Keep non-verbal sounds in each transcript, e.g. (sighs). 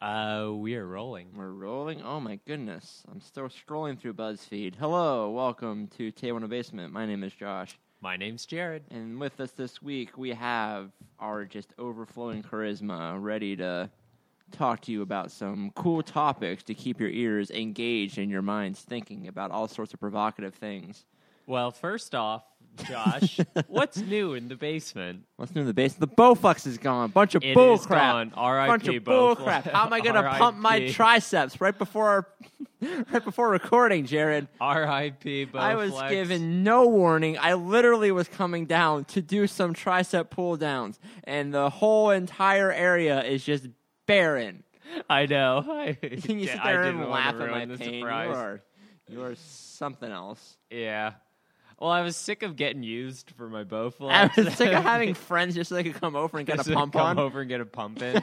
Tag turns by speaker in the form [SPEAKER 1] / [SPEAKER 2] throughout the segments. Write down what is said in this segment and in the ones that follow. [SPEAKER 1] Uh, we are rolling.
[SPEAKER 2] We're rolling. Oh my goodness. I'm still scrolling through BuzzFeed. Hello. Welcome to Table in the Basement. My name is Josh.
[SPEAKER 1] My name's Jared.
[SPEAKER 2] And with us this week, we have our just overflowing charisma ready to talk to you about some cool topics to keep your ears engaged and your minds thinking about all sorts of provocative things.
[SPEAKER 1] Well, first off,
[SPEAKER 2] (laughs)
[SPEAKER 1] Josh, what's new in the basement?
[SPEAKER 2] Let's do the base. The Bowflex is gone. Bunch of
[SPEAKER 1] It
[SPEAKER 2] bull
[SPEAKER 1] is
[SPEAKER 2] crap.
[SPEAKER 1] gone. R.I.P.
[SPEAKER 2] Bunch of bull
[SPEAKER 1] Bowflex.
[SPEAKER 2] crap. How am I
[SPEAKER 1] (laughs)
[SPEAKER 2] gonna pump my
[SPEAKER 1] R.I.P..
[SPEAKER 2] triceps right before (laughs) right before recording, Jared?
[SPEAKER 1] R.I.P.
[SPEAKER 2] I was
[SPEAKER 1] Bowflex.
[SPEAKER 2] given no warning. I literally was coming down to do some tricep pull downs, and the whole entire area is just barren.
[SPEAKER 1] I know. (laughs) I, you
[SPEAKER 2] Can (laughs) you sit
[SPEAKER 1] I
[SPEAKER 2] there
[SPEAKER 1] didn't
[SPEAKER 2] and
[SPEAKER 1] wanna
[SPEAKER 2] laugh at
[SPEAKER 1] ruin
[SPEAKER 2] my
[SPEAKER 1] the
[SPEAKER 2] pain? You
[SPEAKER 1] surprise.
[SPEAKER 2] are, you are
[SPEAKER 1] (laughs)
[SPEAKER 2] something else.
[SPEAKER 1] Yeah. Well, I was sick of getting used for my Bowflex.
[SPEAKER 2] (laughs) I was sick
[SPEAKER 1] (laughs)
[SPEAKER 2] of having friends just so they could come over and get
[SPEAKER 1] Just
[SPEAKER 2] a
[SPEAKER 1] to
[SPEAKER 2] pump
[SPEAKER 1] come
[SPEAKER 2] on.
[SPEAKER 1] over and get a pump in.
[SPEAKER 2] (laughs)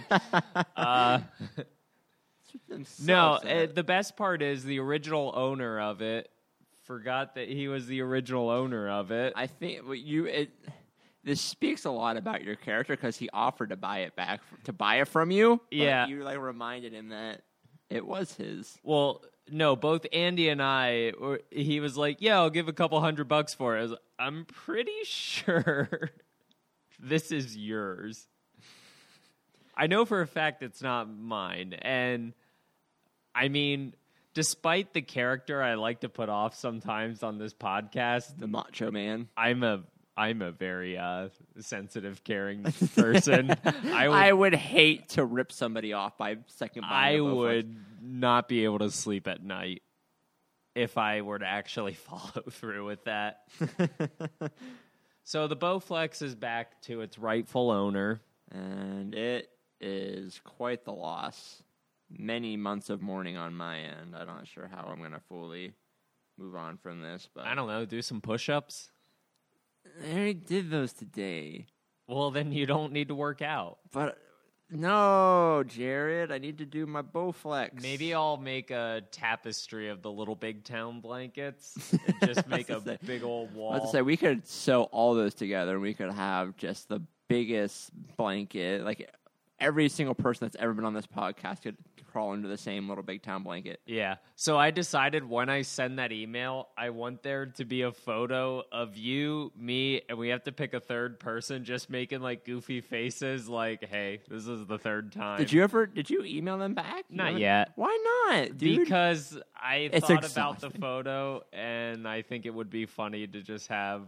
[SPEAKER 1] uh,
[SPEAKER 2] I'm so
[SPEAKER 1] no,
[SPEAKER 2] upset.
[SPEAKER 1] uh, the best part is the original owner of it forgot that he was the original owner of it.
[SPEAKER 2] I think what you it. This speaks a lot about your character because he offered to buy it back to buy it from you. but
[SPEAKER 1] Yeah.
[SPEAKER 2] you like reminded him that it was his.
[SPEAKER 1] Well, no, both Andy and I, were, he was like, "Yeah, I'll give a couple hundred bucks for it." I was like, I'm pretty (laughs) sure this is yours. I know for a fact it's not mine, and I mean, despite the character I like to put off sometimes on this podcast,
[SPEAKER 2] The Macho Man.
[SPEAKER 1] I'm a I'm a very uh, sensitive, caring person. (laughs) I would,
[SPEAKER 2] I would hate to rip somebody off by second. buying
[SPEAKER 1] I
[SPEAKER 2] a Bowflex.
[SPEAKER 1] would not be able to sleep at night if I were to actually (laughs) follow through with
[SPEAKER 2] (laughs)
[SPEAKER 1] that. so the Bowflex is back to its rightful owner.
[SPEAKER 2] and it is quite the loss. Many months of mourning on my end. I'm not sure how I'm going to fully move on from this, but
[SPEAKER 1] I don't know, do some push ups.
[SPEAKER 2] I already did those today.
[SPEAKER 1] Well, then you don't need to work out.
[SPEAKER 2] But no, Jared, I need to do my Bowflex. (laughs)
[SPEAKER 1] Maybe I'll make a tapestry of the little big town
[SPEAKER 2] (laughs)
[SPEAKER 1] blankets and just make
[SPEAKER 2] I
[SPEAKER 1] a
[SPEAKER 2] was gonna say-
[SPEAKER 1] big old
[SPEAKER 2] I was
[SPEAKER 1] wall.
[SPEAKER 2] to say we could sew all those together, and we could have just the biggest blanket. Like every single person that's ever been on this podcast could crawl into the same little big town blanket.
[SPEAKER 1] Yeah. So I decided when I send that email, I want there to be a photo of you, me, and we have to pick a third person just making like goofy faces like, hey, this is the third time.
[SPEAKER 2] Did you ever? Did you email them back? You
[SPEAKER 1] Not
[SPEAKER 2] haven't-
[SPEAKER 1] yet.
[SPEAKER 2] Why not, dude?
[SPEAKER 1] Because I
[SPEAKER 2] It's
[SPEAKER 1] thought about the
[SPEAKER 2] exhausting.
[SPEAKER 1] photo and I think it would be funny to just have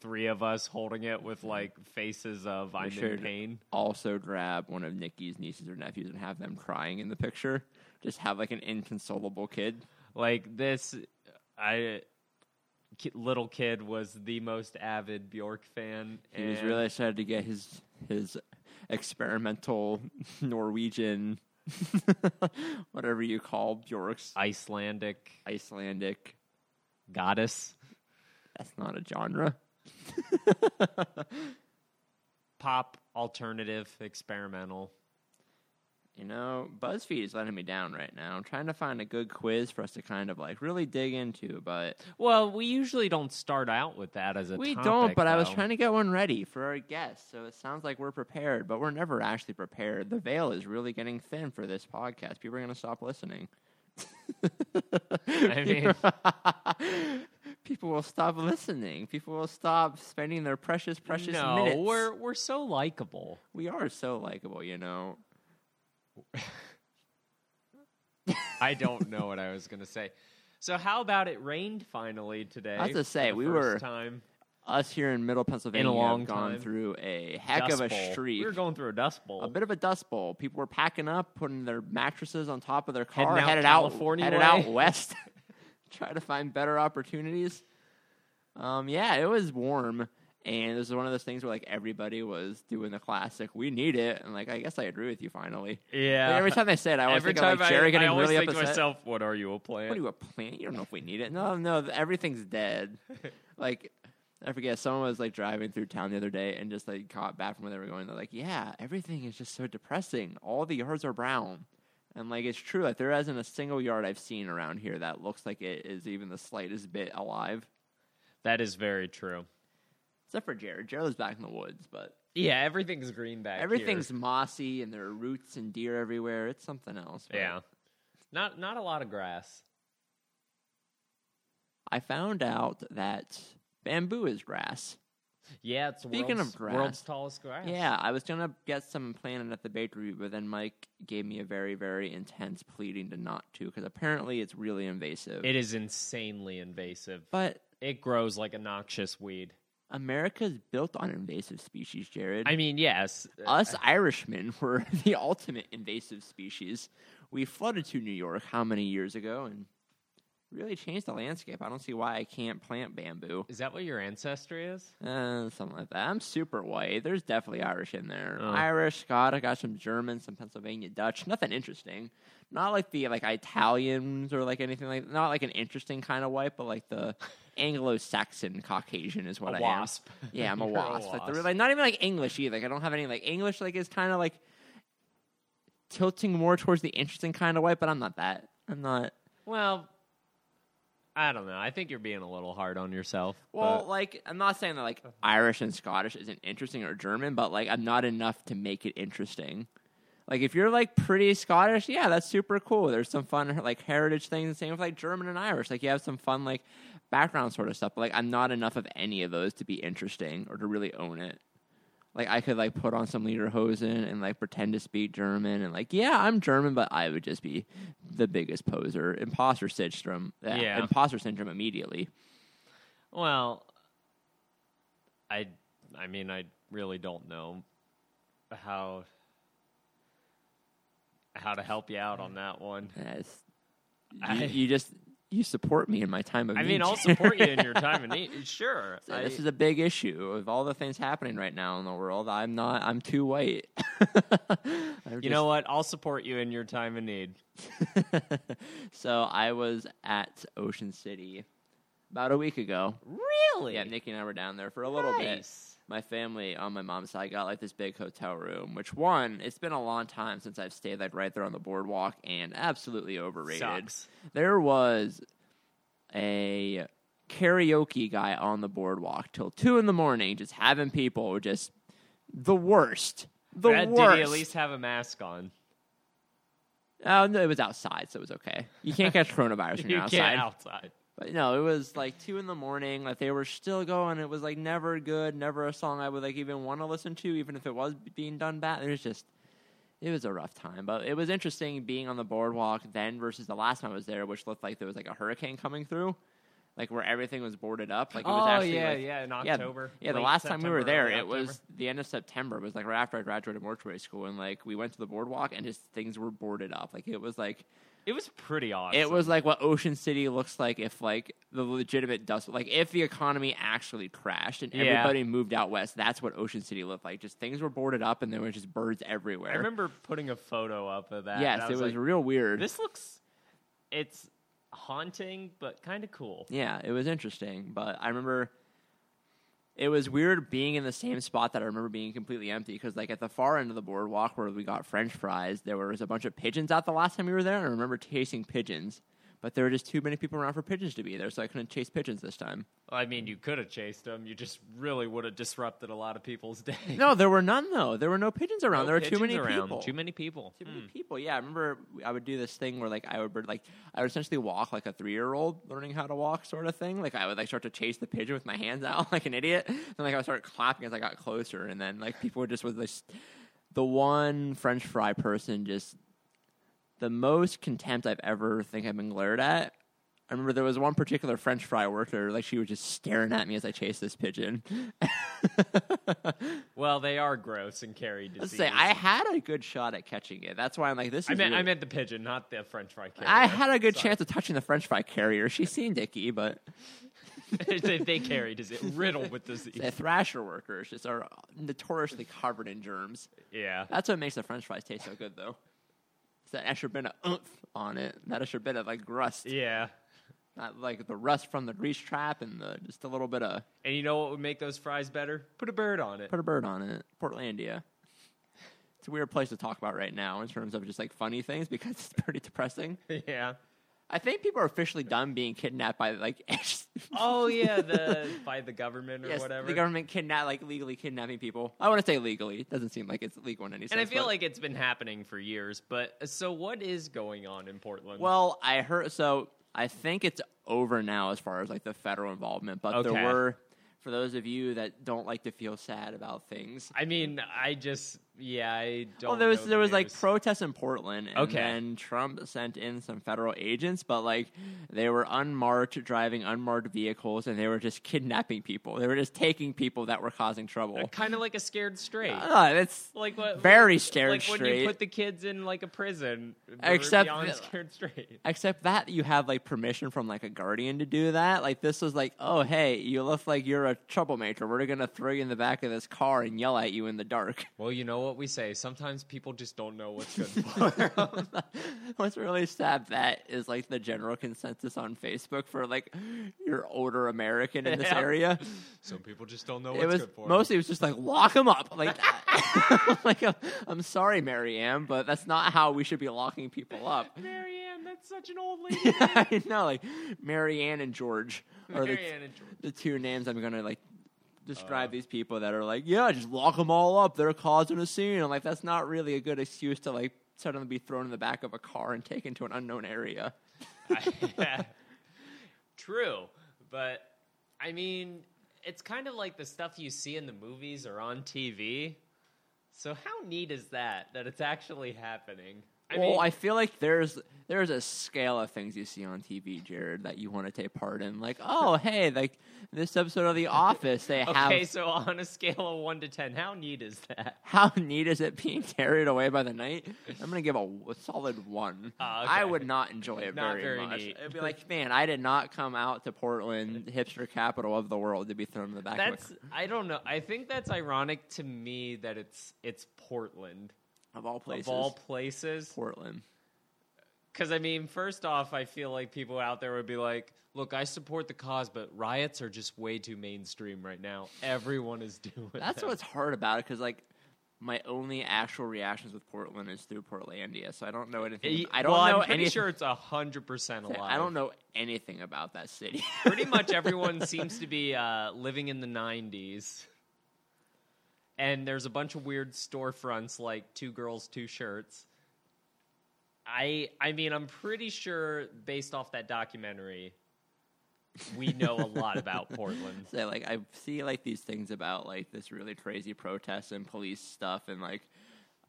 [SPEAKER 1] three of us holding it with like faces of I'm in
[SPEAKER 2] should.
[SPEAKER 1] pain.
[SPEAKER 2] also grab one of Nikki's nieces or nephews and have them crying in the picture. Just have like an inconsolable kid.
[SPEAKER 1] Like this, I. ki- Little kid was the most avid Bjork fan.
[SPEAKER 2] He was
[SPEAKER 1] and-
[SPEAKER 2] really excited to get his his experimental (laughs) Norwegian, (laughs) whatever you call Bjork's
[SPEAKER 1] Icelandic
[SPEAKER 2] Icelandic.
[SPEAKER 1] goddess
[SPEAKER 2] That's not a genre.
[SPEAKER 1] pop alternative experimental.
[SPEAKER 2] You know, BuzzFeed is letting me down right now. I'm trying to find a good quiz for us to kind of like really dig into, but
[SPEAKER 1] Well, we usually don't start out with that as a
[SPEAKER 2] we
[SPEAKER 1] topic,
[SPEAKER 2] don't. But I was
[SPEAKER 1] though.
[SPEAKER 2] trying to get one ready for our guests, so it sounds like we're prepared, but we're never actually prepared. The veil is really getting thin for this podcast. People are going to stop listening.
[SPEAKER 1] I mean,
[SPEAKER 2] (laughs) People will stop listening. People will stop spending their precious, precious
[SPEAKER 1] no,
[SPEAKER 2] minutes.
[SPEAKER 1] we're we're so likable.
[SPEAKER 2] We are so likable, you know.
[SPEAKER 1] I don't know what I was gonna say. So how about it rained finally today?
[SPEAKER 2] was gonna
[SPEAKER 1] for
[SPEAKER 2] say,
[SPEAKER 1] the
[SPEAKER 2] we
[SPEAKER 1] first
[SPEAKER 2] were-
[SPEAKER 1] time
[SPEAKER 2] us here in middle Pennsylvania
[SPEAKER 1] long
[SPEAKER 2] have gone
[SPEAKER 1] time.
[SPEAKER 2] through a heck
[SPEAKER 1] dust
[SPEAKER 2] of
[SPEAKER 1] bowl.
[SPEAKER 2] a streak.
[SPEAKER 1] We were going through a dust bowl.
[SPEAKER 2] a bit of a dust bowl. People were packing up, putting their mattresses on top of their
[SPEAKER 1] Heading
[SPEAKER 2] car,
[SPEAKER 1] out
[SPEAKER 2] headed
[SPEAKER 1] California
[SPEAKER 2] out, headed
[SPEAKER 1] way.
[SPEAKER 2] out west, (laughs) try to find better opportunities. Um, yeah, it was warm, and this is one of those things where like everybody was doing the classic. We need it, and like I guess I agree with you finally.
[SPEAKER 1] yeah.
[SPEAKER 2] Like, every time I say it, I always
[SPEAKER 1] Every
[SPEAKER 2] think of
[SPEAKER 1] time
[SPEAKER 2] like
[SPEAKER 1] I,
[SPEAKER 2] Jerry
[SPEAKER 1] I
[SPEAKER 2] getting
[SPEAKER 1] always
[SPEAKER 2] really
[SPEAKER 1] think
[SPEAKER 2] upset.
[SPEAKER 1] to myself, "What are you a plant?"
[SPEAKER 2] What are you a plant? You don't know if we need it. No, no, th-
[SPEAKER 1] (laughs)
[SPEAKER 2] everything's dead. like I forget, someone was like driving through town the other day and just like caught back from where they were going. They're like, "Yeah, everything is just so depressing. All the yards are brown." And like it's true, like there isn't a single yard I've seen around here that looks like it is even the slightest bit alive,
[SPEAKER 1] that is very true.
[SPEAKER 2] except for Jared. Jared's back in the woods, but
[SPEAKER 1] Yeah, everything's green back. here.
[SPEAKER 2] Everything's mossy and there are roots and deer everywhere. It's something else. but
[SPEAKER 1] yeah. Not not a lot of grass.
[SPEAKER 2] I found out that bamboo is grass.
[SPEAKER 1] Yeah, it's
[SPEAKER 2] Speaking
[SPEAKER 1] world's,
[SPEAKER 2] of grass-
[SPEAKER 1] world's tallest grass.
[SPEAKER 2] Yeah, I was gonna get some planted at the bakery, but then Mike gave me a very, very intense pleading to not to because apparently it's really invasive.
[SPEAKER 1] It is insanely invasive.
[SPEAKER 2] but
[SPEAKER 1] It grows like a noxious weed.
[SPEAKER 2] America's built on invasive species, Jared.
[SPEAKER 1] I mean, yes. Uh,
[SPEAKER 2] Us Irishmen (laughs) were the ultimate invasive species. We flooded to New York how many years ago and really changed the landscape. I don't see why I can't plant bamboo.
[SPEAKER 1] Is that what your ancestry is?
[SPEAKER 2] Uh, something like that. I'm super white. There's definitely Irish in there.
[SPEAKER 1] Oh.
[SPEAKER 2] Irish, Scott. I got some German, some Pennsylvania Dutch. Nothing interesting. Not like the like Italians or like anything like. Not like an interesting kind of white, but like the Anglo-Saxon Caucasian is what I
[SPEAKER 1] a
[SPEAKER 2] am.
[SPEAKER 1] wasp. (laughs)
[SPEAKER 2] Yeah, I'm a
[SPEAKER 1] You're
[SPEAKER 2] wasp. Like, they're like not even like English either. Like I don't have any like English. Like is kind of like tilting more towards the interesting kind of white, but I'm not that. I'm not.
[SPEAKER 1] well, I don't know. I think you're being a little hard on yourself.
[SPEAKER 2] Well,
[SPEAKER 1] but-
[SPEAKER 2] like I'm not saying that like Irish and Scottish isn't interesting or German, but like I'm not enough to make it interesting. Like if you're like pretty Scottish, yeah, that's super cool. There's some fun like heritage things. Same with like German and Irish. Like you have some fun like background sort of stuff. But like I'm not enough of any of those to be interesting or to really own it. Like I could like put on some lederhosen and like pretend to speak German and like yeah I'm German, but I would just be the biggest poser, imposter syndrome,
[SPEAKER 1] Yeah.
[SPEAKER 2] imposter syndrome immediately.
[SPEAKER 1] well, I, I mean, I really don't know how how to help you out on that one.
[SPEAKER 2] Yes. You,
[SPEAKER 1] I-
[SPEAKER 2] you just you support (laughs) me in my time of
[SPEAKER 1] I
[SPEAKER 2] need.
[SPEAKER 1] mean, I'll support you in
[SPEAKER 2] (laughs)
[SPEAKER 1] your time of need. Sure,
[SPEAKER 2] So this
[SPEAKER 1] I-
[SPEAKER 2] is a big issue of all the things happening right now in the world. I'm not. I'm too white. (laughs)
[SPEAKER 1] you know what? I'll support you in your time of need.
[SPEAKER 2] so I was at Ocean City about a week ago.
[SPEAKER 1] Really?
[SPEAKER 2] Yeah, Nikki and I were down there for a little bit.
[SPEAKER 1] nice.
[SPEAKER 2] my family on my mom's side got like this big hotel room, which one, it's been a long time since I've stayed like right there on the boardwalk and absolutely overrated.
[SPEAKER 1] Sucks.
[SPEAKER 2] There was a karaoke guy on the boardwalk till two in the morning, just having people just the worst. The
[SPEAKER 1] Brad,
[SPEAKER 2] worst.
[SPEAKER 1] Did he at least have a mask on?
[SPEAKER 2] oh no, it was outside, so it was okay. (laughs) You can't catch coronavirus when
[SPEAKER 1] you
[SPEAKER 2] you're outside.
[SPEAKER 1] can't (laughs) outside.
[SPEAKER 2] But no, it was like two in the morning. Like they were still going. It was like never good, never a song I would like even want to listen to, even if it was being done bad. It was just, it was a rough time. But it was interesting being on the boardwalk then versus the last time I was there, which looked like there was like a hurricane coming through, like where everything was boarded up. Like it was
[SPEAKER 1] oh
[SPEAKER 2] actually
[SPEAKER 1] yeah,
[SPEAKER 2] like,
[SPEAKER 1] yeah. In
[SPEAKER 2] yeah,
[SPEAKER 1] October.
[SPEAKER 2] Yeah, the
[SPEAKER 1] late
[SPEAKER 2] last time we were
[SPEAKER 1] September, early
[SPEAKER 2] there, it was
[SPEAKER 1] October.
[SPEAKER 2] the end of September. It was like right after I graduated mortuary school, and like we went to the boardwalk, and just things were boarded up. Like it was like
[SPEAKER 1] It was pretty awesome.
[SPEAKER 2] it was like what Ocean City looks like if like the legitimate dust, like if the economy actually crashed and
[SPEAKER 1] Yeah.
[SPEAKER 2] everybody moved out west. That's what Ocean City looked like. Just things were boarded up and there were just birds everywhere.
[SPEAKER 1] I remember putting a photo up of that.
[SPEAKER 2] yes,
[SPEAKER 1] and I
[SPEAKER 2] it was
[SPEAKER 1] like,
[SPEAKER 2] real weird.
[SPEAKER 1] this looks. It's haunting, but kind of cool.
[SPEAKER 2] yeah, it was interesting, but I remember it was weird being in the same spot that I remember being completely empty because like at the far end of the boardwalk where we got French fries, there was a bunch of pigeons out the last time we were there. And I remember chasing pigeons, but there were just too many people around for pigeons to be there, so I couldn't chase pigeons this time.
[SPEAKER 1] Well, I mean, you could have chased them. You just really would have disrupted a lot of people's (laughs) day.
[SPEAKER 2] No, there were none though. There were no pigeons around.
[SPEAKER 1] No
[SPEAKER 2] there were too
[SPEAKER 1] pigeons
[SPEAKER 2] many
[SPEAKER 1] around.
[SPEAKER 2] people.
[SPEAKER 1] Too Hmm. many people.
[SPEAKER 2] Too many people. Yeah, I remember I would do this thing where like I would bird- like I would essentially walk like a three year old learning how to walk sort of thing. Like I would like start to chase the pigeon with my hands out (laughs) like an idiot. Then like I would start clapping as I got closer, and then like people would just was this the one French fry person just the most contempt I've ever think I've been glared at. I remember there was one particular French fry worker, like she was just staring at me as I chased this pigeon.
[SPEAKER 1] Well, they are gross and carry disease.
[SPEAKER 2] Let's say I had a good shot at catching it. That's why I'm like, this is.
[SPEAKER 1] I meant, I
[SPEAKER 2] weird.
[SPEAKER 1] meant the pigeon, not the French fry carrier.
[SPEAKER 2] I had a good
[SPEAKER 1] Sorry.
[SPEAKER 2] chance of touching the French fry carrier. She seemed icky, but
[SPEAKER 1] (laughs) they, they carry disease, riddled with
[SPEAKER 2] (laughs)
[SPEAKER 1] disease.
[SPEAKER 2] the thrasher workers just are notoriously covered in germs.
[SPEAKER 1] e-, yeah.
[SPEAKER 2] That's what makes the French fries taste so good, though. It's that extra bit of oomph on it, that extra bit of like rust,
[SPEAKER 1] Yeah.
[SPEAKER 2] not like the rust from the grease trap, and the just a little bit of
[SPEAKER 1] And you know what would make those fries better? Put a bird on it.
[SPEAKER 2] put a bird on it. Portlandia. It's a weird place to talk about right now in terms of just like funny things because it's pretty depressing.
[SPEAKER 1] (laughs) yeah.
[SPEAKER 2] I I think people are officially done being kidnapped by like (laughs)
[SPEAKER 1] Oh yeah, the (laughs) by the government or
[SPEAKER 2] yes,
[SPEAKER 1] whatever.
[SPEAKER 2] the government kidnap like legally kidnapping people. I want to say legally. It doesn't seem like it's legal in any sense.
[SPEAKER 1] and I feel
[SPEAKER 2] but-
[SPEAKER 1] like it's been happening for years. But uh, so what is going on in Portland?
[SPEAKER 2] Well, I heard so I think it's over now as far as like the federal involvement, but
[SPEAKER 1] Okay.
[SPEAKER 2] there were for those of you that don't like to feel sad about things.
[SPEAKER 1] I mean, I just yeah, I don't.
[SPEAKER 2] Well, there was
[SPEAKER 1] know the
[SPEAKER 2] there was like
[SPEAKER 1] news.
[SPEAKER 2] protests in Portland, and
[SPEAKER 1] Okay.
[SPEAKER 2] then Trump sent in some federal agents, but like they were unmarked, driving unmarked vehicles, and they were just kidnapping people. They were just taking people that were causing trouble.
[SPEAKER 1] kind of like a scared straight.
[SPEAKER 2] Uh, that's
[SPEAKER 1] like what
[SPEAKER 2] very scared
[SPEAKER 1] like when
[SPEAKER 2] straight.
[SPEAKER 1] you put the kids in like a prison
[SPEAKER 2] Except-
[SPEAKER 1] on scared straight
[SPEAKER 2] Except that you have like permission from like a guardian to do that. Like this was like, oh hey, you look like you're a troublemaker. We're gonna throw you in the back of this car and yell at you in the dark. (laughs)
[SPEAKER 1] well you know what we say sometimes people just don't know what's good for them
[SPEAKER 2] What's really sad that is like the general consensus on Facebook for like your older American in this
[SPEAKER 1] Yeah.
[SPEAKER 2] area.
[SPEAKER 1] some people just don't know
[SPEAKER 2] it was mostly it was just like lock him up. Like, (laughs) like I'm, I'm sorry, Mary Ann, but that's not how we should be locking people up. (laughs)
[SPEAKER 1] marianne that's such an old lady
[SPEAKER 2] I know, like Mary Ann and George are the,
[SPEAKER 1] marianne and George. (laughs)
[SPEAKER 2] the two names I'm gonna like
[SPEAKER 1] Uh.
[SPEAKER 2] describe these people that are like, yeah, just lock them all up. They're causing a scene. I'm like, that's not really a good excuse to like suddenly be thrown in the back of a car and taken to an unknown area.
[SPEAKER 1] Yeah. true but i mean it's kind of like the stuff you see in the movies or on tv so how neat is that that it's actually happening I
[SPEAKER 2] well,
[SPEAKER 1] mean,
[SPEAKER 2] I feel like there's there's a scale of things you see on TV, Jared, that you want to take part in. Like, oh, hey, like this episode of The Office,
[SPEAKER 1] (laughs)
[SPEAKER 2] they
[SPEAKER 1] okay
[SPEAKER 2] have
[SPEAKER 1] so on a scale of 1 to 10 how neat is that
[SPEAKER 2] how (laughs) neat is it being carried away by the night? I'm gonna give a, a solid one.
[SPEAKER 1] Ah, okay.
[SPEAKER 2] I would not enjoy it
[SPEAKER 1] Not
[SPEAKER 2] very,
[SPEAKER 1] very
[SPEAKER 2] much.
[SPEAKER 1] neat.
[SPEAKER 2] It'd be like, man, I did not come out to Portland, hipster capital of the world, to be thrown in the back.
[SPEAKER 1] That's
[SPEAKER 2] of,
[SPEAKER 1] I don't know. I think that's ironic to me that it's it's Portland
[SPEAKER 2] a, of all places,
[SPEAKER 1] of all places.
[SPEAKER 2] Portland.
[SPEAKER 1] Because I mean, first off, I feel like people out there would be like, "Look, I support the cause, but riots are just way too mainstream right now. Everyone is (laughs) doing
[SPEAKER 2] That's
[SPEAKER 1] them."
[SPEAKER 2] what's hard about it because like my only actual reactions with Portland is through Portlandia, so I don't know anything.
[SPEAKER 1] Y-
[SPEAKER 2] I don't
[SPEAKER 1] well,
[SPEAKER 2] know
[SPEAKER 1] I'm pretty
[SPEAKER 2] anything.
[SPEAKER 1] sure it's hundred percent alive.
[SPEAKER 2] (laughs) I don't know anything about that city.
[SPEAKER 1] pretty much everyone seems to be uh, living in the 90s and there's a bunch of weird storefronts like two girls two shirts i i mean i'm pretty sure based off that documentary we know a lot
[SPEAKER 2] (laughs)
[SPEAKER 1] about portland
[SPEAKER 2] So like I see like these things about like this really crazy protests and police stuff, and like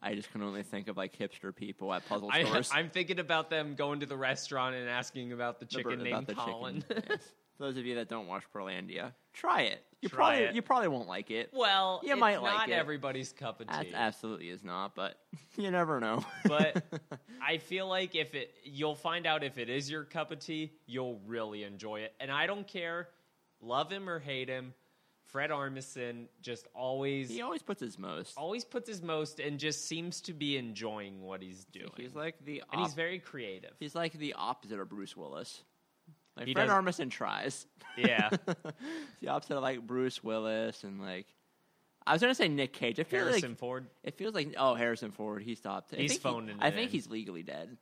[SPEAKER 2] I just can only think of like hipster people at puzzle
[SPEAKER 1] I,
[SPEAKER 2] (laughs) stores.
[SPEAKER 1] i'm thinking about them going to the restaurant and asking about the
[SPEAKER 2] The
[SPEAKER 1] chicken
[SPEAKER 2] bird-
[SPEAKER 1] named
[SPEAKER 2] about the chicken,
[SPEAKER 1] colin
[SPEAKER 2] yes. Those of you that don't watch Portlandia, try it. You
[SPEAKER 1] Try
[SPEAKER 2] probably
[SPEAKER 1] it.
[SPEAKER 2] you probably won't like it.
[SPEAKER 1] (laughs) well
[SPEAKER 2] You
[SPEAKER 1] it's
[SPEAKER 2] might like
[SPEAKER 1] not
[SPEAKER 2] it.
[SPEAKER 1] everybody's cup of
[SPEAKER 2] That
[SPEAKER 1] tea
[SPEAKER 2] absolutely is not, but (laughs) you never know.
[SPEAKER 1] but I feel like if it, you'll find out if it is your cup of tea, you'll really enjoy it. And I don't care, love him or hate him, Fred Armisen just always,
[SPEAKER 2] (laughs) he always puts his most.
[SPEAKER 1] always puts his most and just seems to be enjoying what he's doing.
[SPEAKER 2] He's like the
[SPEAKER 1] and he's
[SPEAKER 2] op-
[SPEAKER 1] very
[SPEAKER 2] (laughs)
[SPEAKER 1] creative.
[SPEAKER 2] He's like the opposite of Bruce Willis. Like
[SPEAKER 1] He
[SPEAKER 2] Fred
[SPEAKER 1] does-
[SPEAKER 2] Armisen tries. (laughs)
[SPEAKER 1] Yeah.
[SPEAKER 2] It's the opposite of like Bruce Willis and like I was gonna say Nick Cage. It feels
[SPEAKER 1] Harrison
[SPEAKER 2] like
[SPEAKER 1] Ford,
[SPEAKER 2] it feels like oh Harrison Ford. He stopped. I
[SPEAKER 1] He's
[SPEAKER 2] think he-
[SPEAKER 1] phoning
[SPEAKER 2] I
[SPEAKER 1] it
[SPEAKER 2] think
[SPEAKER 1] in.
[SPEAKER 2] he's legally dead.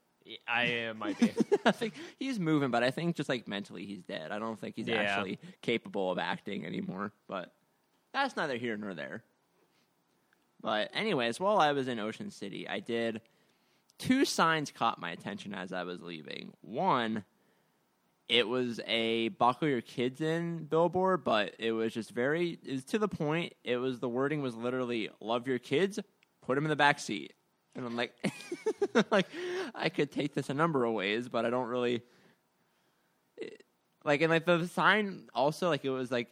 [SPEAKER 1] I uh,
[SPEAKER 2] (laughs)
[SPEAKER 1] might be.
[SPEAKER 2] I think he's moving, but I think just like mentally he's dead. I don't think he's
[SPEAKER 1] Yeah.
[SPEAKER 2] actually capable of acting anymore. But that's neither here nor there. But anyways, while I was in Ocean City, I did two signs caught my attention as I was leaving. One, it was a buckle your kids in billboard, but it was just very is to the point. It was the wording was literally love your kids, put them in the back seat. And I'm like (laughs) like I could take this a number of ways, but I don't really like and like the sign also like it was like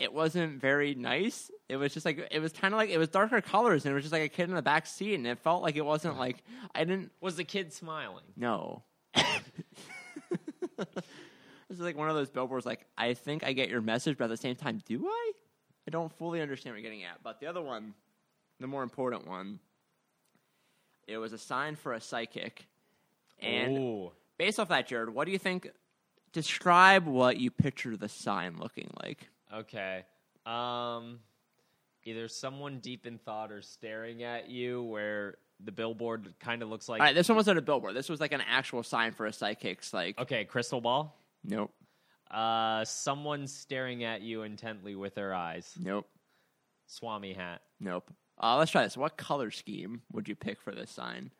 [SPEAKER 2] it wasn't very nice. It was just like it was kind of like it was darker colors, and it was just like a kid in the back seat, and it felt like it wasn't like I didn't
[SPEAKER 1] Was the kid smiling?
[SPEAKER 2] know. (laughs) this is like one of those billboards. Like I think I get your message, but at the same time, do I? I don't fully understand what you're getting at. But the other one, the more important one, it was a sign for a psychic, and
[SPEAKER 1] Ooh.
[SPEAKER 2] based off that, Jared, what do you think? Describe what you picture the sign looking like.
[SPEAKER 1] Okay. Um either someone deep in thought or staring at you where the billboard kind of looks like.
[SPEAKER 2] All right, this one wasn't a billboard. This was like an actual sign for a psychic's. Like,
[SPEAKER 1] Okay, crystal ball.
[SPEAKER 2] nope,
[SPEAKER 1] Uh, someone staring at you intently with their eyes.
[SPEAKER 2] nope,
[SPEAKER 1] Swami hat.
[SPEAKER 2] nope. Uh, let's try this. What color scheme would you pick for this sign?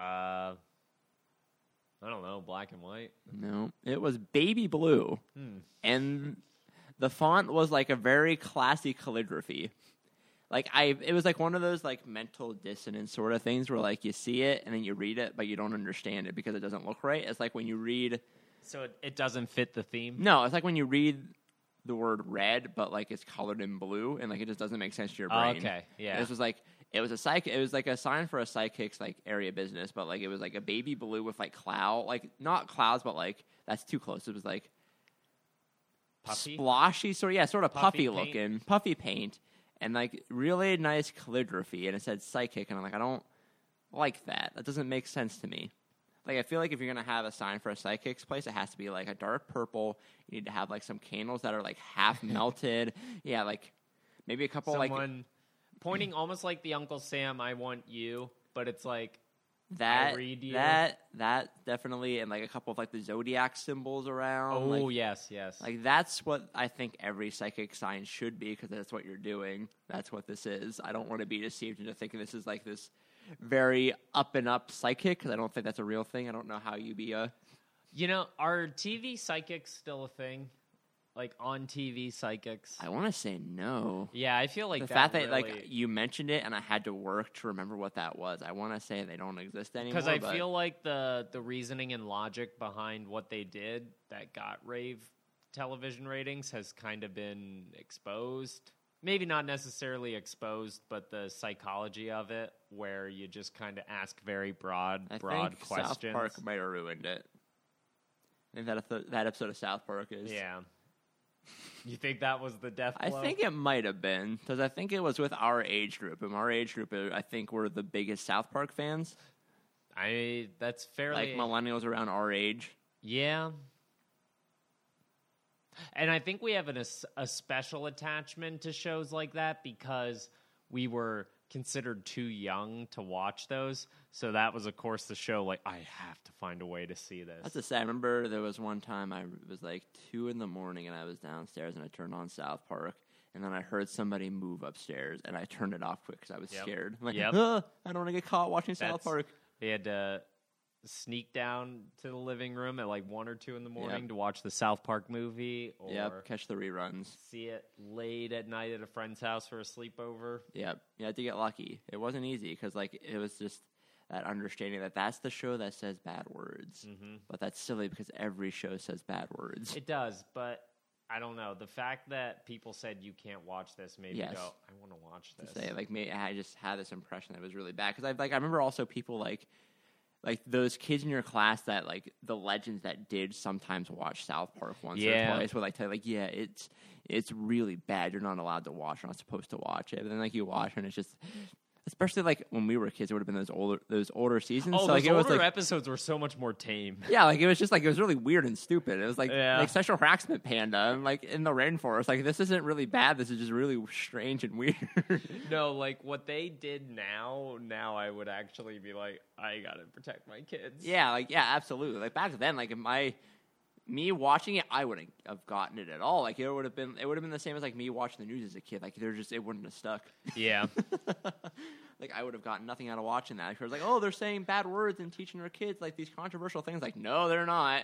[SPEAKER 1] Uh, I don't know, black and white.
[SPEAKER 2] No, it was baby blue, and the font was like a very classy calligraphy. Like I, it was like one of those like mental dissonance sort of things where like you see it and then you read it, but you don't understand it because it doesn't look right. It's like when you read
[SPEAKER 1] So it, it doesn't fit the theme.
[SPEAKER 2] no, it's like when you read the word red, but like it's colored in blue, and like it just doesn't make sense to your
[SPEAKER 1] Oh,
[SPEAKER 2] brain.
[SPEAKER 1] okay, yeah.
[SPEAKER 2] This was like it was a psych. It was like a sign for a psychic's like area business, but like it was like a baby blue with like cloud, like not clouds, but like that's too close. It was like
[SPEAKER 1] Puffy?
[SPEAKER 2] splotchy, sort yeah, sort of
[SPEAKER 1] Puffy
[SPEAKER 2] puffy,
[SPEAKER 1] paint?
[SPEAKER 2] looking, puffy paint, and like really nice calligraphy, and it said psychic, and I'm like, I don't like that. That doesn't make sense to me. Like I feel like if you're gonna have a sign for a psychic's place, it has to be like a dark purple. You need to have like some candles that are like
[SPEAKER 1] (laughs)
[SPEAKER 2] half melted. Yeah, like maybe a couple like
[SPEAKER 1] Someone pointing almost like the Uncle Sam, I want you, but it's like
[SPEAKER 2] that
[SPEAKER 1] read you.
[SPEAKER 2] that that definitely, and like a couple of like the zodiac symbols around.
[SPEAKER 1] Oh
[SPEAKER 2] like,
[SPEAKER 1] yes, yes.
[SPEAKER 2] Like that's what I think every psychic sign should be because that's what you're doing. That's what this is. I don't want to be deceived into thinking this is like this very up and up psychic because I don't think that's a real thing. I don't know how you be a
[SPEAKER 1] you know, are TV psychics still a thing? Like on TV psychics?
[SPEAKER 2] I want to say no.
[SPEAKER 1] yeah, I feel like
[SPEAKER 2] The
[SPEAKER 1] that
[SPEAKER 2] fact that like
[SPEAKER 1] really-
[SPEAKER 2] you mentioned it and I had to work to remember what that was. I want to say they don't exist anymore.
[SPEAKER 1] because I
[SPEAKER 2] but-
[SPEAKER 1] feel like the the reasoning and logic behind what they did that got rave television ratings has kind of been exposed. Maybe not necessarily exposed, but the psychology of it, where you just kind of ask very broad,
[SPEAKER 2] I
[SPEAKER 1] broad
[SPEAKER 2] think
[SPEAKER 1] questions.
[SPEAKER 2] South Park might have ruined it. I think that eth- that episode of South Park is
[SPEAKER 1] yeah, you think that was the death
[SPEAKER 2] I
[SPEAKER 1] blow?
[SPEAKER 2] think it might have been because I think it was with our age group, and our age group, uh, I think, were the biggest South Park fans,
[SPEAKER 1] I that's
[SPEAKER 2] like
[SPEAKER 1] fairly
[SPEAKER 2] millennials around our age.
[SPEAKER 1] Yeah. And I think we have an, as- a special attachment to shows like that because we were considered too young to watch those. So that was, of course, the show like, I have to find a way to see this.
[SPEAKER 2] That's just sad. I remember there was one time I it was like two in the morning, and I was downstairs, and I turned on South Park, and then I heard somebody move upstairs, and I turned it off quick because I was
[SPEAKER 1] Yep.
[SPEAKER 2] scared. (laughs) I'm like,
[SPEAKER 1] Yep.
[SPEAKER 2] "Ugh, I don't want to get caught watching South
[SPEAKER 1] That's-
[SPEAKER 2] Park.
[SPEAKER 1] they had to sneak down to the living room at like one or two in the morning
[SPEAKER 2] Yep.
[SPEAKER 1] to watch the South Park movie or
[SPEAKER 2] Yep, catch the reruns.
[SPEAKER 1] see it late at night at a friend's house for a sleepover.
[SPEAKER 2] Yep, you had to get lucky. It wasn't easy because like it was just that understanding that that's the show that says bad words.
[SPEAKER 1] Mm-hmm.
[SPEAKER 2] But that's silly because every show says bad words.
[SPEAKER 1] It does, but I don't know. The fact that people said you can't watch this made
[SPEAKER 2] Yes.
[SPEAKER 1] me go, I want to watch
[SPEAKER 2] (laughs) To
[SPEAKER 1] this.
[SPEAKER 2] say like me, I just had this impression that it was really bad because I like I remember also people like like those kids in your class that like the legends that did sometimes watch South Park once
[SPEAKER 1] Yeah.
[SPEAKER 2] or twice would like tell you like yeah it's it's really bad you're not allowed to watch you're not supposed to watch it but then like you watch and it's just especially like when we were kids it would have been those older those older seasons
[SPEAKER 1] oh,
[SPEAKER 2] so
[SPEAKER 1] those
[SPEAKER 2] like it was
[SPEAKER 1] older
[SPEAKER 2] like
[SPEAKER 1] episodes were so much more tame.
[SPEAKER 2] Yeah, like it was just like it was really weird and stupid. It was like
[SPEAKER 1] Yeah.
[SPEAKER 2] like sexual harassment panda and like in the rainforest. Like this isn't really bad. This is just really strange and weird.
[SPEAKER 1] (laughs)
[SPEAKER 2] (laughs)
[SPEAKER 1] no, like what they did now, now I would actually be like, I got to protect my kids.
[SPEAKER 2] yeah, like yeah, absolutely. Like back then, like if my me watching it, I wouldn't have gotten it at all. Like it would have been it would have been the same as like me watching the news as a kid. Like they're just it wouldn't have stuck. (laughs)
[SPEAKER 1] Yeah.
[SPEAKER 2] like I would have gotten nothing out of watching that. I was like, oh, they're saying bad words and teaching their kids like these controversial things. Like no, they're not.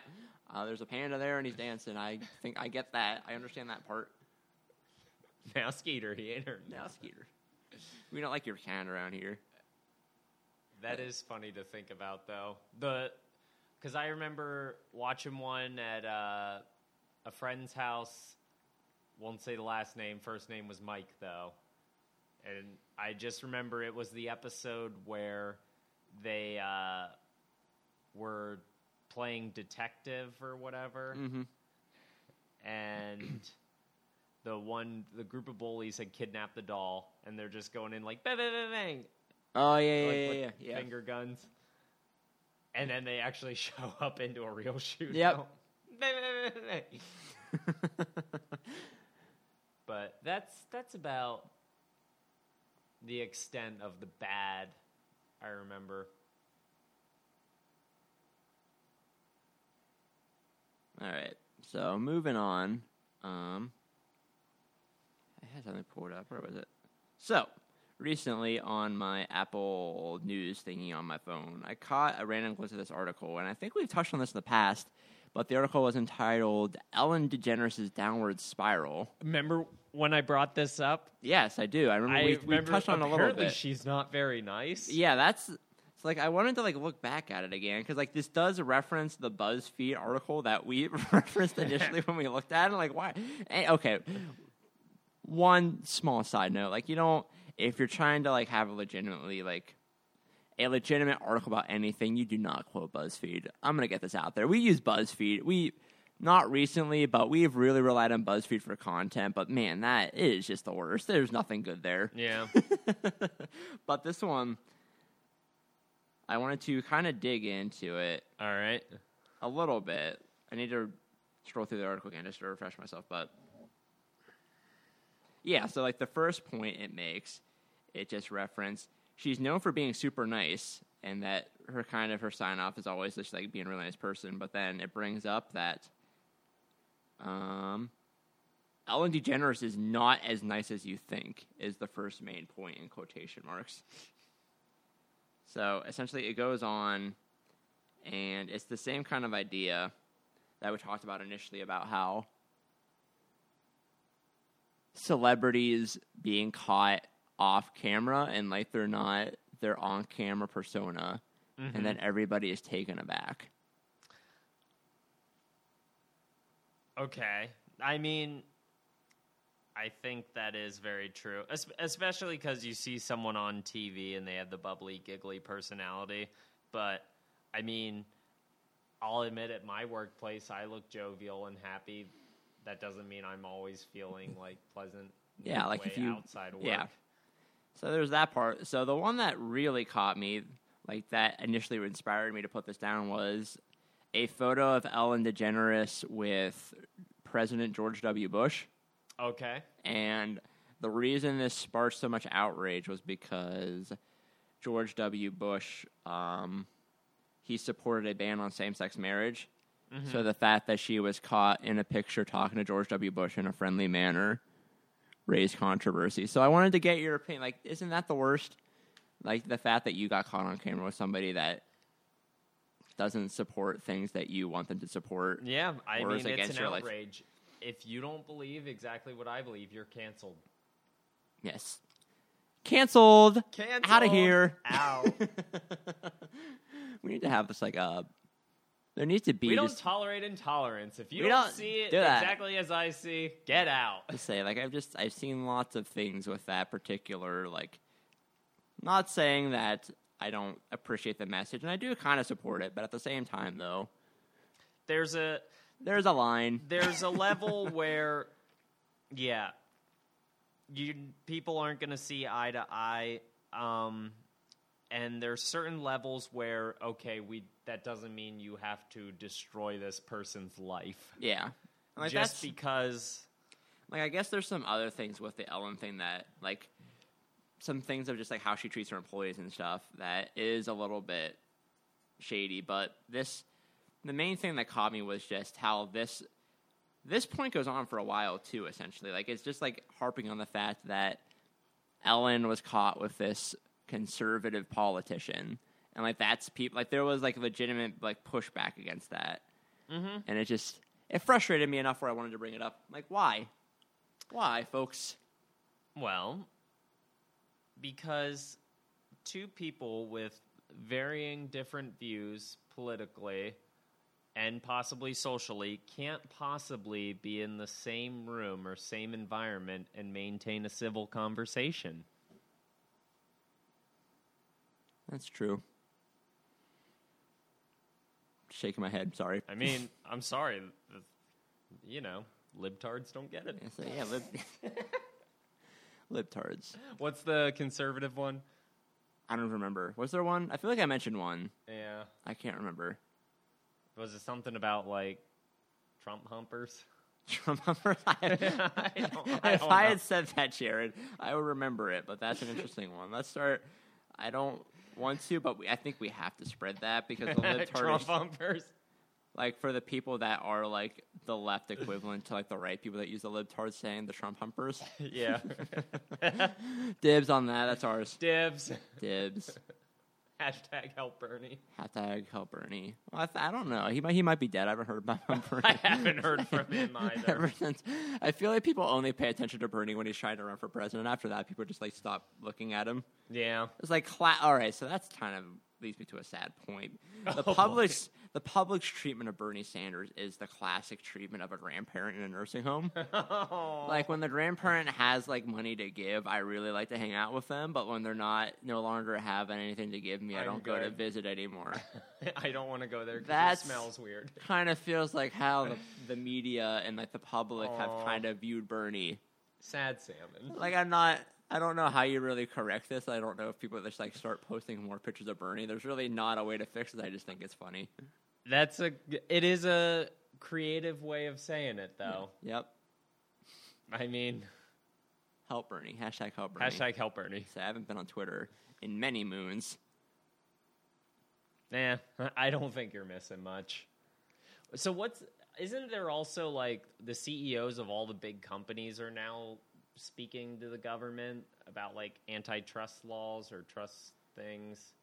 [SPEAKER 2] Uh, there's a panda there and he's dancing. I think I get that. I understand that part.
[SPEAKER 1] (laughs) now Skeeter, he ain't heard
[SPEAKER 2] Now,
[SPEAKER 1] nothing.
[SPEAKER 2] Skeeter. We don't like your can around here.
[SPEAKER 1] That is funny to think about, though. The because I remember watching one at uh, a friend's house. Won't say the last name. First name was Mike, though, and I just remember it was the episode where they uh, were playing detective or whatever,
[SPEAKER 2] Mm-hmm.
[SPEAKER 1] and. The one, the group of bullies had kidnapped the doll, and they're just going in like bang, bang, bang, bang,
[SPEAKER 2] Oh yeah, yeah,
[SPEAKER 1] like,
[SPEAKER 2] yeah, yeah.
[SPEAKER 1] with
[SPEAKER 2] yeah.
[SPEAKER 1] finger guns. And then they actually (laughs) show up into a real shootout. (laughs) but that's that's about the extent of the bad remember.
[SPEAKER 2] (laughs) All right. So moving on. Um, I had something pulled up. Where was it? So recently on my Apple News thingy on my phone, I caught a random glimpse of this article, and I think we've touched on this in the past. But the article was entitled "Ellen DeGeneres' Downward Spiral."
[SPEAKER 1] Remember when I brought this up?
[SPEAKER 2] Yes, I do. I remember,
[SPEAKER 1] I
[SPEAKER 2] we,
[SPEAKER 1] remember
[SPEAKER 2] we touched on it a little
[SPEAKER 1] apparently
[SPEAKER 2] bit.
[SPEAKER 1] she's not very nice.
[SPEAKER 2] Yeah, that's it's like I wanted to like look back at it again because like this does reference the BuzzFeed article that we (laughs) referenced initially when we looked at it. Like why? And, okay, one small side note: like you don't if you're trying to like have a legitimately like a legitimate article about anything, you do not quote BuzzFeed. I'm gonna get this out there. We use BuzzFeed. We not recently, but we've really relied on BuzzFeed for content. But man, that is just the worst. There's nothing good there. (laughs)
[SPEAKER 1] Yeah.
[SPEAKER 2] but this one, I wanted to kind of dig into it
[SPEAKER 1] All right.
[SPEAKER 2] a little bit. I need to scroll through the article again just to refresh myself, but yeah, so like the first point it makes, it just referenced she's known for being super nice and that her kind of her sign off is always just like being a really nice person, but then it brings up that um Ellen DeGeneres is not as nice as you think is the first main point in quotation marks. So essentially it goes on and it's the same kind of idea that we talked about initially about how celebrities being caught off camera and like they're not their on camera persona
[SPEAKER 1] Mm-hmm.
[SPEAKER 2] and then everybody is taken aback.
[SPEAKER 1] Okay. I mean, I think that is very true, es- especially because you see someone on TV and they have the bubbly, giggly personality. But I mean, I'll admit at my workplace, I look jovial and happy. That doesn't mean I'm always
[SPEAKER 2] (laughs)
[SPEAKER 1] feeling like pleasant.
[SPEAKER 2] Yeah, like
[SPEAKER 1] way
[SPEAKER 2] if you-
[SPEAKER 1] outside of work.
[SPEAKER 2] yeah. So there's that part. So the one that really caught me, like that initially inspired me to put this down, was a photo of Ellen DeGeneres with President George W. Bush.
[SPEAKER 1] Okay.
[SPEAKER 2] And the reason this sparked so much outrage was because George W. Bush, um, he supported a ban on same-sex marriage.
[SPEAKER 1] Mm-hmm.
[SPEAKER 2] So the fact that she was caught in a picture talking to George W. Bush in a friendly manner raised controversy. So I wanted to get your opinion. Like, isn't that the worst? Like the fact that you got caught on camera with somebody that doesn't support things that you want them to support.
[SPEAKER 1] Yeah, I
[SPEAKER 2] Or is
[SPEAKER 1] mean
[SPEAKER 2] it
[SPEAKER 1] it's
[SPEAKER 2] against
[SPEAKER 1] an
[SPEAKER 2] your life?
[SPEAKER 1] outrage. If you don't believe exactly what I believe, you're canceled.
[SPEAKER 2] Yes. Canceled.
[SPEAKER 1] Canceled.
[SPEAKER 2] Out of here. (laughs)
[SPEAKER 1] Ow.
[SPEAKER 2] We need to have this like uh There needs to be
[SPEAKER 1] we don't
[SPEAKER 2] just
[SPEAKER 1] tolerate intolerance. If you
[SPEAKER 2] We
[SPEAKER 1] don't,
[SPEAKER 2] don't
[SPEAKER 1] see it
[SPEAKER 2] do that.
[SPEAKER 1] exactly as I see, get out.
[SPEAKER 2] to say like I've just I've seen lots of things with that particular like. Not saying that I don't appreciate the message, and I do kind of support it, but at the same time, though,
[SPEAKER 1] There's a
[SPEAKER 2] there's a line.
[SPEAKER 1] there's a
[SPEAKER 2] (laughs)
[SPEAKER 1] level where yeah. You people aren't going to see eye to eye um and there's certain levels where okay, we that doesn't mean you have to destroy this person's life
[SPEAKER 2] Yeah, And, like
[SPEAKER 1] just
[SPEAKER 2] that's-
[SPEAKER 1] because
[SPEAKER 2] like I guess there's some other things with the Ellen thing that like some things of just like how she treats her employees and stuff that is a little bit shady. But this the main thing that caught me was just how this this point goes on for a while too, essentially. Like it's just like harping on the fact that Ellen was caught with this conservative politician. And like that's people like there was like legitimate like pushback against that. Mm-hmm. And it just it frustrated me enough where I wanted to bring it up. Like why? Why, folks?
[SPEAKER 1] Well, because two people with varying different views politically and possibly socially can't possibly be in the same room or same environment and maintain a civil conversation.
[SPEAKER 2] That's true. Shaking my head, sorry.
[SPEAKER 1] I
[SPEAKER 2] (laughs)
[SPEAKER 1] mean, I'm sorry, th- you know, libtards don't get
[SPEAKER 2] (laughs)
[SPEAKER 1] it.
[SPEAKER 2] Yeah, so yeah, lib (laughs) libtards.
[SPEAKER 1] What's the conservative one?
[SPEAKER 2] I don't remember. Was there one? I feel like I mentioned one.
[SPEAKER 1] Yeah.
[SPEAKER 2] I can't remember. (laughs)
[SPEAKER 1] Was it something about like Trump humpers?
[SPEAKER 2] Trump numbers. I-
[SPEAKER 1] (laughs) I don't- I don't
[SPEAKER 2] (laughs) if I
[SPEAKER 1] know.
[SPEAKER 2] had said that, Jared, I would remember it. But that's an interesting one. Let's start. I don't. want to, but we, I think we have to spread that because
[SPEAKER 1] (laughs)
[SPEAKER 2] the libtards,
[SPEAKER 1] Trump
[SPEAKER 2] (laughs)
[SPEAKER 1] bumpers.
[SPEAKER 2] like for the people that are like the left equivalent to like the right people that use the libtards saying the Trump
[SPEAKER 1] (laughs)
[SPEAKER 2] humpers.
[SPEAKER 1] Yeah.
[SPEAKER 2] (laughs) Dibs on that. That's ours.
[SPEAKER 1] Dibs.
[SPEAKER 2] Dibs.
[SPEAKER 1] (laughs) Hashtag help Bernie.
[SPEAKER 2] Hashtag help Bernie. Well, I, th- I don't know. He might he might be dead. I haven't heard about him.
[SPEAKER 1] (laughs)
[SPEAKER 2] Bernie. (laughs)
[SPEAKER 1] I haven't heard from him either.
[SPEAKER 2] Ever since, I feel like people only pay attention to Bernie when he's trying to run for president. After that, people just like stop looking at him.
[SPEAKER 1] (laughs) Yeah.
[SPEAKER 2] It's like, cla- all right, so that's kind of leads me to a sad point.
[SPEAKER 1] (laughs)
[SPEAKER 2] The
[SPEAKER 1] Oh,
[SPEAKER 2] public's the public's treatment of Bernie Sanders is the classic treatment of a grandparent in a nursing home. like when the grandparent has like money to give, I really like to hang out with them. But when they're not, no longer have anything to give me, I
[SPEAKER 1] I'm
[SPEAKER 2] don't go to
[SPEAKER 1] good.
[SPEAKER 2] visit anymore.
[SPEAKER 1] I don't want to go there because it
[SPEAKER 2] That's-
[SPEAKER 1] smells weird.
[SPEAKER 2] kind of feels like how the, the media and like the public
[SPEAKER 1] Aw.
[SPEAKER 2] have kind of viewed Bernie.
[SPEAKER 1] Sad salmon.
[SPEAKER 2] Like I'm not. I don't know how you really correct this. I don't know if people just like start posting more pictures of Bernie. There's really not a way to fix it. I just think it's funny.
[SPEAKER 1] That's a. It is a creative way of saying it, though.
[SPEAKER 2] Yep.
[SPEAKER 1] I mean,
[SPEAKER 2] Help Bernie. Hashtag help Bernie.
[SPEAKER 1] hashtag help Bernie.
[SPEAKER 2] So I haven't been on Twitter in many moons.
[SPEAKER 1] Nah, (laughs) I don't think you're missing much. So what's isn't there also like the CEOs of all the big companies are now speaking to the government about like antitrust laws or trust things?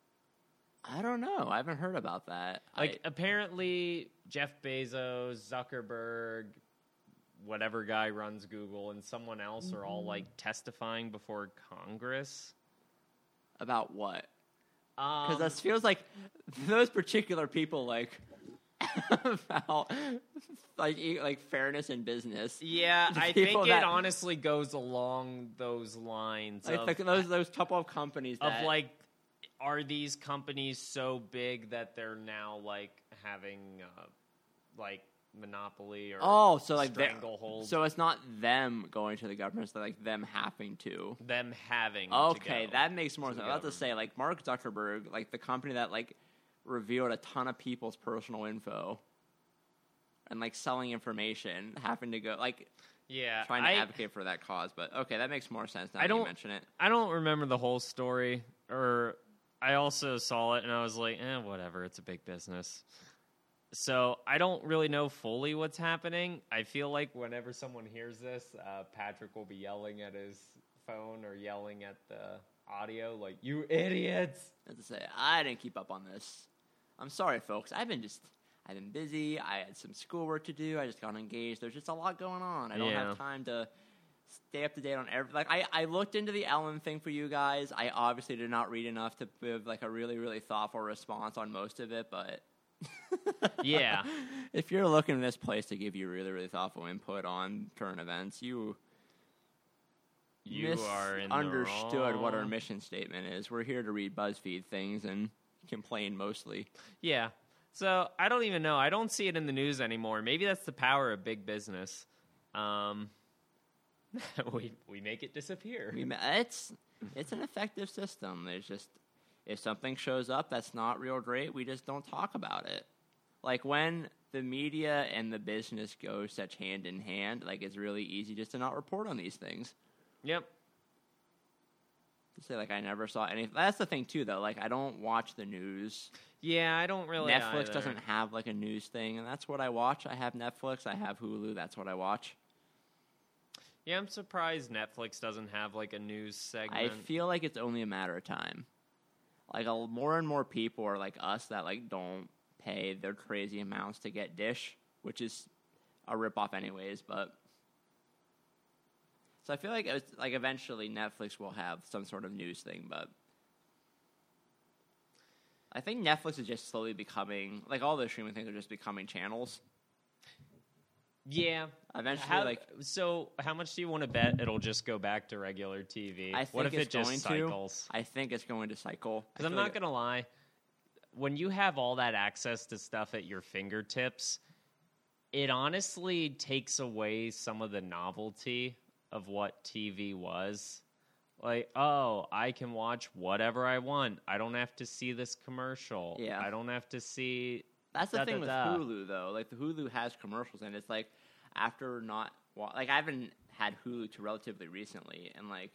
[SPEAKER 2] I don't know. I haven't heard about that.
[SPEAKER 1] Like
[SPEAKER 2] I,
[SPEAKER 1] apparently Jeff Bezos, Zuckerberg, whatever guy runs Google and someone else are
[SPEAKER 2] Mm-hmm.
[SPEAKER 1] all like testifying before Congress.
[SPEAKER 2] about what?
[SPEAKER 1] Um,
[SPEAKER 2] Because that feels like (laughs) those particular people like (laughs) about like e- like fairness in business.
[SPEAKER 1] (laughs) yeah,
[SPEAKER 2] (laughs) the
[SPEAKER 1] I
[SPEAKER 2] people
[SPEAKER 1] think it
[SPEAKER 2] that-
[SPEAKER 1] honestly goes along those lines.
[SPEAKER 2] Like
[SPEAKER 1] of,
[SPEAKER 2] the, those those couple of companies
[SPEAKER 1] of
[SPEAKER 2] that,
[SPEAKER 1] like are these companies so big that they're now like having uh, like monopoly or
[SPEAKER 2] oh so like they're-
[SPEAKER 1] stranglehold
[SPEAKER 2] So it's not them going to the government. It's like them having to.
[SPEAKER 1] them having
[SPEAKER 2] Okay,
[SPEAKER 1] to go.
[SPEAKER 2] that makes more
[SPEAKER 1] to
[SPEAKER 2] sense.
[SPEAKER 1] the
[SPEAKER 2] I was about
[SPEAKER 1] government.
[SPEAKER 2] to say like Mark Zuckerberg, like the company that like revealed a ton of people's personal info and like selling information, having to go like
[SPEAKER 1] yeah
[SPEAKER 2] trying to
[SPEAKER 1] I,
[SPEAKER 2] advocate for that cause. But okay, that makes more sense now
[SPEAKER 1] I
[SPEAKER 2] that you
[SPEAKER 1] don't-
[SPEAKER 2] mention it.
[SPEAKER 1] I don't remember the whole story or I also saw it and I was like eh whatever it's a big business so I don't really know fully what's happening I feel like whenever someone hears this uh, Patrick will be yelling at his phone or yelling at the audio like you idiots
[SPEAKER 2] I have to say I didn't keep up on this. I'm sorry, folks. I've been just I've been busy. I had some schoolwork to do. I just got engaged. There's just a lot going on. I don't
[SPEAKER 1] Yeah.
[SPEAKER 2] have time to stay up to date on every. Like I, I looked into the Ellen thing for you guys. I obviously did not read enough to give like a really really thoughtful response on most of it, but. (laughs)
[SPEAKER 1] Yeah.
[SPEAKER 2] if you're looking in this place to give you really, really thoughtful input on current events, you
[SPEAKER 1] You are in the
[SPEAKER 2] understood what our
[SPEAKER 1] wrong.
[SPEAKER 2] mission statement is. We're here to read BuzzFeed things and complain mostly.
[SPEAKER 1] Yeah. So I don't even know. I don't see it in the news anymore. Maybe that's the power of big business. Um, (laughs) we we make it disappear.
[SPEAKER 2] We ma- It's it's an effective system. There's just if something shows up that's not real great, we just don't talk about it. Like when the media and the business go such hand in hand, like it's really easy just to not report on these things.
[SPEAKER 1] Yep.
[SPEAKER 2] To say like I never saw any. That's the thing too, though. Like I don't watch the news.
[SPEAKER 1] Yeah, I don't really.
[SPEAKER 2] Netflix
[SPEAKER 1] either.
[SPEAKER 2] doesn't have like a news thing, and that's what I watch. I have Netflix. I have Hulu. That's what I watch.
[SPEAKER 1] Yeah, I'm surprised Netflix doesn't have like a news segment.
[SPEAKER 2] I feel like it's only a matter of time. Like a, more and more people are like us that like don't pay their crazy amounts to get Dish, which is a ripoff anyways. But so I feel like it's, like eventually Netflix will have some sort of news thing, but. I think Netflix is just slowly becoming like all the streaming things are just becoming channels.
[SPEAKER 1] yeah.
[SPEAKER 2] Eventually,
[SPEAKER 1] How,
[SPEAKER 2] like
[SPEAKER 1] so, how much do you want to bet it'll just go back to regular TV?
[SPEAKER 2] I think
[SPEAKER 1] what if
[SPEAKER 2] it's
[SPEAKER 1] it just
[SPEAKER 2] going
[SPEAKER 1] cycles?
[SPEAKER 2] to. I think it's going to cycle. I
[SPEAKER 1] Because I'm
[SPEAKER 2] feel
[SPEAKER 1] not
[SPEAKER 2] like-
[SPEAKER 1] going to lie, when you have all that access to stuff at your fingertips, it honestly takes away some of the novelty of what TV was. Like, oh, I can watch whatever I want. I don't have to see this commercial.
[SPEAKER 2] Yeah.
[SPEAKER 1] I don't have to see.
[SPEAKER 2] That's the
[SPEAKER 1] Da,
[SPEAKER 2] thing
[SPEAKER 1] da,
[SPEAKER 2] with
[SPEAKER 1] da.
[SPEAKER 2] Hulu though. Like the Hulu has commercials, and it's like after not wa- like I haven't had Hulu to relatively recently, and like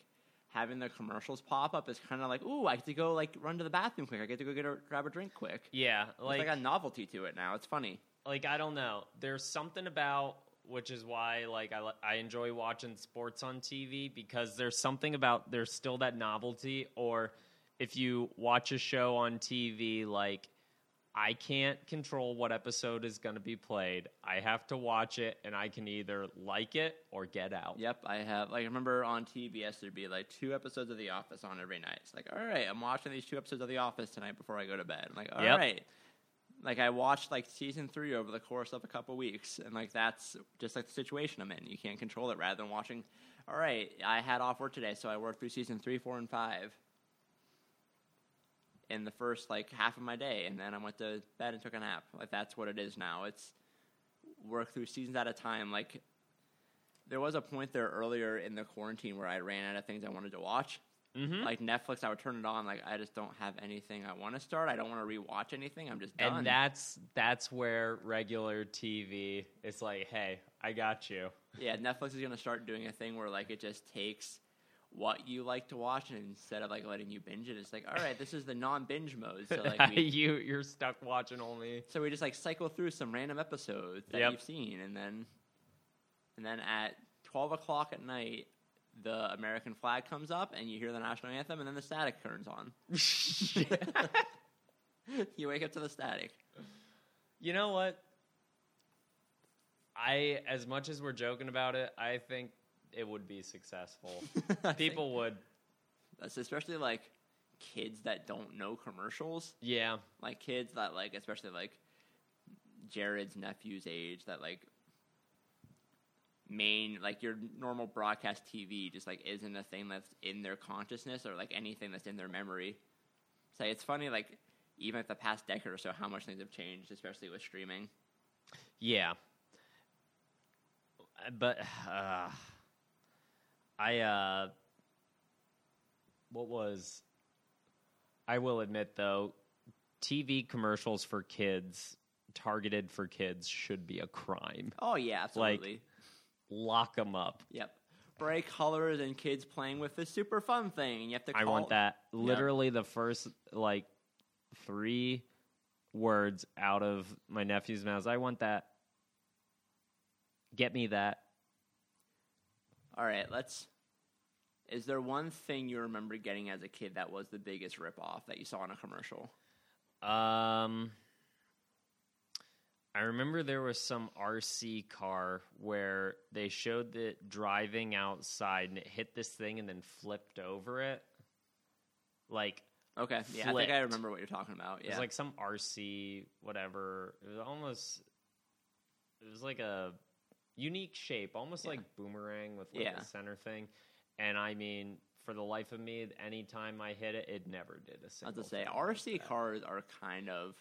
[SPEAKER 2] having the commercials pop up is kind of like, ooh, I get to go like run to the bathroom quick. I get to go get a grab a drink quick.
[SPEAKER 1] Yeah,
[SPEAKER 2] Like,
[SPEAKER 1] like
[SPEAKER 2] it's like a novelty to it now. It's funny.
[SPEAKER 1] like I don't know. There's something about which is why like I li- I enjoy watching sports on TV because there's something about there's still that novelty or if you watch a show on TV like I can't control what episode is going to be played. I have to watch it and I can either like it or get out.
[SPEAKER 2] Yep, I have. Like, I remember on TBS, there'd be like two episodes of The Office on every night. It's like, all right, I'm watching these two episodes of The Office tonight before I go to bed. I'm like, all right.
[SPEAKER 1] Yep.
[SPEAKER 2] Like, I watched like season three over the course of a couple weeks, and like, that's just like the situation I'm in. You can't control it rather than watching, all right, I had off work today, so I worked through season three, four, and five in the first like half of my day, and then I went to bed and took a nap. Like, that's what it is now. It's work through seasons at a time. Like, there was a point there earlier in the quarantine where I ran out of things I wanted to watch.
[SPEAKER 1] Mhm.
[SPEAKER 2] Like Netflix, I would turn it on. Like I just don't have anything I want to start. I don't want to rewatch anything. I'm just done.
[SPEAKER 1] And that's that's where regular TV it's like, "Hey, I got you."
[SPEAKER 2] yeah, Netflix is gonna start doing a thing where like it just takes what you like to watch and instead of like letting you binge it, it's like all right, this is the non-binge mode. So
[SPEAKER 1] (laughs)
[SPEAKER 2] like we,
[SPEAKER 1] you you're stuck watching
[SPEAKER 2] (laughs)
[SPEAKER 1] only (laughs)
[SPEAKER 2] so we just like cycle through some random episodes that
[SPEAKER 1] Yep.
[SPEAKER 2] you've seen, and then and then at twelve o'clock at night, the American flag comes up, and you hear the national anthem, and then the static turns on. (laughs) you wake up to the static. (laughs)
[SPEAKER 1] You know what? I as much as we're joking about it, I think it would be successful.
[SPEAKER 2] I think
[SPEAKER 1] People would.
[SPEAKER 2] that's especially like kids that don't know commercials,
[SPEAKER 1] Yeah.
[SPEAKER 2] like kids that like, especially like Jared's nephew's age, that like main like your normal broadcast TV just like isn't a thing that's in their consciousness or like anything that's in their memory. So it's funny like even if the past decade or so, how much things have changed, especially with streaming.
[SPEAKER 1] Yeah. Uh, But uh, I uh what was I will admit though, TV commercials for kids targeted for kids should be a crime.
[SPEAKER 2] Oh yeah, absolutely.
[SPEAKER 1] Lock them up.
[SPEAKER 2] yep. Bright colors and kids playing with this super fun thing, and you have to. Call
[SPEAKER 1] I want that. Literally, the first like three words out of my nephew's mouth. I want that. Get me that.
[SPEAKER 2] All right, let's. Is there one thing you remember getting as a kid that was the biggest ripoff that you saw in a commercial?
[SPEAKER 1] Um, I remember there was some RC car where they showed it driving outside, and it hit this thing and then flipped over it. Like
[SPEAKER 2] Okay, yeah, I think I
[SPEAKER 1] Flipped.
[SPEAKER 2] remember what you're talking about.
[SPEAKER 1] It
[SPEAKER 2] Yeah,
[SPEAKER 1] was like some RC whatever. It was almost it was like a unique shape, almost
[SPEAKER 2] Yeah.
[SPEAKER 1] like boomerang with like
[SPEAKER 2] Yeah.
[SPEAKER 1] a center thing. And I mean, for the life of me, any time I hit it, it never did a
[SPEAKER 2] I was
[SPEAKER 1] single.
[SPEAKER 2] to say
[SPEAKER 1] thing like
[SPEAKER 2] RC
[SPEAKER 1] that.
[SPEAKER 2] cars are kind of,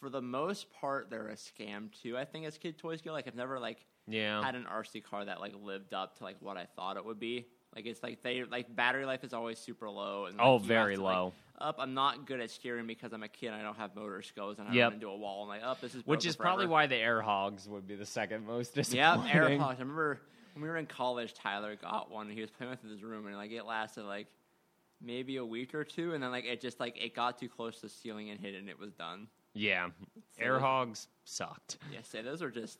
[SPEAKER 2] for the most part, they're a scam too. I think as kid toys go, like I've never like
[SPEAKER 1] Yeah,
[SPEAKER 2] had an RC car that like lived up to like what I thought it would be. Like it's like they like battery life is always super low. And, like,
[SPEAKER 1] Oh,
[SPEAKER 2] you have
[SPEAKER 1] very
[SPEAKER 2] to, like,
[SPEAKER 1] low.
[SPEAKER 2] up, I'm not good at steering because I'm a kid. I don't have motor skills, and I
[SPEAKER 1] Yep.
[SPEAKER 2] run into a wall. I'm like, up. this is
[SPEAKER 1] which
[SPEAKER 2] broken
[SPEAKER 1] is probably
[SPEAKER 2] forever.
[SPEAKER 1] why the air hogs would be the second most (laughs)
[SPEAKER 2] Yeah,
[SPEAKER 1] disappointing.
[SPEAKER 2] air hogs. I remember when we were in college, Tyler got one and he was playing with it in his room, and like it lasted like maybe a week or two, and then like it just like it got too close to the ceiling and hit, and it was done.
[SPEAKER 1] Yeah, air hogs sucked.
[SPEAKER 2] Yeah, so those are just.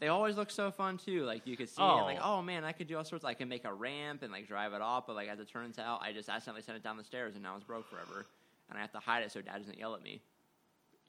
[SPEAKER 2] They always look so fun too. Like you could see, it, like
[SPEAKER 1] Oh.
[SPEAKER 2] oh man, I could do all sorts. I can make a ramp and like drive it off, but like as it turns out, I just accidentally sent it down the stairs, and now it's broke forever, and I have to hide it so Dad doesn't yell at me.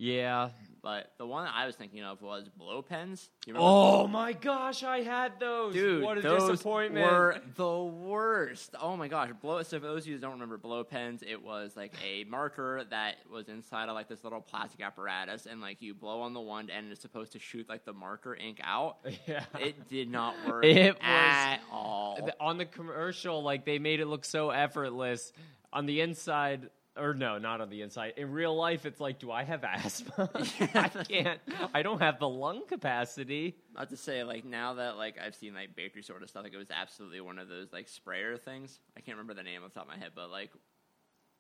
[SPEAKER 1] Yeah.
[SPEAKER 2] But the one I was thinking of was blow pens. You remember
[SPEAKER 1] Oh my gosh, I had those.
[SPEAKER 2] Dude,
[SPEAKER 1] what a
[SPEAKER 2] those
[SPEAKER 1] disappointment!
[SPEAKER 2] were the worst. Oh my gosh, blow. So for those of you that don't remember blow pens, it was like a marker that was inside of like this little plastic apparatus, and like you blow on the one end, and it's supposed to shoot like the marker ink
[SPEAKER 1] (laughs)
[SPEAKER 2] out.
[SPEAKER 1] (laughs) yeah.
[SPEAKER 2] It did not work
[SPEAKER 1] It was-
[SPEAKER 2] at all.
[SPEAKER 1] the- on the commercial, like they made it look so effortless. On the inside, or no, not on the inside. In real life, it's like, do I have asthma? (laughs) I can't. I don't have the lung capacity.
[SPEAKER 2] Not to say like now that like I've seen like bakery sort of stuff, like it was absolutely one of those like sprayer things. I can't remember the name off the top of my head, but like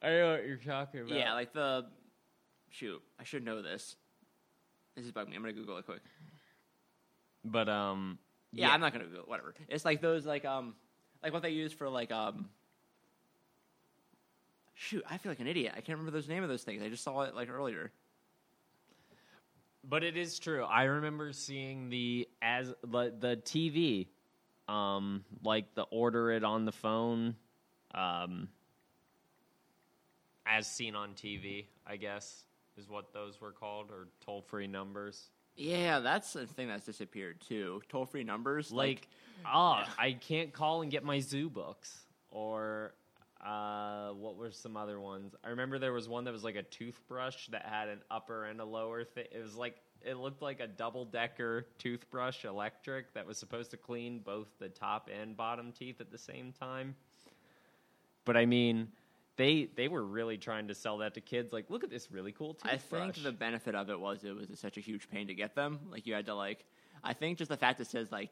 [SPEAKER 1] I know what you're talking about.
[SPEAKER 2] yeah, like the shoot, I should know this. This is bugging me. I'm gonna Google it quick.
[SPEAKER 1] but um,
[SPEAKER 2] Yeah, I'm not gonna Google it, whatever. It's like those like um like what they use for like um. Shoot, I feel like an idiot. I can't remember those name of those things. I just saw it like earlier.
[SPEAKER 1] But it is true. I remember seeing the as like, the TV, um, like the order it on the phone, um, as seen on TV. I guess is what those were called, or toll free numbers.
[SPEAKER 2] Yeah, that's a thing that's disappeared too. Toll free numbers,
[SPEAKER 1] Like, ah, I can't call and get my zoo books, or uh, what were some other ones? I remember there was one that was like a toothbrush that had an upper and a lower thing. It was like it looked like a double decker toothbrush, electric, that was supposed to clean both the top and bottom teeth at the same time. But I mean. They, they were really trying to sell that to kids. Like, look at this really cool
[SPEAKER 2] I
[SPEAKER 1] toothbrush.
[SPEAKER 2] think the benefit of it was it was such a huge pain to get them. Like you had to like, I think just the fact it says like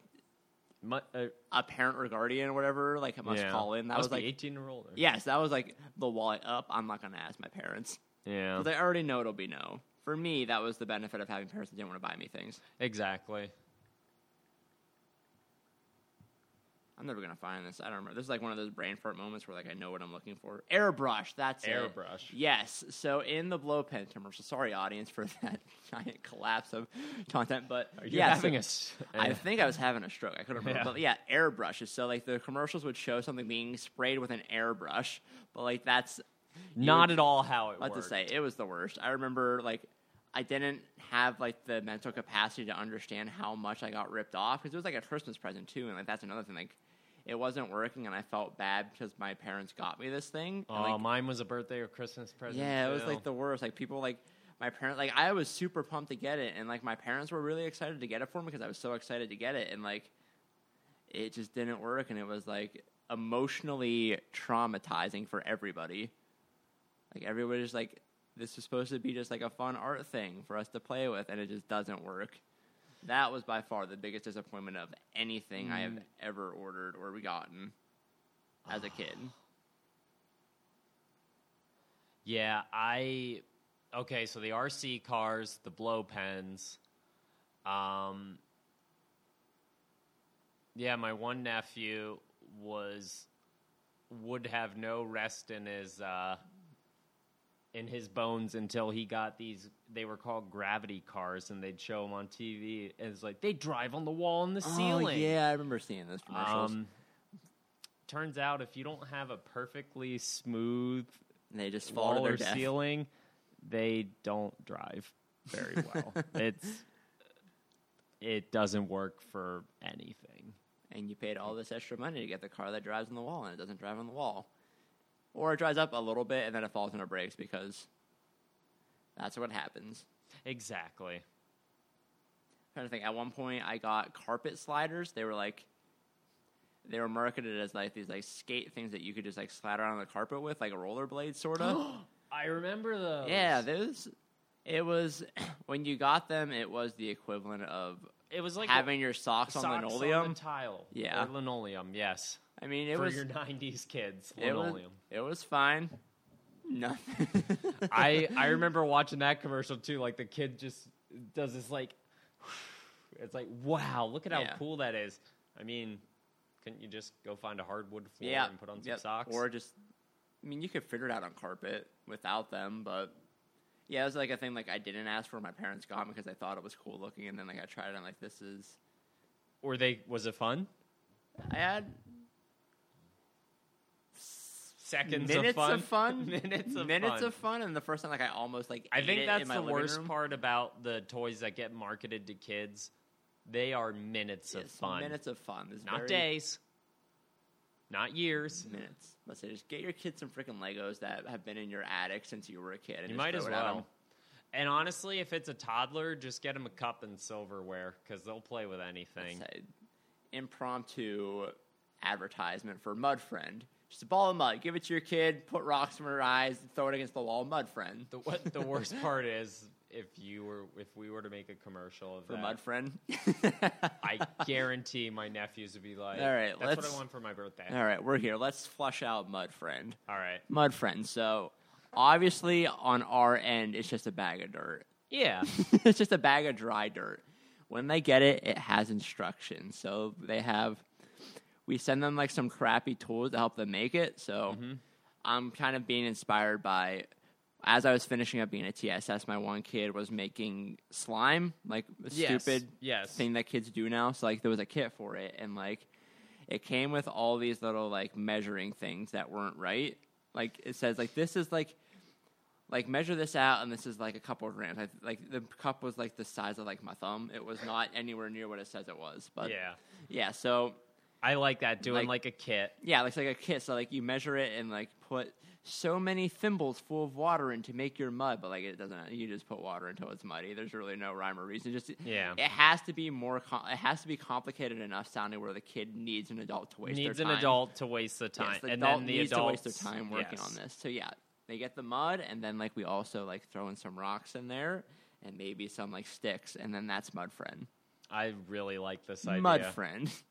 [SPEAKER 1] Mu- uh,
[SPEAKER 2] a parent or guardian or whatever, like I must
[SPEAKER 1] yeah.
[SPEAKER 2] call in. That
[SPEAKER 1] Must
[SPEAKER 2] was like,
[SPEAKER 1] be eighteen year old.
[SPEAKER 2] yes, that was like the wallet up. I'm not gonna ask my parents.
[SPEAKER 1] yeah,
[SPEAKER 2] They already know it'll be no. For me, that was the benefit of having parents that didn't want to buy me things.
[SPEAKER 1] exactly.
[SPEAKER 2] I'm never gonna find this. I don't remember. This is like one of those brain fart moments where like I know what I'm looking for. Airbrush. That's it.
[SPEAKER 1] Airbrush.
[SPEAKER 2] Yes. So in the blow pen commercial. Sorry, audience, for (laughs) that giant collapse of content. But
[SPEAKER 1] Are you
[SPEAKER 2] yeah,
[SPEAKER 1] having
[SPEAKER 2] (laughs) so-
[SPEAKER 1] a s- eh,
[SPEAKER 2] I think I was having a stroke. I couldn't remember.
[SPEAKER 1] Yeah.
[SPEAKER 2] But yeah, airbrushes. So like the commercials would show something being sprayed with an airbrush, but like that's
[SPEAKER 1] not at all how it
[SPEAKER 2] Let's
[SPEAKER 1] worked.
[SPEAKER 2] just say it was the worst. I remember like I didn't have like the mental capacity to understand how much I got ripped off because it was like a Christmas present too, and like that's another thing. Like it wasn't working, and I felt bad because my parents got me this thing.
[SPEAKER 1] Oh,
[SPEAKER 2] and, like,
[SPEAKER 1] mine was a birthday or Christmas present.
[SPEAKER 2] yeah, it was like
[SPEAKER 1] too.
[SPEAKER 2] the worst. Like people like my parents like I was super pumped to get it and like my parents were really excited to get it for me because I was so excited to get it and like it just didn't work and it was like emotionally traumatizing for everybody. Like everybody's like this was supposed to be just like a fun art thing for us to play with and it just doesn't work. That was by far the biggest disappointment of anything I have ever ordered or gotten as a kid.
[SPEAKER 1] Yeah, I okay. So the RC cars, the blow pens. Um, yeah, my one nephew was would have no rest in his uh, in his bones until he got these. They were called gravity cars, and they'd show them on TV. And it's like they drive on the wall and the ceiling.
[SPEAKER 2] Oh, yeah, I remember seeing those commercials.
[SPEAKER 1] Um, turns out if you don't have a perfectly smooth
[SPEAKER 2] And they just fall to
[SPEAKER 1] wall
[SPEAKER 2] their
[SPEAKER 1] or
[SPEAKER 2] death.
[SPEAKER 1] ceiling, they don't drive
[SPEAKER 2] (laughs)
[SPEAKER 1] very well. it's it doesn't work for anything.
[SPEAKER 2] And you paid all this extra money to get the car that drives on the wall, and it doesn't drive on the wall. Or it drives up a little bit and then it falls into brakes because that's what happens.
[SPEAKER 1] Exactly.
[SPEAKER 2] trying to think. At one point, I got carpet sliders. They were like, they were marketed as like these like skate things that you could just like slide around on the carpet with, like a rollerblade
[SPEAKER 1] (gasps)
[SPEAKER 2] sort of.
[SPEAKER 1] I remember those.
[SPEAKER 2] yeah, those. It was (clears throat) when you got them. It was the equivalent of
[SPEAKER 1] it was like
[SPEAKER 2] having your socks,
[SPEAKER 1] socks
[SPEAKER 2] on
[SPEAKER 1] on
[SPEAKER 2] linoleum.
[SPEAKER 1] the tile.
[SPEAKER 2] Yeah.
[SPEAKER 1] or linoleum. Yes,
[SPEAKER 2] I mean, it
[SPEAKER 1] for
[SPEAKER 2] was
[SPEAKER 1] your (laughs) '90s kids,
[SPEAKER 2] It was,
[SPEAKER 1] linoleum.
[SPEAKER 2] it was fine. Nothing. (laughs)
[SPEAKER 1] I I remember watching that commercial too. Like the kid just does this like, (sighs) it's like wow, look at how
[SPEAKER 2] Yeah.
[SPEAKER 1] cool that is. I mean, couldn't you just go find a hardwood floor
[SPEAKER 2] yeah,
[SPEAKER 1] and put on some
[SPEAKER 2] yep.
[SPEAKER 1] socks?
[SPEAKER 2] or just. I mean, you could figure it out on carpet without them, but yeah, it was like a thing. Like I didn't ask for. My parents got me because I thought it was cool looking, and then like I tried it. and I'm like, this is.
[SPEAKER 1] Or they was it fun?
[SPEAKER 2] I had
[SPEAKER 1] Seconds
[SPEAKER 2] minutes
[SPEAKER 1] of fun. (laughs)
[SPEAKER 2] minutes
[SPEAKER 1] minutes of fun.
[SPEAKER 2] of fun, and the first time, like I almost like.
[SPEAKER 1] I
[SPEAKER 2] ate it
[SPEAKER 1] think
[SPEAKER 2] in
[SPEAKER 1] that's
[SPEAKER 2] my
[SPEAKER 1] the
[SPEAKER 2] living
[SPEAKER 1] worst
[SPEAKER 2] room.
[SPEAKER 1] part about the toys that get marketed to kids. They are minutes of
[SPEAKER 2] Yes,
[SPEAKER 1] fun,
[SPEAKER 2] Minutes of fun. This
[SPEAKER 1] not
[SPEAKER 2] very-
[SPEAKER 1] days, not years.
[SPEAKER 2] Minutes. Let's say, just get your kids some freaking Legos that have been in your attic since you were a kid. And
[SPEAKER 1] You
[SPEAKER 2] just
[SPEAKER 1] might
[SPEAKER 2] throw
[SPEAKER 1] as
[SPEAKER 2] it at 'em.
[SPEAKER 1] well. And honestly, if it's a toddler, just get them a cup and silverware because they'll play with anything.
[SPEAKER 2] It's a impromptu advertisement for Mud Friend. Just a ball of mud. Give it to your kid. Put rocks in her eyes. Throw it against the wall. Mud Friend.
[SPEAKER 1] The, what the worst (laughs) part is, if you were, if we were to make a commercial of
[SPEAKER 2] for
[SPEAKER 1] that,
[SPEAKER 2] Mud (laughs) Friend.
[SPEAKER 1] I guarantee my nephews would be like,
[SPEAKER 2] All right,
[SPEAKER 1] that's what
[SPEAKER 2] let's-
[SPEAKER 1] I want for my birthday."
[SPEAKER 2] (laughs) All right, we're here. Let's flush out Mud Friend.
[SPEAKER 1] All right,
[SPEAKER 2] Mud Friend. So obviously on our end, it's just a bag of dirt.
[SPEAKER 1] yeah,
[SPEAKER 2] (laughs) it's just a bag of dry dirt. When they get it, it has instructions. So they have we send them like some crappy tools to help them make it. So I'm kind of being inspired by as I was finishing up being a TSS, my one kid was making slime, like a
[SPEAKER 1] Yes,
[SPEAKER 2] stupid
[SPEAKER 1] yes.
[SPEAKER 2] thing that kids do now. So like there was a kit for it and like it came with all these little like measuring things that weren't right. Like it says like this is like like measure this out and this is like a couple of grams. Like, like the cup was like the size of like my thumb. It was not anywhere near what it says it was. But
[SPEAKER 1] yeah.
[SPEAKER 2] yeah, so
[SPEAKER 1] I like that doing like,
[SPEAKER 2] Like-
[SPEAKER 1] a kit.
[SPEAKER 2] yeah, it's like a kit. So like you measure it and like put so many thimbles full of water in to make your mud, but like it doesn't. You just put water until it's muddy. There's really no rhyme or reason. Just
[SPEAKER 1] Yeah.
[SPEAKER 2] it has to be more. Com- it has to be complicated enough sounding where the kid needs an adult to waste. their
[SPEAKER 1] Needs an
[SPEAKER 2] time.
[SPEAKER 1] adult to waste the time,
[SPEAKER 2] Yes, the
[SPEAKER 1] and
[SPEAKER 2] adult
[SPEAKER 1] then the
[SPEAKER 2] needs
[SPEAKER 1] adults
[SPEAKER 2] to waste their time working
[SPEAKER 1] yes.
[SPEAKER 2] on this. So yeah, they get the mud, and then like we also like throw in some rocks in there, and maybe some like sticks, and then that's mud friend.
[SPEAKER 1] I really like this idea.
[SPEAKER 2] Mud friend. (laughs)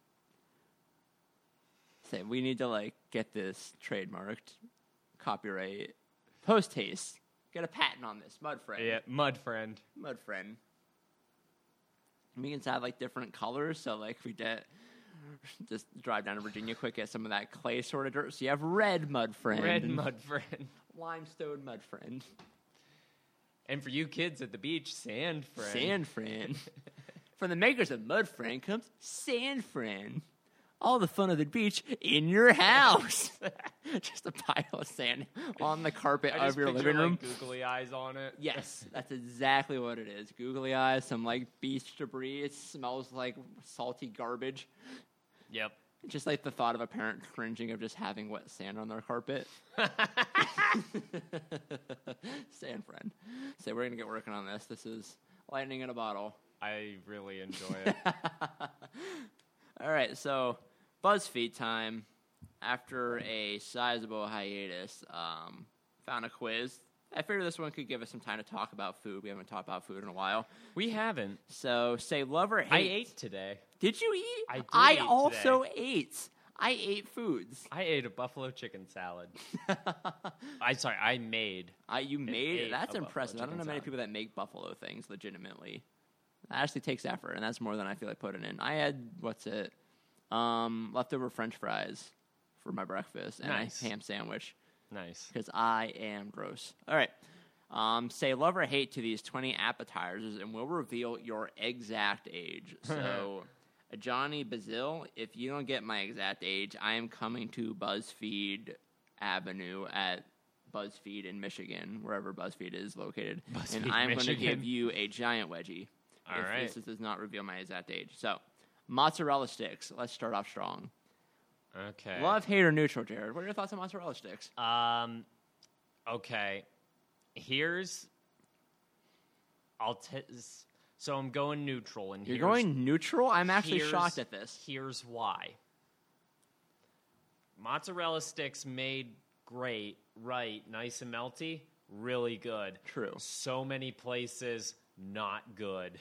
[SPEAKER 2] Say we need to like get this trademarked, copyright, post haste. Get a patent on this, mud friend.
[SPEAKER 1] Yeah, mud friend.
[SPEAKER 2] Mud friend. We can have like different colors, so like we get just drive down to Virginia quick, get some of that clay sort of dirt. So you have red mud friend,
[SPEAKER 1] Red
[SPEAKER 2] and
[SPEAKER 1] mud friend.
[SPEAKER 2] limestone mud friend,
[SPEAKER 1] And for you kids at the beach, sand friend.
[SPEAKER 2] sand friend. (laughs) From the makers of Mud Friend comes Sand Friend. All the fun of the beach in your house. (laughs) just a pile of sand on the carpet
[SPEAKER 1] I just
[SPEAKER 2] of your
[SPEAKER 1] picture,
[SPEAKER 2] living
[SPEAKER 1] like,
[SPEAKER 2] room.
[SPEAKER 1] googly eyes on it.
[SPEAKER 2] Yes, that's exactly what it is. Googly eyes, some like beach debris. It smells like salty garbage.
[SPEAKER 1] Yep.
[SPEAKER 2] Just like the thought of a parent cringing of just having wet sand on
[SPEAKER 1] (laughs)
[SPEAKER 2] their carpet. (laughs) sand friend. So we're gonna get working on this. This is lightning in a bottle.
[SPEAKER 1] I really enjoy it.
[SPEAKER 2] All right, so BuzzFeed time. After a sizable hiatus, um, found a quiz. I figured this one could give us some time to talk about food. We haven't talked about food in a while.
[SPEAKER 1] (laughs) we haven't.
[SPEAKER 2] So say love or hate.
[SPEAKER 1] I ate today.
[SPEAKER 2] Did you eat?
[SPEAKER 1] I did eat today.
[SPEAKER 2] also ate. I ate
[SPEAKER 1] (laughs)
[SPEAKER 2] foods.
[SPEAKER 1] I ate a buffalo chicken salad. I sorry, I made.
[SPEAKER 2] I, you made
[SPEAKER 1] ate
[SPEAKER 2] it. That's
[SPEAKER 1] a buffalo
[SPEAKER 2] impressive. I don't
[SPEAKER 1] chicken
[SPEAKER 2] know many
[SPEAKER 1] salad.
[SPEAKER 2] people that make buffalo things legitimately. That actually takes effort, and that's more than I feel like putting in. I had what's it? Um, leftover French fries for my breakfast and
[SPEAKER 1] Nice.
[SPEAKER 2] a ham sandwich
[SPEAKER 1] Nice.
[SPEAKER 2] because I am gross. All right. Um, say love or hate to these 20 appetizers, and we'll reveal your exact
[SPEAKER 1] (laughs)
[SPEAKER 2] age. So, uh, Johnny Bazil, if you don't get my exact age, I am coming to BuzzFeed Avenue at BuzzFeed in Michigan, wherever BuzzFeed is located.
[SPEAKER 1] BuzzFeed,
[SPEAKER 2] and I'm going to
[SPEAKER 1] Michigan.
[SPEAKER 2] give you a giant wedgie.
[SPEAKER 1] All
[SPEAKER 2] if
[SPEAKER 1] right.
[SPEAKER 2] This does not reveal my exact age. So, mozzarella sticks. Let's start off strong.
[SPEAKER 1] Okay.
[SPEAKER 2] Love, hate, or neutral, Jared? What are your thoughts on mozzarella sticks?
[SPEAKER 1] Um, okay. Here's. I'll t- s- so I'm going neutral, and
[SPEAKER 2] You're
[SPEAKER 1] here's,
[SPEAKER 2] going neutral? I'm actually
[SPEAKER 1] here's-
[SPEAKER 2] shocked at this.
[SPEAKER 1] Here's why. Mozzarella sticks made great, right, nice and melty, really good.
[SPEAKER 2] True.
[SPEAKER 1] So many places not good.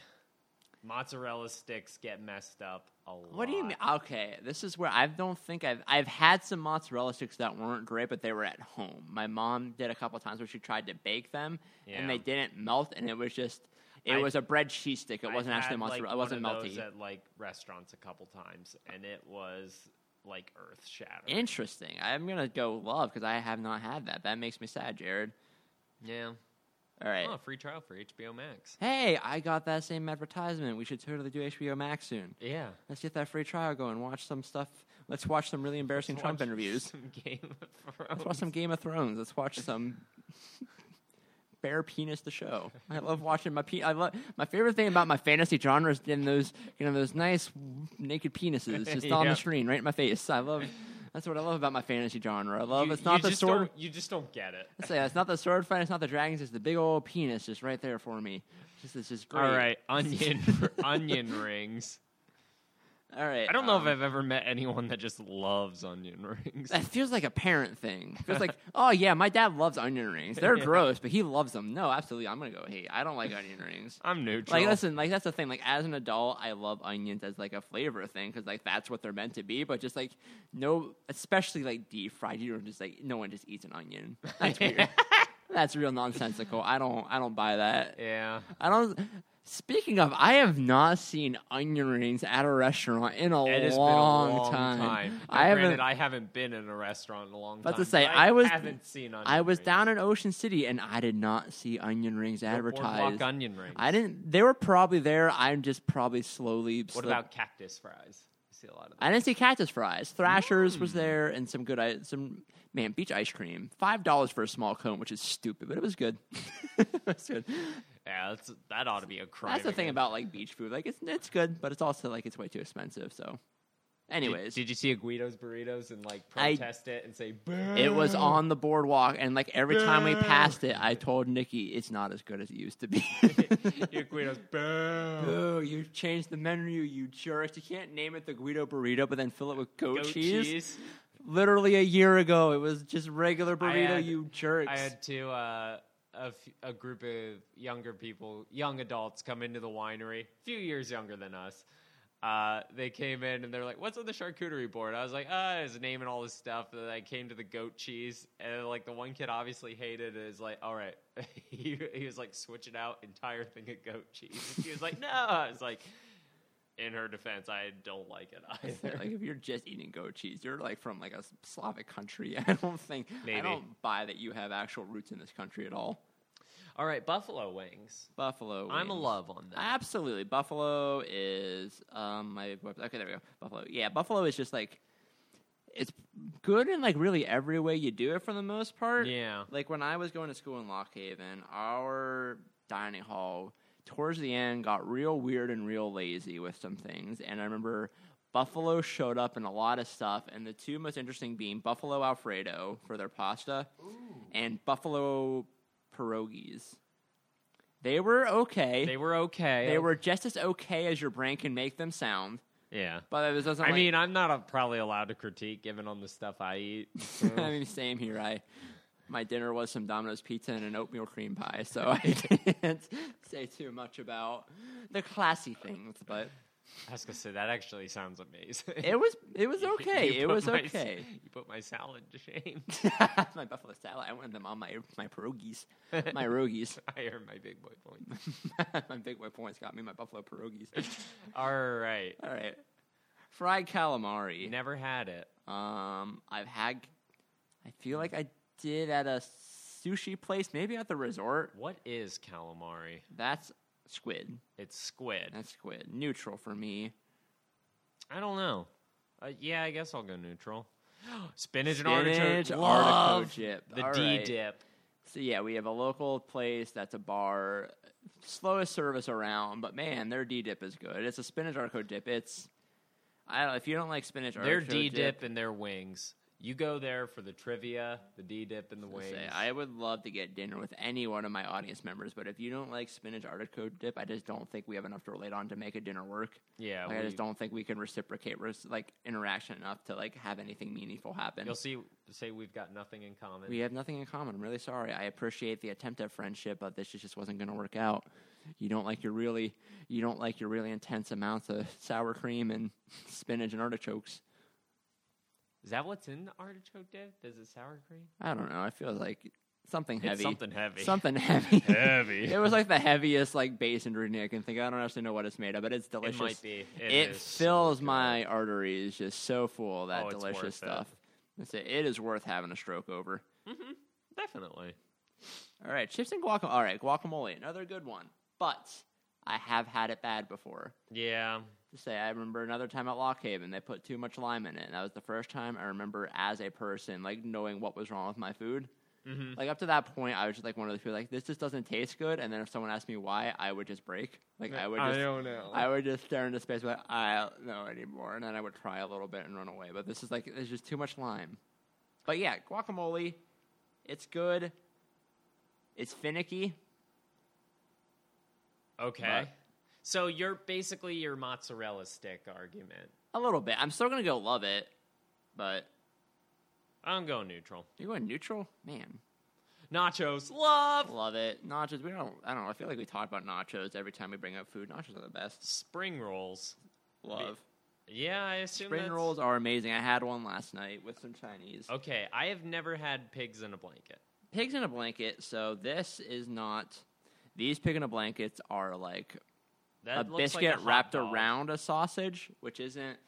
[SPEAKER 1] Mozzarella sticks get messed up a lot.
[SPEAKER 2] What do you mean? Okay, this is where I don't think I've I've had some mozzarella sticks that weren't great, but they were at home. My mom did a couple times where she tried to bake them
[SPEAKER 1] Yeah.
[SPEAKER 2] and they didn't melt, and it was just it
[SPEAKER 1] I've-
[SPEAKER 2] was a bread cheese stick. It
[SPEAKER 1] I've
[SPEAKER 2] wasn't actually
[SPEAKER 1] had, like,
[SPEAKER 2] mozzarella.
[SPEAKER 1] one
[SPEAKER 2] it wasn't
[SPEAKER 1] of those
[SPEAKER 2] melty.
[SPEAKER 1] at like restaurants a couple times, and it was like earth shattering.
[SPEAKER 2] Interesting. I'm gonna go love because I have not had that. That makes me sad, Jared.
[SPEAKER 1] Yeah.
[SPEAKER 2] All right.
[SPEAKER 1] Oh, free trial for HBO Max.
[SPEAKER 2] Hey, I got that same advertisement. We should totally do HBO Max soon.
[SPEAKER 1] Yeah.
[SPEAKER 2] Let's get that free trial going. Watch some stuff. Let's watch some really embarrassing Trump interviews.
[SPEAKER 1] Some (laughs) Game of
[SPEAKER 2] (laughs) Let's watch
[SPEAKER 1] Thrones.
[SPEAKER 2] some Game of Thrones. Let's watch some (laughs) bare penis the show. I love watching my pe- I love my favorite thing about my fantasy genre is getting those you know those nice naked penises
[SPEAKER 1] (laughs)
[SPEAKER 2] just on
[SPEAKER 1] Yeah.
[SPEAKER 2] the screen right in my face. I love that's what I love about my fantasy genre. I love
[SPEAKER 1] You-
[SPEAKER 2] it's not
[SPEAKER 1] you
[SPEAKER 2] the
[SPEAKER 1] just
[SPEAKER 2] sword.
[SPEAKER 1] don't- You just don't get it.
[SPEAKER 2] Let's say it's not the sword fight. It's not the dragons. It's the big old penis just right there for me. This is just great.
[SPEAKER 1] All
[SPEAKER 2] (laughs)
[SPEAKER 1] right, onion onion rings.
[SPEAKER 2] all right.
[SPEAKER 1] I don't know
[SPEAKER 2] um,
[SPEAKER 1] if I've ever met anyone that just loves onion rings.
[SPEAKER 2] That feels like a parent thing. Feels like, (laughs) oh yeah, my dad loves onion rings.
[SPEAKER 1] (laughs)
[SPEAKER 2] They're gross, but he loves them. No, absolutely, I'm gonna go. Hey, I don't like onion rings.
[SPEAKER 1] I'm neutral.
[SPEAKER 2] Like, listen, like that's the thing. Like, as an adult, I love onions as like a flavor thing because like that's what they're meant to be. But just like no, especially like deep fried, you don't just like no one just eats an onion.
[SPEAKER 1] (laughs)
[SPEAKER 2] That's weird. that's real nonsensical. I don't, I don't buy that.
[SPEAKER 1] yeah,
[SPEAKER 2] I don't. Speaking of, I have not seen onion rings at a restaurant in a,
[SPEAKER 1] It has
[SPEAKER 2] long,
[SPEAKER 1] been a long time. Now,
[SPEAKER 2] I
[SPEAKER 1] granted,
[SPEAKER 2] haven't.
[SPEAKER 1] I haven't been in a restaurant in a long time.
[SPEAKER 2] About to say,
[SPEAKER 1] but
[SPEAKER 2] I was-
[SPEAKER 1] haven't seen. Onion
[SPEAKER 2] I was
[SPEAKER 1] rings.
[SPEAKER 2] down in Ocean City and I did not see onion rings
[SPEAKER 1] Or
[SPEAKER 2] advertised.
[SPEAKER 1] Boardwalk onion rings.
[SPEAKER 2] I didn't. They were probably there. I'm just probably slowly.
[SPEAKER 1] What
[SPEAKER 2] slip-
[SPEAKER 1] about cactus fries? I see a lot of. Them.
[SPEAKER 2] I didn't see cactus fries. Thrashers was there and some good. i- Some man beach ice cream. Five dollars for a small cone, which is stupid, but it was good. (laughs) it was good.
[SPEAKER 1] Yeah, that's, that ought to be a crime.
[SPEAKER 2] That's the thing
[SPEAKER 1] again.
[SPEAKER 2] about like beach food. Like it's it's good, but it's also like it's way too expensive. So,
[SPEAKER 1] Did-
[SPEAKER 2] anyways,
[SPEAKER 1] Did, you see a Guido's burritos and like
[SPEAKER 2] I-
[SPEAKER 1] protest it and say boo?
[SPEAKER 2] it was
[SPEAKER 1] (laughs)
[SPEAKER 2] on the boardwalk, and like every time we passed it, I told Nikki it's not as good as it used to be.
[SPEAKER 1] Your Guido's boo.
[SPEAKER 2] (laughs) Oh, you changed the menu, you jerks! You can't name it the Guido burrito, but then fill it with goat,
[SPEAKER 1] Goat
[SPEAKER 2] cheese. Literally a year ago, it was just regular burrito,
[SPEAKER 1] had-
[SPEAKER 2] you jerks!
[SPEAKER 1] I
[SPEAKER 2] (laughs)
[SPEAKER 1] had two uh, a, f- a group of younger people, young adults, come into the winery. A few years younger than us. Uh, they came in and they're like, "What's on the charcuterie board?" I was like, "Ah, his name and all this stuff." And then I came to the goat cheese, and like the one kid obviously hated it. Is like, "All right," (laughs) he, he was like switching out entire thing of goat cheese. He was like, (laughs) "No," I was like. In her defense, I don't like (laughs) it either.
[SPEAKER 2] like if you're just eating goat cheese, you're like from like a Slavic country. (laughs) I don't think I
[SPEAKER 1] Maybe.
[SPEAKER 2] don't buy that you have actual roots in this country at all.
[SPEAKER 1] All right, buffalo wings.
[SPEAKER 2] Buffalo.
[SPEAKER 1] I'm a
[SPEAKER 2] wings.
[SPEAKER 1] love on that.
[SPEAKER 2] Absolutely. Buffalo is um my okay, there we go. Buffalo. Yeah, Buffalo is just like it's good in like really every way you do it for the most part.
[SPEAKER 1] Yeah.
[SPEAKER 2] Like when I was going to school in Lock Haven, our dining hall towards the end got real weird and real lazy with some things. And I remember Buffalo showed up in a lot of stuff, and the two most interesting being Buffalo Alfredo for their pasta and Buffalo pierogies. They were okay.
[SPEAKER 1] They were okay.
[SPEAKER 2] They were just as okay as your brain can make them sound, (laughs)
[SPEAKER 1] yeah.
[SPEAKER 2] but it doesn't.
[SPEAKER 1] I
[SPEAKER 2] like-
[SPEAKER 1] mean, I'm not uh probably allowed to critique given on the stuff I
[SPEAKER 2] (laughs)
[SPEAKER 1] eat. (laughs) so.
[SPEAKER 2] I mean, same here. I my dinner was some Domino's pizza and an oatmeal cream pie,
[SPEAKER 1] (laughs)
[SPEAKER 2] so I can't say too much about the classy things. But
[SPEAKER 1] I was gonna say that actually sounds amazing.
[SPEAKER 2] it was it
[SPEAKER 1] (laughs)
[SPEAKER 2] was
[SPEAKER 1] You
[SPEAKER 2] okay. it
[SPEAKER 1] put
[SPEAKER 2] was
[SPEAKER 1] my-
[SPEAKER 2] okay.
[SPEAKER 1] (laughs) You put my salad to shame. (laughs)
[SPEAKER 2] (laughs) my buffalo salad. I wanted them on my my pierogies, my pierogies. (laughs)
[SPEAKER 1] I earned my big boy point.
[SPEAKER 2] my big boy points got me my buffalo pierogies.
[SPEAKER 1] All right,
[SPEAKER 2] All right, fried calamari.
[SPEAKER 1] never had it.
[SPEAKER 2] Um, I've had. I feel like I did at a sushi place, maybe at the resort.
[SPEAKER 1] What is calamari?
[SPEAKER 2] That's squid.
[SPEAKER 1] It's squid.
[SPEAKER 2] That's squid. Neutral for me.
[SPEAKER 1] I don't know. Uh, yeah, I guess I'll go neutral. (gasps) Spinach, and
[SPEAKER 2] Spinach,
[SPEAKER 1] artichoke.
[SPEAKER 2] artichoke
[SPEAKER 1] Love
[SPEAKER 2] dip.
[SPEAKER 1] The
[SPEAKER 2] All
[SPEAKER 1] D
[SPEAKER 2] right.
[SPEAKER 1] dip.
[SPEAKER 2] So yeah, we have a local place that's a bar, slowest service around, but man, their D dip is good. It's a spinach artichoke dip. It's I don't know if you don't like spinach
[SPEAKER 1] Their
[SPEAKER 2] artichoke
[SPEAKER 1] D
[SPEAKER 2] dip.
[SPEAKER 1] dip and their wings. You go there for the trivia, the D dip and the
[SPEAKER 2] I
[SPEAKER 1] wings.
[SPEAKER 2] say, I would love to get dinner with any one of my audience members, but if you don't like spinach artichoke dip, I just don't think we have enough to relate on to make a dinner work.
[SPEAKER 1] yeah,
[SPEAKER 2] Like, I
[SPEAKER 1] we-
[SPEAKER 2] just don't think we can reciprocate res- like interaction enough to like have anything meaningful happen.
[SPEAKER 1] You'll see. Say we've got nothing in common.
[SPEAKER 2] We have nothing in common. I'm really sorry. I appreciate the attempt at friendship, but this just wasn't going to work out. You don't like your really, you don't like your really intense amounts of sour cream and spinach and artichokes.
[SPEAKER 1] Is that what's in the artichoke dip? Is it sour cream?
[SPEAKER 2] I don't know. I feel like something
[SPEAKER 1] It's
[SPEAKER 2] heavy,
[SPEAKER 1] something heavy.
[SPEAKER 2] something heavy.
[SPEAKER 1] (laughs) heavy.
[SPEAKER 2] it was like the heaviest like base ingredient I can think. of. I don't actually know what it's made of, but it's
[SPEAKER 1] It
[SPEAKER 2] delicious.
[SPEAKER 1] might be.
[SPEAKER 2] It,
[SPEAKER 1] is so
[SPEAKER 2] fills
[SPEAKER 1] good.
[SPEAKER 2] my arteries just so full of that
[SPEAKER 1] Oh, it's worth
[SPEAKER 2] delicious
[SPEAKER 1] it.
[SPEAKER 2] stuff. That's it. It is worth having a stroke over.
[SPEAKER 1] Definitely.
[SPEAKER 2] All right, chips and guacamole. All right, guacamole, another good one. But I have had it bad before.
[SPEAKER 1] Yeah.
[SPEAKER 2] To say, I remember another time at Lock Haven, they put too much lime in it, and that was the first time I remember as a person like knowing what was wrong with my food. Like up to that point, I was just like one of those people like this just doesn't taste good. And then if someone asked me why, I would just break. Like I would just.
[SPEAKER 1] don't know.
[SPEAKER 2] I would just stare into space, like I don't know anymore, and then I would try a little bit and run away. But this is like there's just too much lime. But yeah, guacamole, it's good. It's finicky.
[SPEAKER 1] okay.
[SPEAKER 2] But-
[SPEAKER 1] So you're basically your mozzarella stick argument.
[SPEAKER 2] A little bit. I'm still gonna go love it, but
[SPEAKER 1] I'm going neutral.
[SPEAKER 2] you're going neutral, man.
[SPEAKER 1] Nachos, love.
[SPEAKER 2] Love it. Nachos. We don't. I don't know. I feel like we talk about nachos every time we bring up food. Nachos are the best.
[SPEAKER 1] Spring rolls.
[SPEAKER 2] Love.
[SPEAKER 1] Yeah, I assume
[SPEAKER 2] Spring
[SPEAKER 1] that's- Oh.
[SPEAKER 2] rolls are amazing. I had one last night with some Chinese.
[SPEAKER 1] Okay, I have never had pigs in a blanket.
[SPEAKER 2] Pigs in a blanket. So this is not. These pig in a blankets are like
[SPEAKER 1] That
[SPEAKER 2] a
[SPEAKER 1] looks like
[SPEAKER 2] biscuit
[SPEAKER 1] hot
[SPEAKER 2] wrapped
[SPEAKER 1] dog.
[SPEAKER 2] around a sausage, which isn't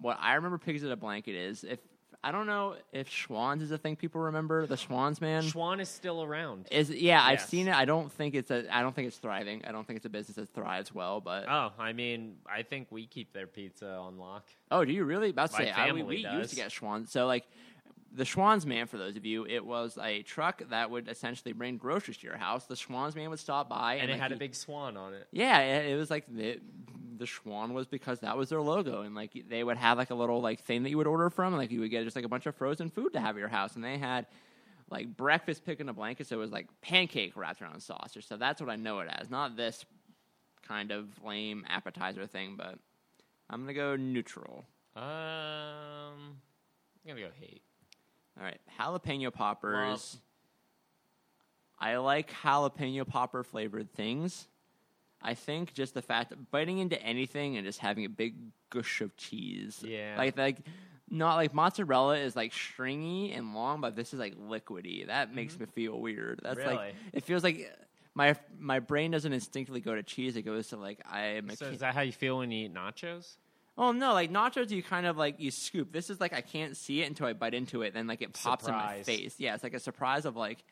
[SPEAKER 2] what I remember pigs in a blanket is. If I don't know if Schwann's is a thing people remember, the Schwann's man.
[SPEAKER 1] Schwan is still around.
[SPEAKER 2] is yeah, I've
[SPEAKER 1] Yes.
[SPEAKER 2] seen it. I don't think it's a. I don't think it's thriving. I don't think it's a business that thrives well. But
[SPEAKER 1] Oh, I mean, I think we keep their pizza on lock.
[SPEAKER 2] Oh, do you really? About to
[SPEAKER 1] My
[SPEAKER 2] say, I, we,
[SPEAKER 1] family
[SPEAKER 2] we
[SPEAKER 1] does.
[SPEAKER 2] used to get Schwann's. So, like, the Schwann's man, for those of you, it was a truck that would essentially bring groceries to your house. The Schwann's man would stop by, and,
[SPEAKER 1] And it
[SPEAKER 2] like,
[SPEAKER 1] had a
[SPEAKER 2] he-
[SPEAKER 1] big swan on it.
[SPEAKER 2] Yeah, it, it was like the, the Schwann was because that was their logo, and like they would have like a little like thing that you would order from, and, like you would get just like a bunch of frozen food to have at your house, and they had. Like breakfast pick in a blanket, so it was like pancake wrapped around sausage. So that's what I know it as, not this kind of lame appetizer thing. But I'm gonna go neutral.
[SPEAKER 1] Um, I'm gonna go hate.
[SPEAKER 2] All right, jalapeno poppers. I like jalapeno popper flavored things. I think just the fact of biting into anything and just having a big gush of cheese.
[SPEAKER 1] Yeah.
[SPEAKER 2] Like like not like mozzarella is like stringy and long, but this is like liquidy. That makes me feel weird. That's
[SPEAKER 1] Mm-hmm. Really?
[SPEAKER 2] like it feels like my my brain doesn't instinctively go to cheese. It goes to like I am a
[SPEAKER 1] So
[SPEAKER 2] kid-
[SPEAKER 1] is that how you feel when you eat nachos?
[SPEAKER 2] Oh no, like nachos you kind of like you scoop. This is like I can't see it until I bite into it, then like it pops
[SPEAKER 1] Surprise.
[SPEAKER 2] in my face. Yeah, it's like a surprise of like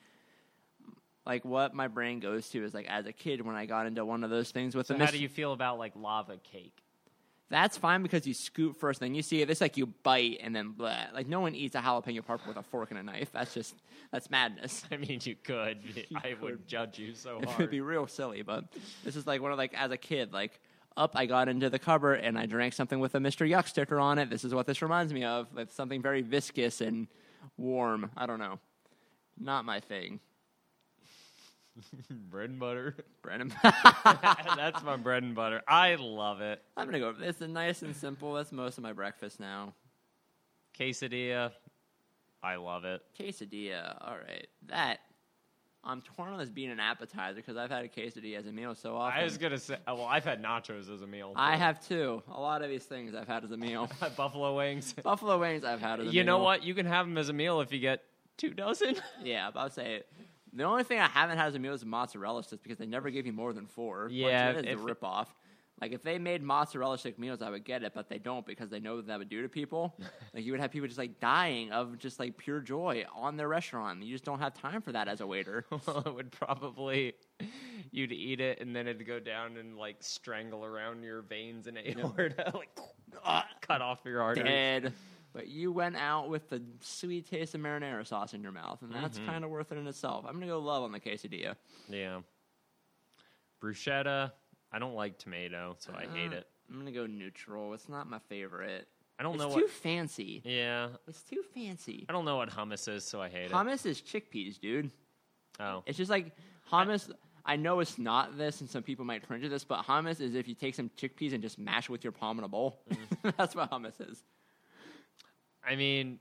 [SPEAKER 2] like what my brain goes to is like as a kid when I got into one of those things with
[SPEAKER 1] So
[SPEAKER 2] the
[SPEAKER 1] how
[SPEAKER 2] mis-
[SPEAKER 1] do you feel about like lava cake? (laughs)
[SPEAKER 2] that's fine because you scoop first, then you see it. It's like you bite and then blah. Like no one eats a jalapeno popper with a fork and a knife. That's just that's madness.
[SPEAKER 1] I mean, you
[SPEAKER 2] (laughs)
[SPEAKER 1] could. I would
[SPEAKER 2] could.
[SPEAKER 1] judge you so
[SPEAKER 2] It would
[SPEAKER 1] hard.
[SPEAKER 2] be real silly, but this is like one of like as a kid, like up I got into the cupboard and I drank something with a Mr. Yuck sticker on it. This is what this reminds me of. It's something very viscous and warm. I don't know. Not my thing.
[SPEAKER 1] (laughs) bread and butter.
[SPEAKER 2] (laughs)
[SPEAKER 1] (laughs)
[SPEAKER 2] Brennan.
[SPEAKER 1] That's my bread and butter. I love it.
[SPEAKER 2] I'm gonna go over this. It's nice and simple. That's most of my breakfast now.
[SPEAKER 1] Quesadilla. I love it.
[SPEAKER 2] Quesadilla. All right. That I'm torn on this being an appetizer because I've had a quesadilla as a meal so often.
[SPEAKER 1] I was gonna say. oh, Well, I've had nachos as a meal.
[SPEAKER 2] I
[SPEAKER 1] too. (laughs)
[SPEAKER 2] have too. A lot of these things I've had as a meal. (laughs)
[SPEAKER 1] buffalo wings.
[SPEAKER 2] Buffalo wings I've had as a meal.
[SPEAKER 1] You know what? You can have them as a meal if you get two dozen. (laughs)
[SPEAKER 2] Yeah, but I'll say it. The only thing I haven't had as a meal is mozzarella sticks because they never give you more than four.
[SPEAKER 1] Yeah,
[SPEAKER 2] which is
[SPEAKER 1] if-
[SPEAKER 2] a ripoff. Like if they made mozzarella stick meals, I would get it, but they don't because they know what that would do
[SPEAKER 1] (laughs)
[SPEAKER 2] to people. like you would have people just like dying of just like pure joy on their restaurant. You just don't have time for that as
[SPEAKER 1] (laughs)
[SPEAKER 2] a waiter.
[SPEAKER 1] well, it would probably you'd eat it and then it'd go down and like strangle around your veins and (laughs) aorta, like ah, cut off your arteries.
[SPEAKER 2] Dead. But you went out with the sweet taste of marinara sauce in your mouth, and that's
[SPEAKER 1] Mm-hmm.
[SPEAKER 2] kind of worth it in itself. I'm gonna go love on the quesadilla.
[SPEAKER 1] Yeah. Bruschetta. I don't like tomato, so I hate
[SPEAKER 2] Uh,
[SPEAKER 1] it.
[SPEAKER 2] I'm gonna go neutral. It's not my favorite.
[SPEAKER 1] I don't
[SPEAKER 2] it's
[SPEAKER 1] know
[SPEAKER 2] too
[SPEAKER 1] what.
[SPEAKER 2] fancy.
[SPEAKER 1] Yeah,
[SPEAKER 2] It's too fancy.
[SPEAKER 1] I don't know what hummus is, so I hate
[SPEAKER 2] Hummus is chickpeas, dude.
[SPEAKER 1] it. Oh,
[SPEAKER 2] It's just like hummus. I know it's not this, and some people might cringe at this, but hummus is if you take some chickpeas and just mash it with your palm in a bowl.
[SPEAKER 1] Mm-hmm.
[SPEAKER 2] (laughs) That's what hummus is.
[SPEAKER 1] I mean,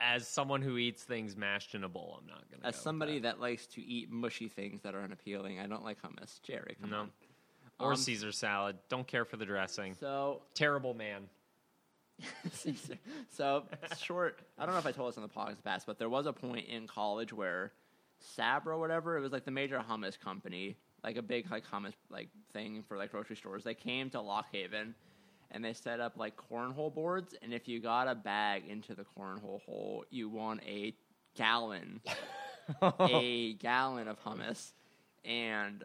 [SPEAKER 1] as someone who eats things mashed in a bowl, I'm not gonna.
[SPEAKER 2] As
[SPEAKER 1] go with
[SPEAKER 2] somebody
[SPEAKER 1] that.
[SPEAKER 2] that likes to eat mushy things that are unappealing, I don't like hummus. Jerry, come
[SPEAKER 1] No.
[SPEAKER 2] on.
[SPEAKER 1] or
[SPEAKER 2] um,
[SPEAKER 1] Caesar salad, don't care for the dressing.
[SPEAKER 2] So,
[SPEAKER 1] Terrible
[SPEAKER 2] (laughs)
[SPEAKER 1] man.
[SPEAKER 2] so short. I don't know if I told this on the podcast past, but there was a point in college where Sabra, or whatever, it was like the major hummus company, like a big like hummus like thing for like grocery stores. They came to Lock Haven, and they set up like cornhole boards. And if you got a bag into the cornhole hole, you won a gallon Oh,
[SPEAKER 1] (laughs)
[SPEAKER 2] a gallon of hummus. And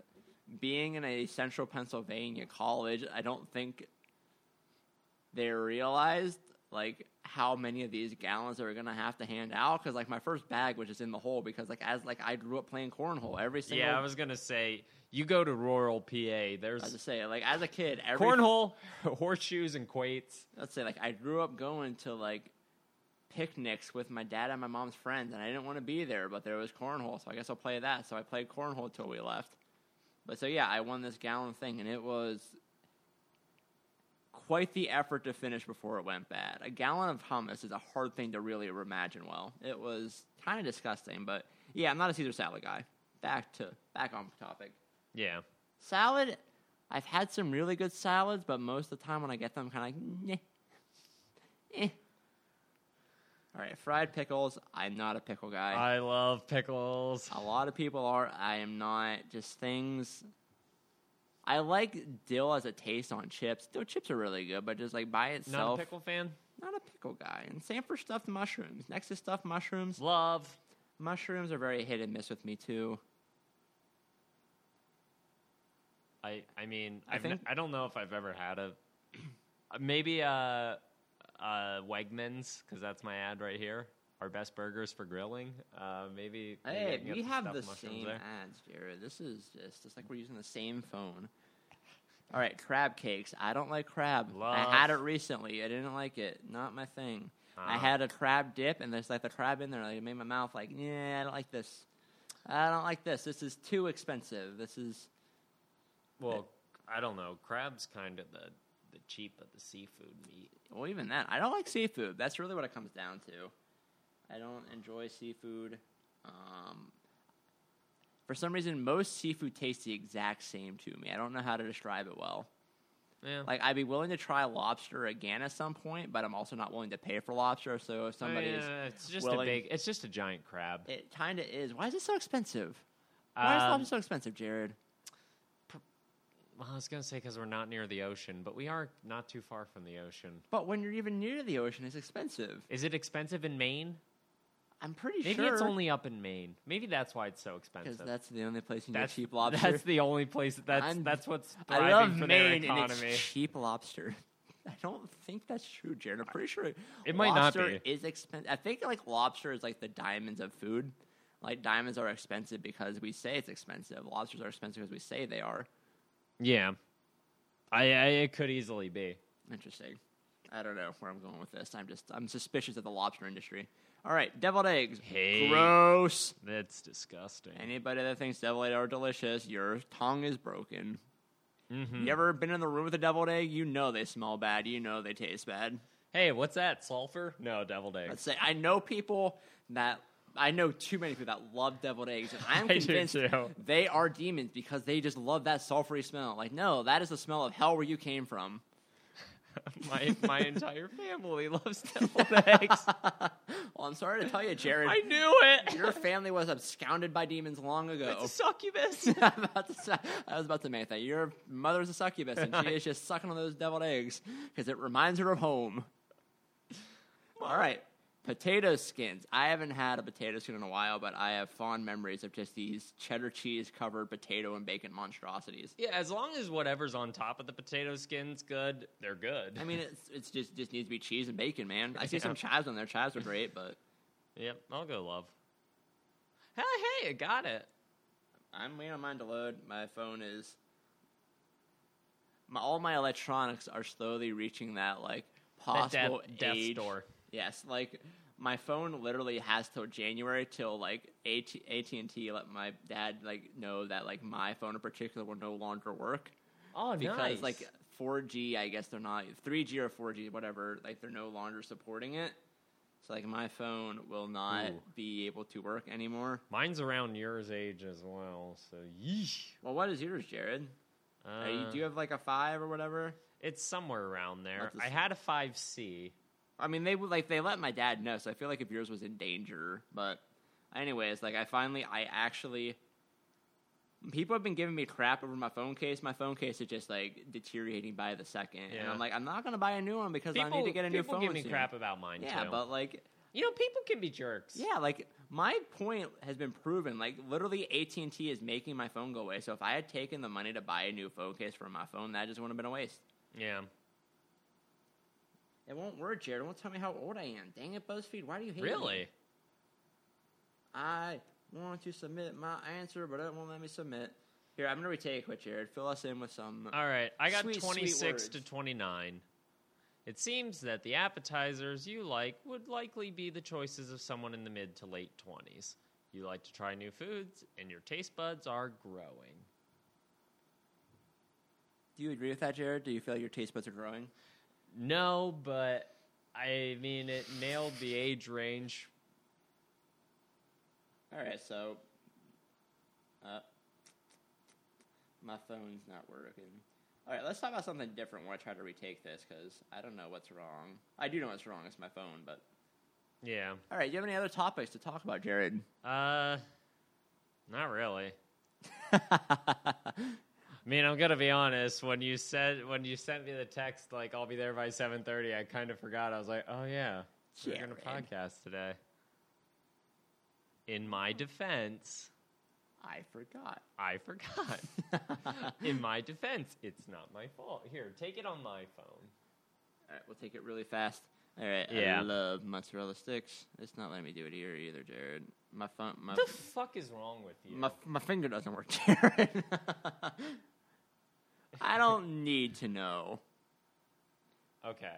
[SPEAKER 2] being in a central Pennsylvania college, I don't think they realized like how many of these gallons they were gonna have to hand out. Because like my first bag was just in the hole because like as like I grew up playing cornhole every single.
[SPEAKER 1] Yeah, I was gonna say you go to rural PA.
[SPEAKER 2] I was
[SPEAKER 1] There's
[SPEAKER 2] just saying, like as a kid, every
[SPEAKER 1] cornhole, (laughs) horseshoes, and quates.
[SPEAKER 2] let's say like I grew up going to like picnics with my dad and my mom's friends, and I didn't want to be there, but there was cornhole, so I guess I'll play that. So I played cornhole till we left. But so yeah, I won this gallon thing, and it was quite the effort to finish before it went bad. A gallon of hummus is a hard thing to really imagine. Well, it was kind of disgusting, but yeah, I'm not a Caesar salad guy. Back to back on topic.
[SPEAKER 1] Yeah,
[SPEAKER 2] Salad, I've had some really good salads, but most of the time when I get them, I'm kind of like, Neh. eh. All right, fried pickles. I'm not a pickle guy.
[SPEAKER 1] I love pickles.
[SPEAKER 2] A lot of people are. I am not. Just things. I like dill as a taste on chips. Dill chips are really good, but just like by
[SPEAKER 1] Not a
[SPEAKER 2] itself,
[SPEAKER 1] pickle fan.
[SPEAKER 2] not a pickle guy. And same for stuffed mushrooms. Next to stuffed mushrooms,
[SPEAKER 1] Love.
[SPEAKER 2] mushrooms are very hit and miss with me too.
[SPEAKER 1] I I mean
[SPEAKER 2] I
[SPEAKER 1] I've n-
[SPEAKER 2] think-
[SPEAKER 1] I don't know if I've ever had a (clears throat) uh, maybe uh uh Wegmans because that's my ad right here. Our best burgers for grilling. Uh, maybe. maybe I
[SPEAKER 2] Hey,
[SPEAKER 1] can get
[SPEAKER 2] we
[SPEAKER 1] some
[SPEAKER 2] have
[SPEAKER 1] stuffed
[SPEAKER 2] the
[SPEAKER 1] mushrooms
[SPEAKER 2] same
[SPEAKER 1] there.
[SPEAKER 2] ads, Jared. This is just it's like we're using the same phone. All right, crab cakes. I don't like crab. I had it
[SPEAKER 1] Love.
[SPEAKER 2] recently. I didn't like it. Not my thing. I
[SPEAKER 1] Ah.
[SPEAKER 2] had a crab dip, and there's like the crab in there. Like it made my mouth like, yeah, I don't like this. I don't like this. This is too expensive. This is
[SPEAKER 1] Well, I don't know. Crab's kind of the the cheap of the seafood meat.
[SPEAKER 2] well, even that. I don't like seafood. That's really what it comes down to. I don't enjoy seafood. Um, for some reason, most seafood tastes the exact same to me. I don't know how to describe it well.
[SPEAKER 1] Yeah.
[SPEAKER 2] Like I'd be willing to try lobster again at some point, but I'm also not willing to pay for lobster. So if
[SPEAKER 1] I mean,
[SPEAKER 2] somebody
[SPEAKER 1] uh, it's just
[SPEAKER 2] willing-
[SPEAKER 1] a big. It's just a giant crab.
[SPEAKER 2] is, it kind of is. Why is it so expensive? Why is
[SPEAKER 1] Um,
[SPEAKER 2] lobster so expensive, Jared?
[SPEAKER 1] Well, I was gonna say because we're not near the ocean, but we are not too far from the ocean.
[SPEAKER 2] But when you're even near the ocean, it's expensive.
[SPEAKER 1] Is it expensive in Maine?
[SPEAKER 2] I'm pretty
[SPEAKER 1] Maybe
[SPEAKER 2] sure
[SPEAKER 1] it's only up in Maine. Maybe that's why it's so expensive.
[SPEAKER 2] because that's the only place you can get
[SPEAKER 1] That's
[SPEAKER 2] cheap lobster.
[SPEAKER 1] That's the only place. That's
[SPEAKER 2] I'm-
[SPEAKER 1] that's what's
[SPEAKER 2] I
[SPEAKER 1] thriving
[SPEAKER 2] love
[SPEAKER 1] for
[SPEAKER 2] Maine
[SPEAKER 1] their
[SPEAKER 2] and
[SPEAKER 1] economy.
[SPEAKER 2] it's cheap lobster. (laughs) I don't think that's true, Jared. I'm pretty sure
[SPEAKER 1] It might not
[SPEAKER 2] lobster Is expensive. I think like lobster is like the diamonds of food. Like diamonds are expensive because we say it's expensive. Lobsters are expensive because we say they are.
[SPEAKER 1] yeah, I, I it could easily be.
[SPEAKER 2] Interesting. I don't know where I'm going with this. I'm just I'm suspicious of the lobster industry. All right, deviled eggs.
[SPEAKER 1] Hey.
[SPEAKER 2] Gross.
[SPEAKER 1] That's disgusting.
[SPEAKER 2] Anybody that thinks deviled eggs are delicious, your tongue is broken.
[SPEAKER 1] Mhm.
[SPEAKER 2] You ever been in the room with a deviled egg? You know they smell bad. You know they taste bad.
[SPEAKER 1] Hey, what's that? Sulfur? No, deviled egg.
[SPEAKER 2] Let's say I know people that I know too many people that love deviled eggs, and
[SPEAKER 1] (laughs)
[SPEAKER 2] I'm
[SPEAKER 1] I do
[SPEAKER 2] convinced
[SPEAKER 1] too.
[SPEAKER 2] they are demons because they just love that sulfury smell. Like, no, that is the smell of hell where you came from.
[SPEAKER 1] my my entire family loves
[SPEAKER 2] (laughs)
[SPEAKER 1] deviled eggs.
[SPEAKER 2] Well, I'm sorry to tell you, Jared,
[SPEAKER 1] (laughs) I knew it.
[SPEAKER 2] your family was absconded by demons long
[SPEAKER 1] (laughs) it's
[SPEAKER 2] ago.
[SPEAKER 1] a
[SPEAKER 2] (laughs)
[SPEAKER 1] succubus. (laughs)
[SPEAKER 2] I'm about to say- I was about to make that. Your mother's a succubus, and she is just sucking on those deviled eggs because it reminds her of home. All right. Potato skins. I haven't had a potato skin in a while, but I have fond memories of just these cheddar cheese covered potato and bacon monstrosities.
[SPEAKER 1] yeah, as long as whatever's on top of the potato skin's good, they're good.
[SPEAKER 2] I mean, it's, it's just just needs to be cheese and bacon, man. I see
[SPEAKER 1] Yeah.
[SPEAKER 2] some chives on there. Chives are great, but
[SPEAKER 1] yep, I'll go love. Hey, hey, I got it.
[SPEAKER 2] I'm waiting on mine to load. My phone is. My, all my electronics are slowly reaching that like
[SPEAKER 1] That death,
[SPEAKER 2] possible
[SPEAKER 1] death
[SPEAKER 2] age.
[SPEAKER 1] store.
[SPEAKER 2] Yes, like my phone literally has till January till like AT and T let my dad like know that like my phone in particular will no longer work
[SPEAKER 1] Oh,
[SPEAKER 2] because
[SPEAKER 1] nice.
[SPEAKER 2] like 4G, I guess they're not 3G or 4G, whatever. Like they're no longer supporting it. So like my phone will not
[SPEAKER 1] Ooh.
[SPEAKER 2] be able to work anymore.
[SPEAKER 1] Mine's around yours age as well, so yeesh.
[SPEAKER 2] Well, what is yours, Jared?
[SPEAKER 1] Uh,
[SPEAKER 2] Are you, do you have like a five or whatever?
[SPEAKER 1] it's somewhere around there.
[SPEAKER 2] Not the
[SPEAKER 1] I had a 5C.
[SPEAKER 2] I mean, they would like they let my dad know, so I feel like if yours was in danger. But, anyways, like I finally, I actually, people have been giving me crap over my phone case. My phone case is just like deteriorating by the second, and
[SPEAKER 1] Yeah.
[SPEAKER 2] I'm like, I'm not gonna buy a new one because
[SPEAKER 1] People,
[SPEAKER 2] I need to get a new
[SPEAKER 1] people
[SPEAKER 2] phone.
[SPEAKER 1] give me
[SPEAKER 2] soon.
[SPEAKER 1] crap about mine,
[SPEAKER 2] Yeah,
[SPEAKER 1] too.
[SPEAKER 2] but like,
[SPEAKER 1] you know, people can be jerks.
[SPEAKER 2] yeah, like my point has been proven. Like literally, AT and T is making my phone go away. So if I had taken the money to buy a new phone case for my phone, that just wouldn't have been a waste.
[SPEAKER 1] Yeah.
[SPEAKER 2] It won't work, Jared. It won't tell me how old I am. Dang it, BuzzFeed. Why do you hate me?
[SPEAKER 1] Really?
[SPEAKER 2] I want to submit my answer, but it won't let me submit. Here, I'm gonna retake it, Jared. Fill us in with some. uh,
[SPEAKER 1] All right. I got
[SPEAKER 2] Sweet, sweet
[SPEAKER 1] 26 to
[SPEAKER 2] words.
[SPEAKER 1] 29. It seems that the appetizers you like would likely be the choices of someone in the mid to late 20s. You like to try new foods, and your taste buds are growing.
[SPEAKER 2] Do you agree with that, Jared? Do you feel your taste buds are growing?
[SPEAKER 1] No, but I mean, it nailed the age range.
[SPEAKER 2] All right, so. Uh, my phone's not working. All right, let's talk about something different when I try to retake this because I don't know what's wrong. I do know what's wrong. It's my phone, but.
[SPEAKER 1] Yeah.
[SPEAKER 2] All right, do you have any other topics to talk about, (laughs) Jared?
[SPEAKER 1] Uh, not really. I mean, I'm gonna be honest. When you said when you sent me the text, like I'll be there by 7:30, I kind of forgot. I was like, oh yeah, we're gonna
[SPEAKER 2] Jared.
[SPEAKER 1] podcast today. In my defense,
[SPEAKER 2] I forgot.
[SPEAKER 1] I (laughs) forgot.
[SPEAKER 2] (laughs)
[SPEAKER 1] In my defense, it's not my fault. Here, take it on my phone.
[SPEAKER 2] All right, we'll take it really fast. All right,
[SPEAKER 1] Yeah.
[SPEAKER 2] I love mozzarella sticks. It's not letting me do it here either, Jared. My phone, my
[SPEAKER 1] What the fuck is wrong with you?
[SPEAKER 2] my my finger doesn't work, (laughs) Jared. I don't need to know.
[SPEAKER 1] okay,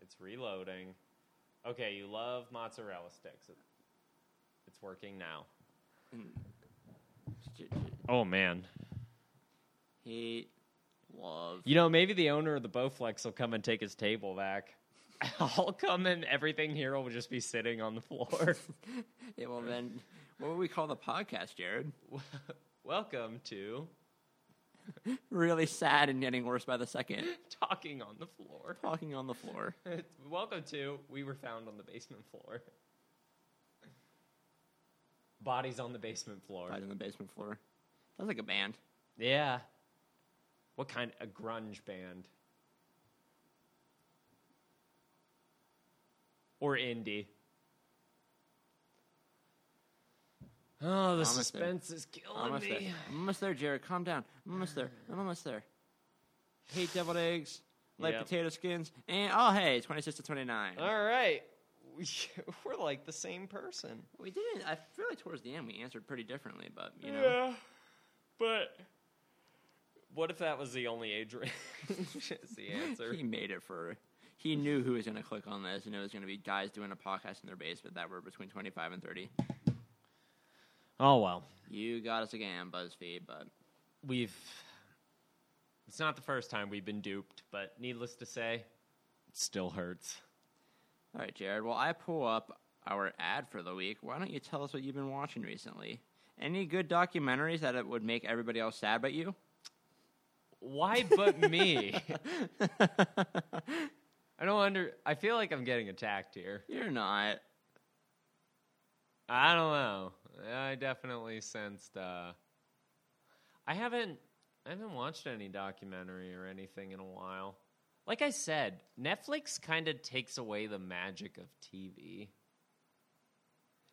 [SPEAKER 1] it's reloading. Okay, you love mozzarella sticks. It- It's working now.
[SPEAKER 2] J- j-
[SPEAKER 1] Oh man.
[SPEAKER 2] Hate, love.
[SPEAKER 1] You know, maybe the owner of the Bowflex will come and take his table back. (laughs) I'll come and everything here will just be sitting on the (laughs)
[SPEAKER 2] (laughs)
[SPEAKER 1] floor.
[SPEAKER 2] Yeah, well then, what would we call the podcast, Jared?
[SPEAKER 1] Welcome to
[SPEAKER 2] Really sad and getting worse by the second.
[SPEAKER 1] (laughs) Talking on the Floor. (laughs)
[SPEAKER 2] Talking on the floor.
[SPEAKER 1] Welcome to We Were Found on the Basement Floor. (laughs) Bodies on the Basement Floor.
[SPEAKER 2] Right on the basement floor. Sounds like a band.
[SPEAKER 1] Yeah. What kind a grunge band? Or indie. Oh, the
[SPEAKER 2] Almost there.
[SPEAKER 1] suspense is killing
[SPEAKER 2] Almost there.
[SPEAKER 1] me.
[SPEAKER 2] I'm almost there, Jared. Calm down. I'm almost there. I'm almost there. Hate deviled eggs, like
[SPEAKER 1] Yep.
[SPEAKER 2] potato skins, and oh hey, 26 to 29.
[SPEAKER 1] All right. (laughs) We- We're like the same person.
[SPEAKER 2] We didn't. I feel like towards the end we answered pretty differently, but you know,
[SPEAKER 1] Yeah. But what if that was the only age (laughs) range? is
[SPEAKER 2] (laughs)
[SPEAKER 1] the answer.
[SPEAKER 2] he made it for. He knew who was going to click on this, and it was going to be guys doing a podcast in their basement that were between 25 and 30.
[SPEAKER 1] Oh, well.
[SPEAKER 2] You got us again, BuzzFeed, but
[SPEAKER 1] We've. It's not the first time we've been duped, but needless to say, it still hurts.
[SPEAKER 2] All right, Jared. Well, I pull up our ad for the week. Why don't you tell us what you've been watching recently? Any good documentaries that it would make everybody else sad but you?
[SPEAKER 1] Why but (laughs) me? I don't under. I feel like I'm getting attacked here.
[SPEAKER 2] (laughs) You're not.
[SPEAKER 1] I don't know. I definitely sensed. Uh, I haven't. I haven't watched any documentary or anything in a while. Like I said, Netflix kind of takes away the magic of TV.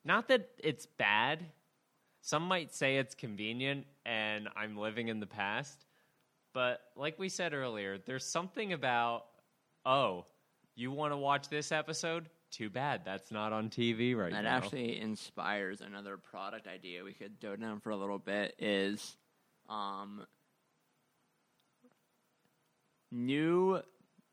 [SPEAKER 1] Not that it's bad. Some might say it's convenient and I'm living in the past. But like we said earlier, there's something about, oh, you want to watch this episode? Too bad. That's not on TV right
[SPEAKER 2] That
[SPEAKER 1] now.
[SPEAKER 2] actually inspires another product idea we could go down for a little bit is um, new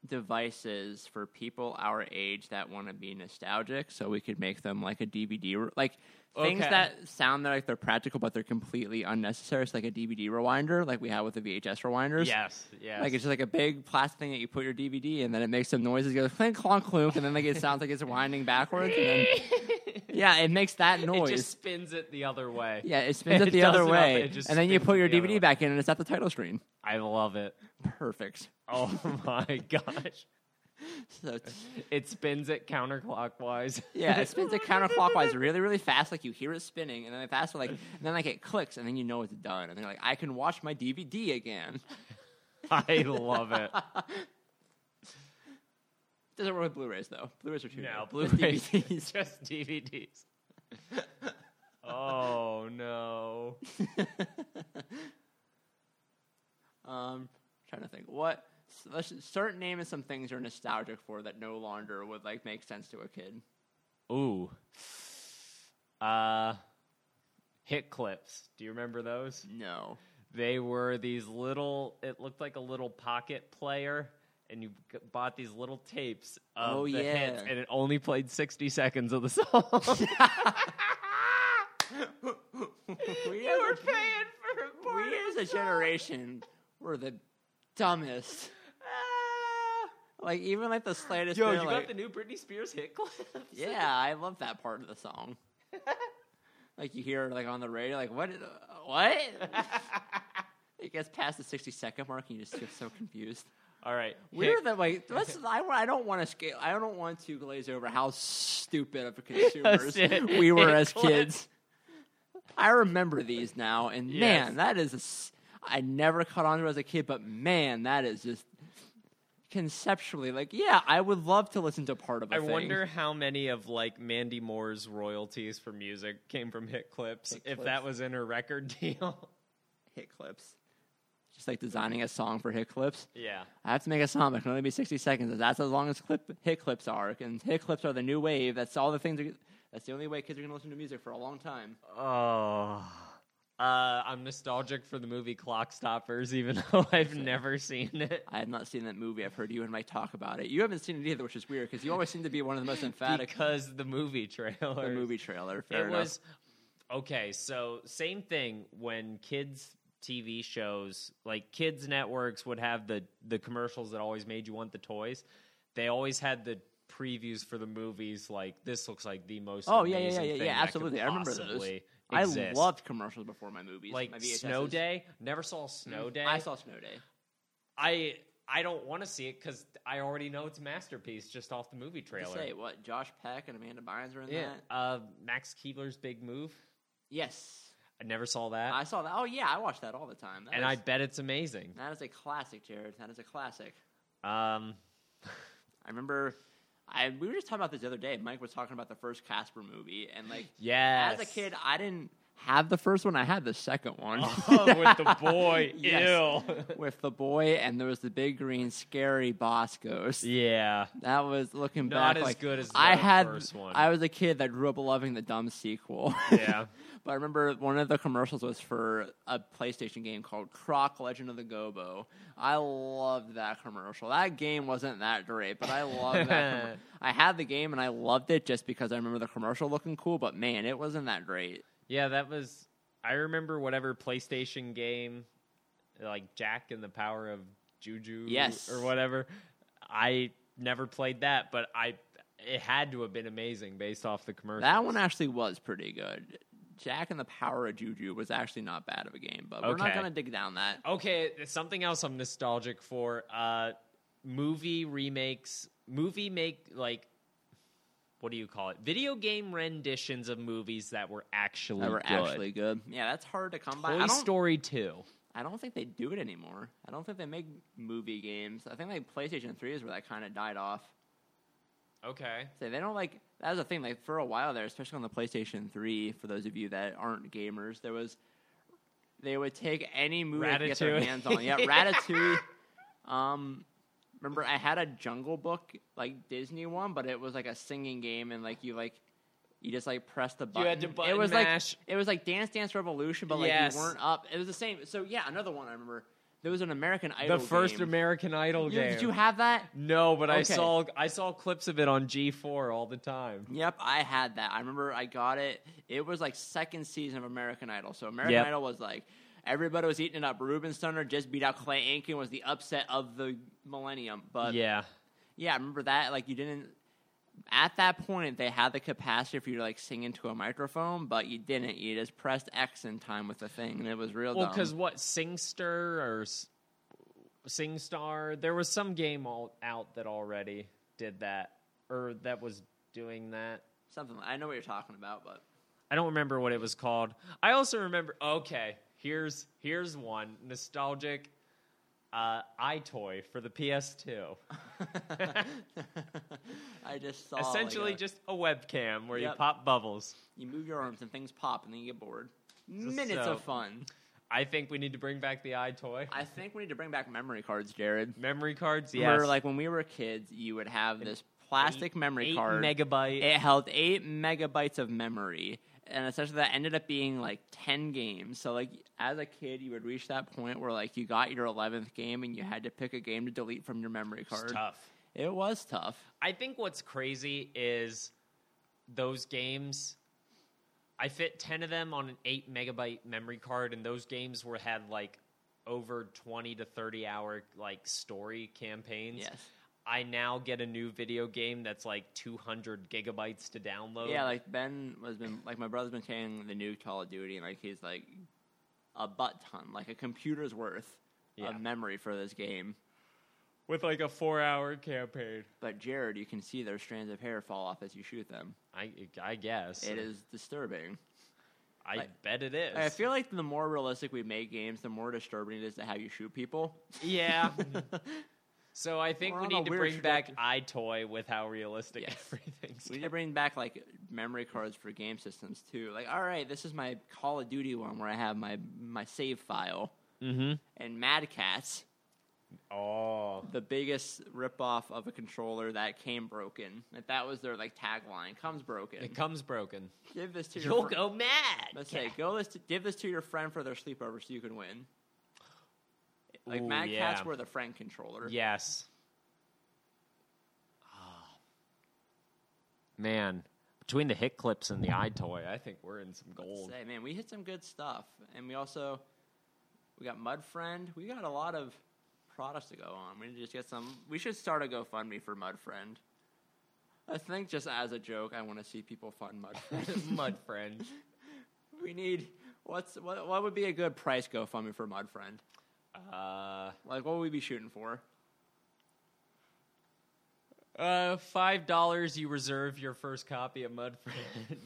[SPEAKER 2] devices for people our age that want to be nostalgic so we could make them like a DVD re- like things
[SPEAKER 1] Okay.
[SPEAKER 2] that sound like they're practical but they're completely unnecessary. It's like a DVD rewinder like we have with the VHS rewinders.
[SPEAKER 1] Yes, yes.
[SPEAKER 2] Like it's just like a big plastic thing that you put your DVD in, then it makes some noises, goes clink clonk clunk, and then like it sounds like it's winding backwards.
[SPEAKER 1] (laughs)
[SPEAKER 2] And then, yeah, it makes that
[SPEAKER 1] it
[SPEAKER 2] noise.
[SPEAKER 1] just spins it the other way.
[SPEAKER 2] yeah, it spins
[SPEAKER 1] (laughs)
[SPEAKER 2] it,
[SPEAKER 1] it
[SPEAKER 2] the other
[SPEAKER 1] does it up,
[SPEAKER 2] way,
[SPEAKER 1] it just
[SPEAKER 2] and then you
[SPEAKER 1] spins
[SPEAKER 2] put
[SPEAKER 1] it
[SPEAKER 2] your
[SPEAKER 1] the other way.
[SPEAKER 2] DVD back in, and it's at the title screen.
[SPEAKER 1] I love it.
[SPEAKER 2] Perfect.
[SPEAKER 1] Oh (laughs) my gosh.
[SPEAKER 2] So it's-
[SPEAKER 1] It spins it counterclockwise.
[SPEAKER 2] (laughs) yeah, it spins it counterclockwise really, really fast. Like you hear it spinning, and then faster, like and then like it clicks, and then you know it's done, and then you're like, I can watch my DVD again.
[SPEAKER 1] (laughs) I love (laughs) it.
[SPEAKER 2] Doesn't work with Blu-rays though. Blu-rays are too
[SPEAKER 1] No,
[SPEAKER 2] (laughs) good. Just
[SPEAKER 1] Blu-rays, (laughs)
[SPEAKER 2] DVDs.
[SPEAKER 1] just DVDs. Oh no.
[SPEAKER 2] (laughs) Um, trying to think what. So let's start naming some things you're nostalgic for that no longer would like make sense to a kid.
[SPEAKER 1] Ooh. Uh hit clips. Do you remember those?
[SPEAKER 2] No,
[SPEAKER 1] they were these little it looked like a little pocket player and you g- bought these little tapes of
[SPEAKER 2] Oh,
[SPEAKER 1] the
[SPEAKER 2] yeah.
[SPEAKER 1] hits and it only played 60 seconds of the (laughs) song
[SPEAKER 2] (laughs) we,
[SPEAKER 1] you were
[SPEAKER 2] as
[SPEAKER 1] paying for a
[SPEAKER 2] a,
[SPEAKER 1] part
[SPEAKER 2] we
[SPEAKER 1] of
[SPEAKER 2] as a
[SPEAKER 1] the song.
[SPEAKER 2] generation were the dumbest.
[SPEAKER 1] Ah.
[SPEAKER 2] Like even like the slightest.
[SPEAKER 1] yo
[SPEAKER 2] bit,
[SPEAKER 1] you
[SPEAKER 2] like-
[SPEAKER 1] got the new britney spears hit clips
[SPEAKER 2] Yeah, I love that part of the song. (laughs) like you hear it like on the radio, like what? What? (laughs) it gets past the sixty second mark, and you just get so confused.
[SPEAKER 1] (laughs) all right
[SPEAKER 2] Weird
[SPEAKER 1] hit-
[SPEAKER 2] that like
[SPEAKER 1] (laughs)
[SPEAKER 2] let's, I, I don't want to scale. I don't want to glaze over how
[SPEAKER 1] (laughs)
[SPEAKER 2] stupid of consumers
[SPEAKER 1] it.
[SPEAKER 2] we were
[SPEAKER 1] It
[SPEAKER 2] as
[SPEAKER 1] clicked.
[SPEAKER 2] kids. I remember these now, and
[SPEAKER 1] Yes.
[SPEAKER 2] man, that is. A, s- I never caught on to as a kid, but man, that is just conceptually like, yeah, I would love to listen to part of a
[SPEAKER 1] I
[SPEAKER 2] thing.
[SPEAKER 1] wonder how many of like Mandy Moore's royalties for music came from hit clips,
[SPEAKER 2] Hit
[SPEAKER 1] if
[SPEAKER 2] clips.
[SPEAKER 1] that was in her record
[SPEAKER 2] (laughs)
[SPEAKER 1] deal.
[SPEAKER 2] hit clips. Just like designing a song for hit clips.
[SPEAKER 1] yeah.
[SPEAKER 2] I have to make a song that can only be 60 seconds. and That's as long as clip, hit clips are. And hit clips are the new wave. That's all the things. Are, that's the only way kids are going to listen to music for a long time.
[SPEAKER 1] Oh. Uh, I'm nostalgic for the movie Clock Stoppers, even (laughs) though I've never seen it.
[SPEAKER 2] I have not seen that movie. I've heard you and Mike talk about it. You haven't seen it either, which is weird because you always seem to be one of the most
[SPEAKER 1] (laughs)
[SPEAKER 2] emphatic
[SPEAKER 1] Because the movie trailer.
[SPEAKER 2] the movie trailer. Fair
[SPEAKER 1] it
[SPEAKER 2] enough.
[SPEAKER 1] was okay so same thing when kids tv shows like kids networks would have the the commercials that always made you want the toys they always had the previews for the movies like this looks like the most
[SPEAKER 2] Oh, yeah, yeah,
[SPEAKER 1] amazing
[SPEAKER 2] yeah, yeah,
[SPEAKER 1] thing
[SPEAKER 2] yeah,
[SPEAKER 1] that could
[SPEAKER 2] absolutely. I remember those.
[SPEAKER 1] possibly
[SPEAKER 2] I
[SPEAKER 1] exist.
[SPEAKER 2] loved commercials before my movies.
[SPEAKER 1] like
[SPEAKER 2] my VHSs.
[SPEAKER 1] snow day never saw snow day
[SPEAKER 2] Mm. I saw Snow Day.
[SPEAKER 1] i i don't want to see it because i already know it's a masterpiece just off the movie
[SPEAKER 2] To
[SPEAKER 1] trailer
[SPEAKER 2] say what Josh Peck and Amanda Bynes were in
[SPEAKER 1] yeah
[SPEAKER 2] that.
[SPEAKER 1] uh max keebler's big move
[SPEAKER 2] Yes,
[SPEAKER 1] i never saw that
[SPEAKER 2] I saw that. Oh yeah, I watched that all the time. That
[SPEAKER 1] and
[SPEAKER 2] is-
[SPEAKER 1] I bet it's amazing.
[SPEAKER 2] that is a classic, Jared. That is a classic.
[SPEAKER 1] Um,
[SPEAKER 2] I remember. I we were just talking about this the other day. Mike was talking about the first Casper movie, and like
[SPEAKER 1] yes.
[SPEAKER 2] as a kid, I didn't have the first one. I had the second one.
[SPEAKER 1] (laughs)
[SPEAKER 2] (laughs)
[SPEAKER 1] oh, with the boy,
[SPEAKER 2] Yes.
[SPEAKER 1] ew.
[SPEAKER 2] With the boy, and there was the big green scary boss ghost.
[SPEAKER 1] (laughs)
[SPEAKER 2] (laughs)
[SPEAKER 1] yeah,
[SPEAKER 2] That was looking
[SPEAKER 1] Not
[SPEAKER 2] back
[SPEAKER 1] as
[SPEAKER 2] like,
[SPEAKER 1] good as the
[SPEAKER 2] I had.
[SPEAKER 1] first one.
[SPEAKER 2] I was a kid that grew up loving the dumb sequel. (laughs)
[SPEAKER 1] yeah. (laughs)
[SPEAKER 2] but I remember one of the commercials was for a PlayStation game called Croc: Legend of the Gobo. I loved that commercial. That game wasn't that great, but I
[SPEAKER 1] (laughs)
[SPEAKER 2] loved that. commer- I had the game and I loved it just because I remember the commercial looking cool. But man, it wasn't that great.
[SPEAKER 1] yeah, that was. I remember whatever PlayStation game, like Jack and the Power of Juju,
[SPEAKER 2] Yes.
[SPEAKER 1] or whatever. I never played that, but I it had to have been amazing based off the commercial.
[SPEAKER 2] That one actually was pretty good. Jack and the Power of Juju was actually not bad of a game, but we're not
[SPEAKER 1] Okay.
[SPEAKER 2] gonna dig down that.
[SPEAKER 1] Okay, there's something else I'm nostalgic for. Uh movie remakes, movie make like what do you call it? Video game renditions of movies that were actually
[SPEAKER 2] That were
[SPEAKER 1] good.
[SPEAKER 2] actually good. Yeah, that's hard to come by. I
[SPEAKER 1] Toy
[SPEAKER 2] don't-
[SPEAKER 1] Story 2.
[SPEAKER 2] I don't think they do it anymore. I don't think they make movie games. I think like PlayStation 3 is where that kind of died off.
[SPEAKER 1] Okay.
[SPEAKER 2] So they don't like that was a thing like for a while there, especially on the PlayStation 3 for those of you that aren't gamers, there was they would take any movie they could get their
[SPEAKER 1] Ratatouille.
[SPEAKER 2] hands
[SPEAKER 1] (laughs)
[SPEAKER 2] on. Yeah, Ratatouille. um remember I had a Jungle Book like Disney one, but it was like a singing game and like you like you just like press the button.
[SPEAKER 1] had to
[SPEAKER 2] it
[SPEAKER 1] button
[SPEAKER 2] was
[SPEAKER 1] mash.
[SPEAKER 2] like it was like Dance Dance Revolution, but like
[SPEAKER 1] Yes.
[SPEAKER 2] you weren't up. It was the same. So yeah, another one I remember. There was an American Idol.
[SPEAKER 1] The first
[SPEAKER 2] game.
[SPEAKER 1] American Idol
[SPEAKER 2] You-
[SPEAKER 1] game.
[SPEAKER 2] Did you have that?
[SPEAKER 1] no, but I
[SPEAKER 2] Okay.
[SPEAKER 1] saw I saw clips of it on G4 all the time.
[SPEAKER 2] Yep, I had that. I remember I got it. It was like second season of American Idol. So American
[SPEAKER 1] Yep.
[SPEAKER 2] Idol was like everybody was eating it up. Ruben Stunner just beat out Clay Aiken was the upset of the millennium. But yeah,
[SPEAKER 1] yeah.
[SPEAKER 2] I remember that. Like you didn't at that point they had the capacity for you to like sing into a microphone, but you didn't. You just pressed X in time with the thing, and it was real
[SPEAKER 1] Well,
[SPEAKER 2] dumb.
[SPEAKER 1] because what Singster or S- SingStar, there was some game all out that already did that or that was doing that.
[SPEAKER 2] something I know what you're talking about,
[SPEAKER 1] (laughs)
[SPEAKER 2] but (laughs)
[SPEAKER 1] I don't remember what it was called. I also remember. Okay, here's here's one nostalgic. Uh, iToy for the PS2.
[SPEAKER 2] Oh, I just saw like,
[SPEAKER 1] Essentially,
[SPEAKER 2] a-
[SPEAKER 1] just a webcam where
[SPEAKER 2] Yep.
[SPEAKER 1] you pop bubbles.
[SPEAKER 2] you move your arms and things pop, and then you get bored.
[SPEAKER 1] So-
[SPEAKER 2] Minutes of fun.
[SPEAKER 1] I think we need to bring back the iToy.
[SPEAKER 2] I think we need to bring back memory cards, Jared.
[SPEAKER 1] Memory cards, yes.
[SPEAKER 2] Remember, like when we were kids, you would have this plastic memory
[SPEAKER 1] Eight
[SPEAKER 2] card.
[SPEAKER 1] megabyte.
[SPEAKER 2] it held eight megabytes of memory, and essentially that ended up being like ten games. So, like as a kid, you would reach that point where like you got your eleventh game, and you had to pick a game to delete from your memory
[SPEAKER 1] It's
[SPEAKER 2] card.
[SPEAKER 1] tough.
[SPEAKER 2] It was tough.
[SPEAKER 1] I think what's crazy is those games. I fit ten of them on an eight megabyte memory card, and those games were had like over twenty to thirty hour like story campaigns.
[SPEAKER 2] Yes.
[SPEAKER 1] I now get a new video game that's like two hundred gigabytes to download.
[SPEAKER 2] Yeah, like Ben was been like my brother's been playing the new Call of Duty, and like he's like a butt ton, like a computer's worth
[SPEAKER 1] Yeah.
[SPEAKER 2] of memory for this game.
[SPEAKER 1] with like a four hour campaign.
[SPEAKER 2] But Jared, you can see their strands of hair fall off as you shoot them.
[SPEAKER 1] I I guess
[SPEAKER 2] It is disturbing.
[SPEAKER 1] I
[SPEAKER 2] Like-
[SPEAKER 1] bet it is.
[SPEAKER 2] I feel like the more realistic we make games, the more disturbing it is to how you shoot people. (laughs)
[SPEAKER 1] yeah. so I think
[SPEAKER 2] We're
[SPEAKER 1] we
[SPEAKER 2] on a
[SPEAKER 1] need to
[SPEAKER 2] weird
[SPEAKER 1] bring back iToy with how realistic
[SPEAKER 2] Yes.
[SPEAKER 1] everything's.
[SPEAKER 2] We need to bring back like memory cards for game systems too. Like, all right, this is my Call of Duty one where I have my my save file
[SPEAKER 1] Mm-hmm.
[SPEAKER 2] and Mad Cats,
[SPEAKER 1] Oh.
[SPEAKER 2] the biggest ripoff of a controller that came broken. Like, that was their like tagline: "Comes broken."
[SPEAKER 1] It comes broken.
[SPEAKER 2] give this to your.
[SPEAKER 1] You'll
[SPEAKER 2] fr-
[SPEAKER 1] go mad.
[SPEAKER 2] Let's say, go this. To, give this to your friend for their sleepover so you can win. Like
[SPEAKER 1] Ooh,
[SPEAKER 2] Mad
[SPEAKER 1] yeah.
[SPEAKER 2] Cats were the friend controller.
[SPEAKER 1] Yes. Ah. Man, between the hit clips and the eye toy, I think we're in some gold.
[SPEAKER 2] Say, man, we hit some good stuff, and we also we got Mud Friend. We got a lot of products to go on. We need to just get some. We should start a GoFundMe for Mud Friend. I think just as a joke, I want to see people fund Mud
[SPEAKER 1] (laughs)
[SPEAKER 2] Friend.
[SPEAKER 1] Mud friend.
[SPEAKER 2] (laughs) we need what's what, what would be a good price GoFundMe for Mud Friend?
[SPEAKER 1] Uh,
[SPEAKER 2] Like what would we be shooting for?
[SPEAKER 1] uh, five dollars. You reserve your first copy of Mud Friend.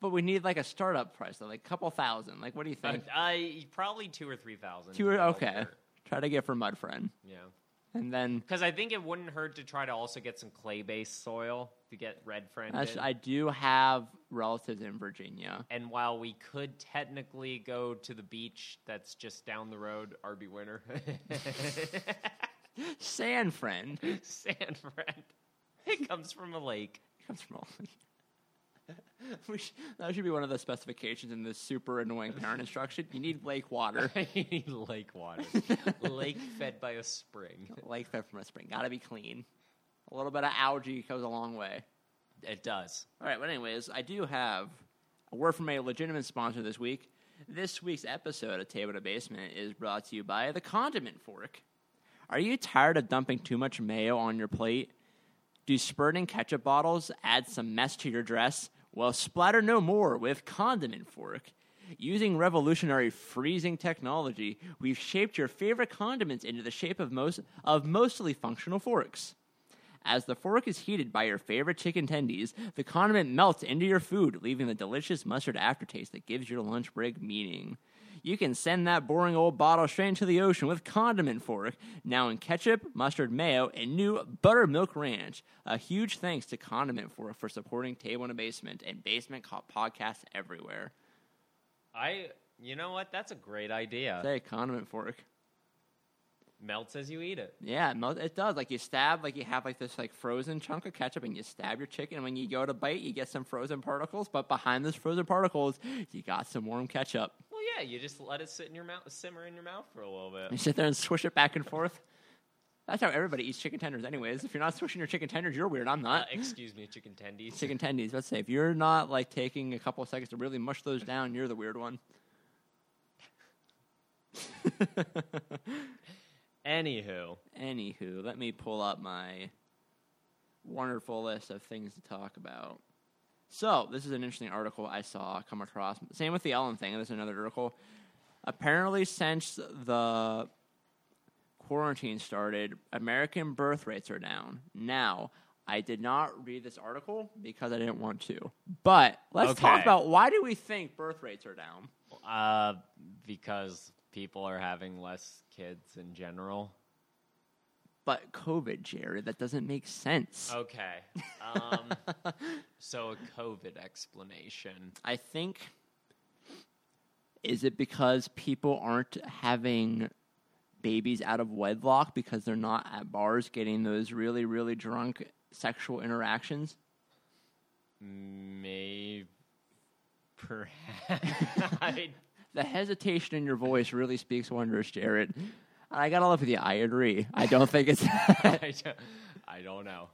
[SPEAKER 2] But we need like a startup price, though, like a couple thousand. Like what do you think?
[SPEAKER 1] (laughs) I probably two or three thousand.
[SPEAKER 2] Two or okay. Try to get for Mud Friend,
[SPEAKER 1] Yeah,
[SPEAKER 2] and then
[SPEAKER 1] because I think it wouldn't hurt to try to also get some clay-based soil to get red friend.
[SPEAKER 2] that's,
[SPEAKER 1] in.
[SPEAKER 2] I do have relatives in Virginia.
[SPEAKER 1] And while we could technically go to the beach that's just down the road, RB Winter, (laughs)
[SPEAKER 2] Sand (laughs) Friend.
[SPEAKER 1] sand friend, it comes from a lake. (laughs)
[SPEAKER 2] comes from all- (laughs) we sh- that should be one of the specifications in this super annoying parent instruction. You need
[SPEAKER 1] (laughs)
[SPEAKER 2] lake water,
[SPEAKER 1] lake water, lake fed by a spring.
[SPEAKER 2] lake fed from a spring. Got to be clean. A little bit of algae goes a long way.
[SPEAKER 1] It does.
[SPEAKER 2] All right, but anyways, I do have a word from a legitimate sponsor this week. This week's episode of Table to Basement is brought to you by the Condiment Fork. Are you tired of dumping too much mayo on your plate? Do spurting ketchup bottles add some mess to your dress? Well, splatter no more with Condiment Fork. Using revolutionary freezing technology, we've shaped your favorite condiments into the shape of most of mostly functional forks. As the fork is heated by your favorite chicken tendies, the condiment melts into your food, leaving the delicious mustard aftertaste that gives your lunch break meaning. You can send that boring old bottle straight into the ocean with Condiment Fork, now in ketchup, mustard, mayo, and new buttermilk ranch. A huge thanks to Condiment Fork for supporting Table in a Basement and Basement Co- Podcasts everywhere.
[SPEAKER 1] I, you know what? That's a great idea.
[SPEAKER 2] Say Condiment Fork.
[SPEAKER 1] Melts as you eat it.
[SPEAKER 2] Yeah, it mel- it does. Like you stab, like you have like this like frozen chunk of ketchup, and you stab your chicken. And when you go to bite, you get some frozen particles. But behind those frozen particles, you got some warm ketchup.
[SPEAKER 1] Well, yeah, you just let it sit in your mouth, simmer in your mouth for a little
[SPEAKER 2] You
[SPEAKER 1] bit.
[SPEAKER 2] sit there and swish it back and forth. That's how everybody eats chicken tenders, anyways. If you're not swishing your chicken tenders, you're weird. I'm
[SPEAKER 1] Uh,
[SPEAKER 2] not.
[SPEAKER 1] excuse me, chicken tendies.
[SPEAKER 2] Chicken tendies. Let's say if you're not like taking a couple seconds to really mush those down, you're the weird one. (laughs)
[SPEAKER 1] Anywho,
[SPEAKER 2] Anywho, let me pull up my wonderful list of things to talk about. So, this is an interesting article I saw come across. Same with the Ellen thing. This is another article. Apparently, since the quarantine started, American birth rates are down. Now, I did not read this article because I didn't want to. But let's talk
[SPEAKER 1] Okay.
[SPEAKER 2] about why do we think birth rates are down?
[SPEAKER 1] uh, because people are having less kids in general.
[SPEAKER 2] But COVID, Jared, that doesn't make sense.
[SPEAKER 1] Okay. Um, (laughs) so a COVID explanation.
[SPEAKER 2] I think is it because people aren't having babies out of wedlock because they're not at bars getting those really really drunk sexual interactions?
[SPEAKER 1] Maybe. Perhaps. (laughs) I,
[SPEAKER 2] The hesitation in your voice really speaks wonders, Jared. And I gotta love with you. I agree. I don't think it's. (laughs)
[SPEAKER 1] I, don't, I don't know.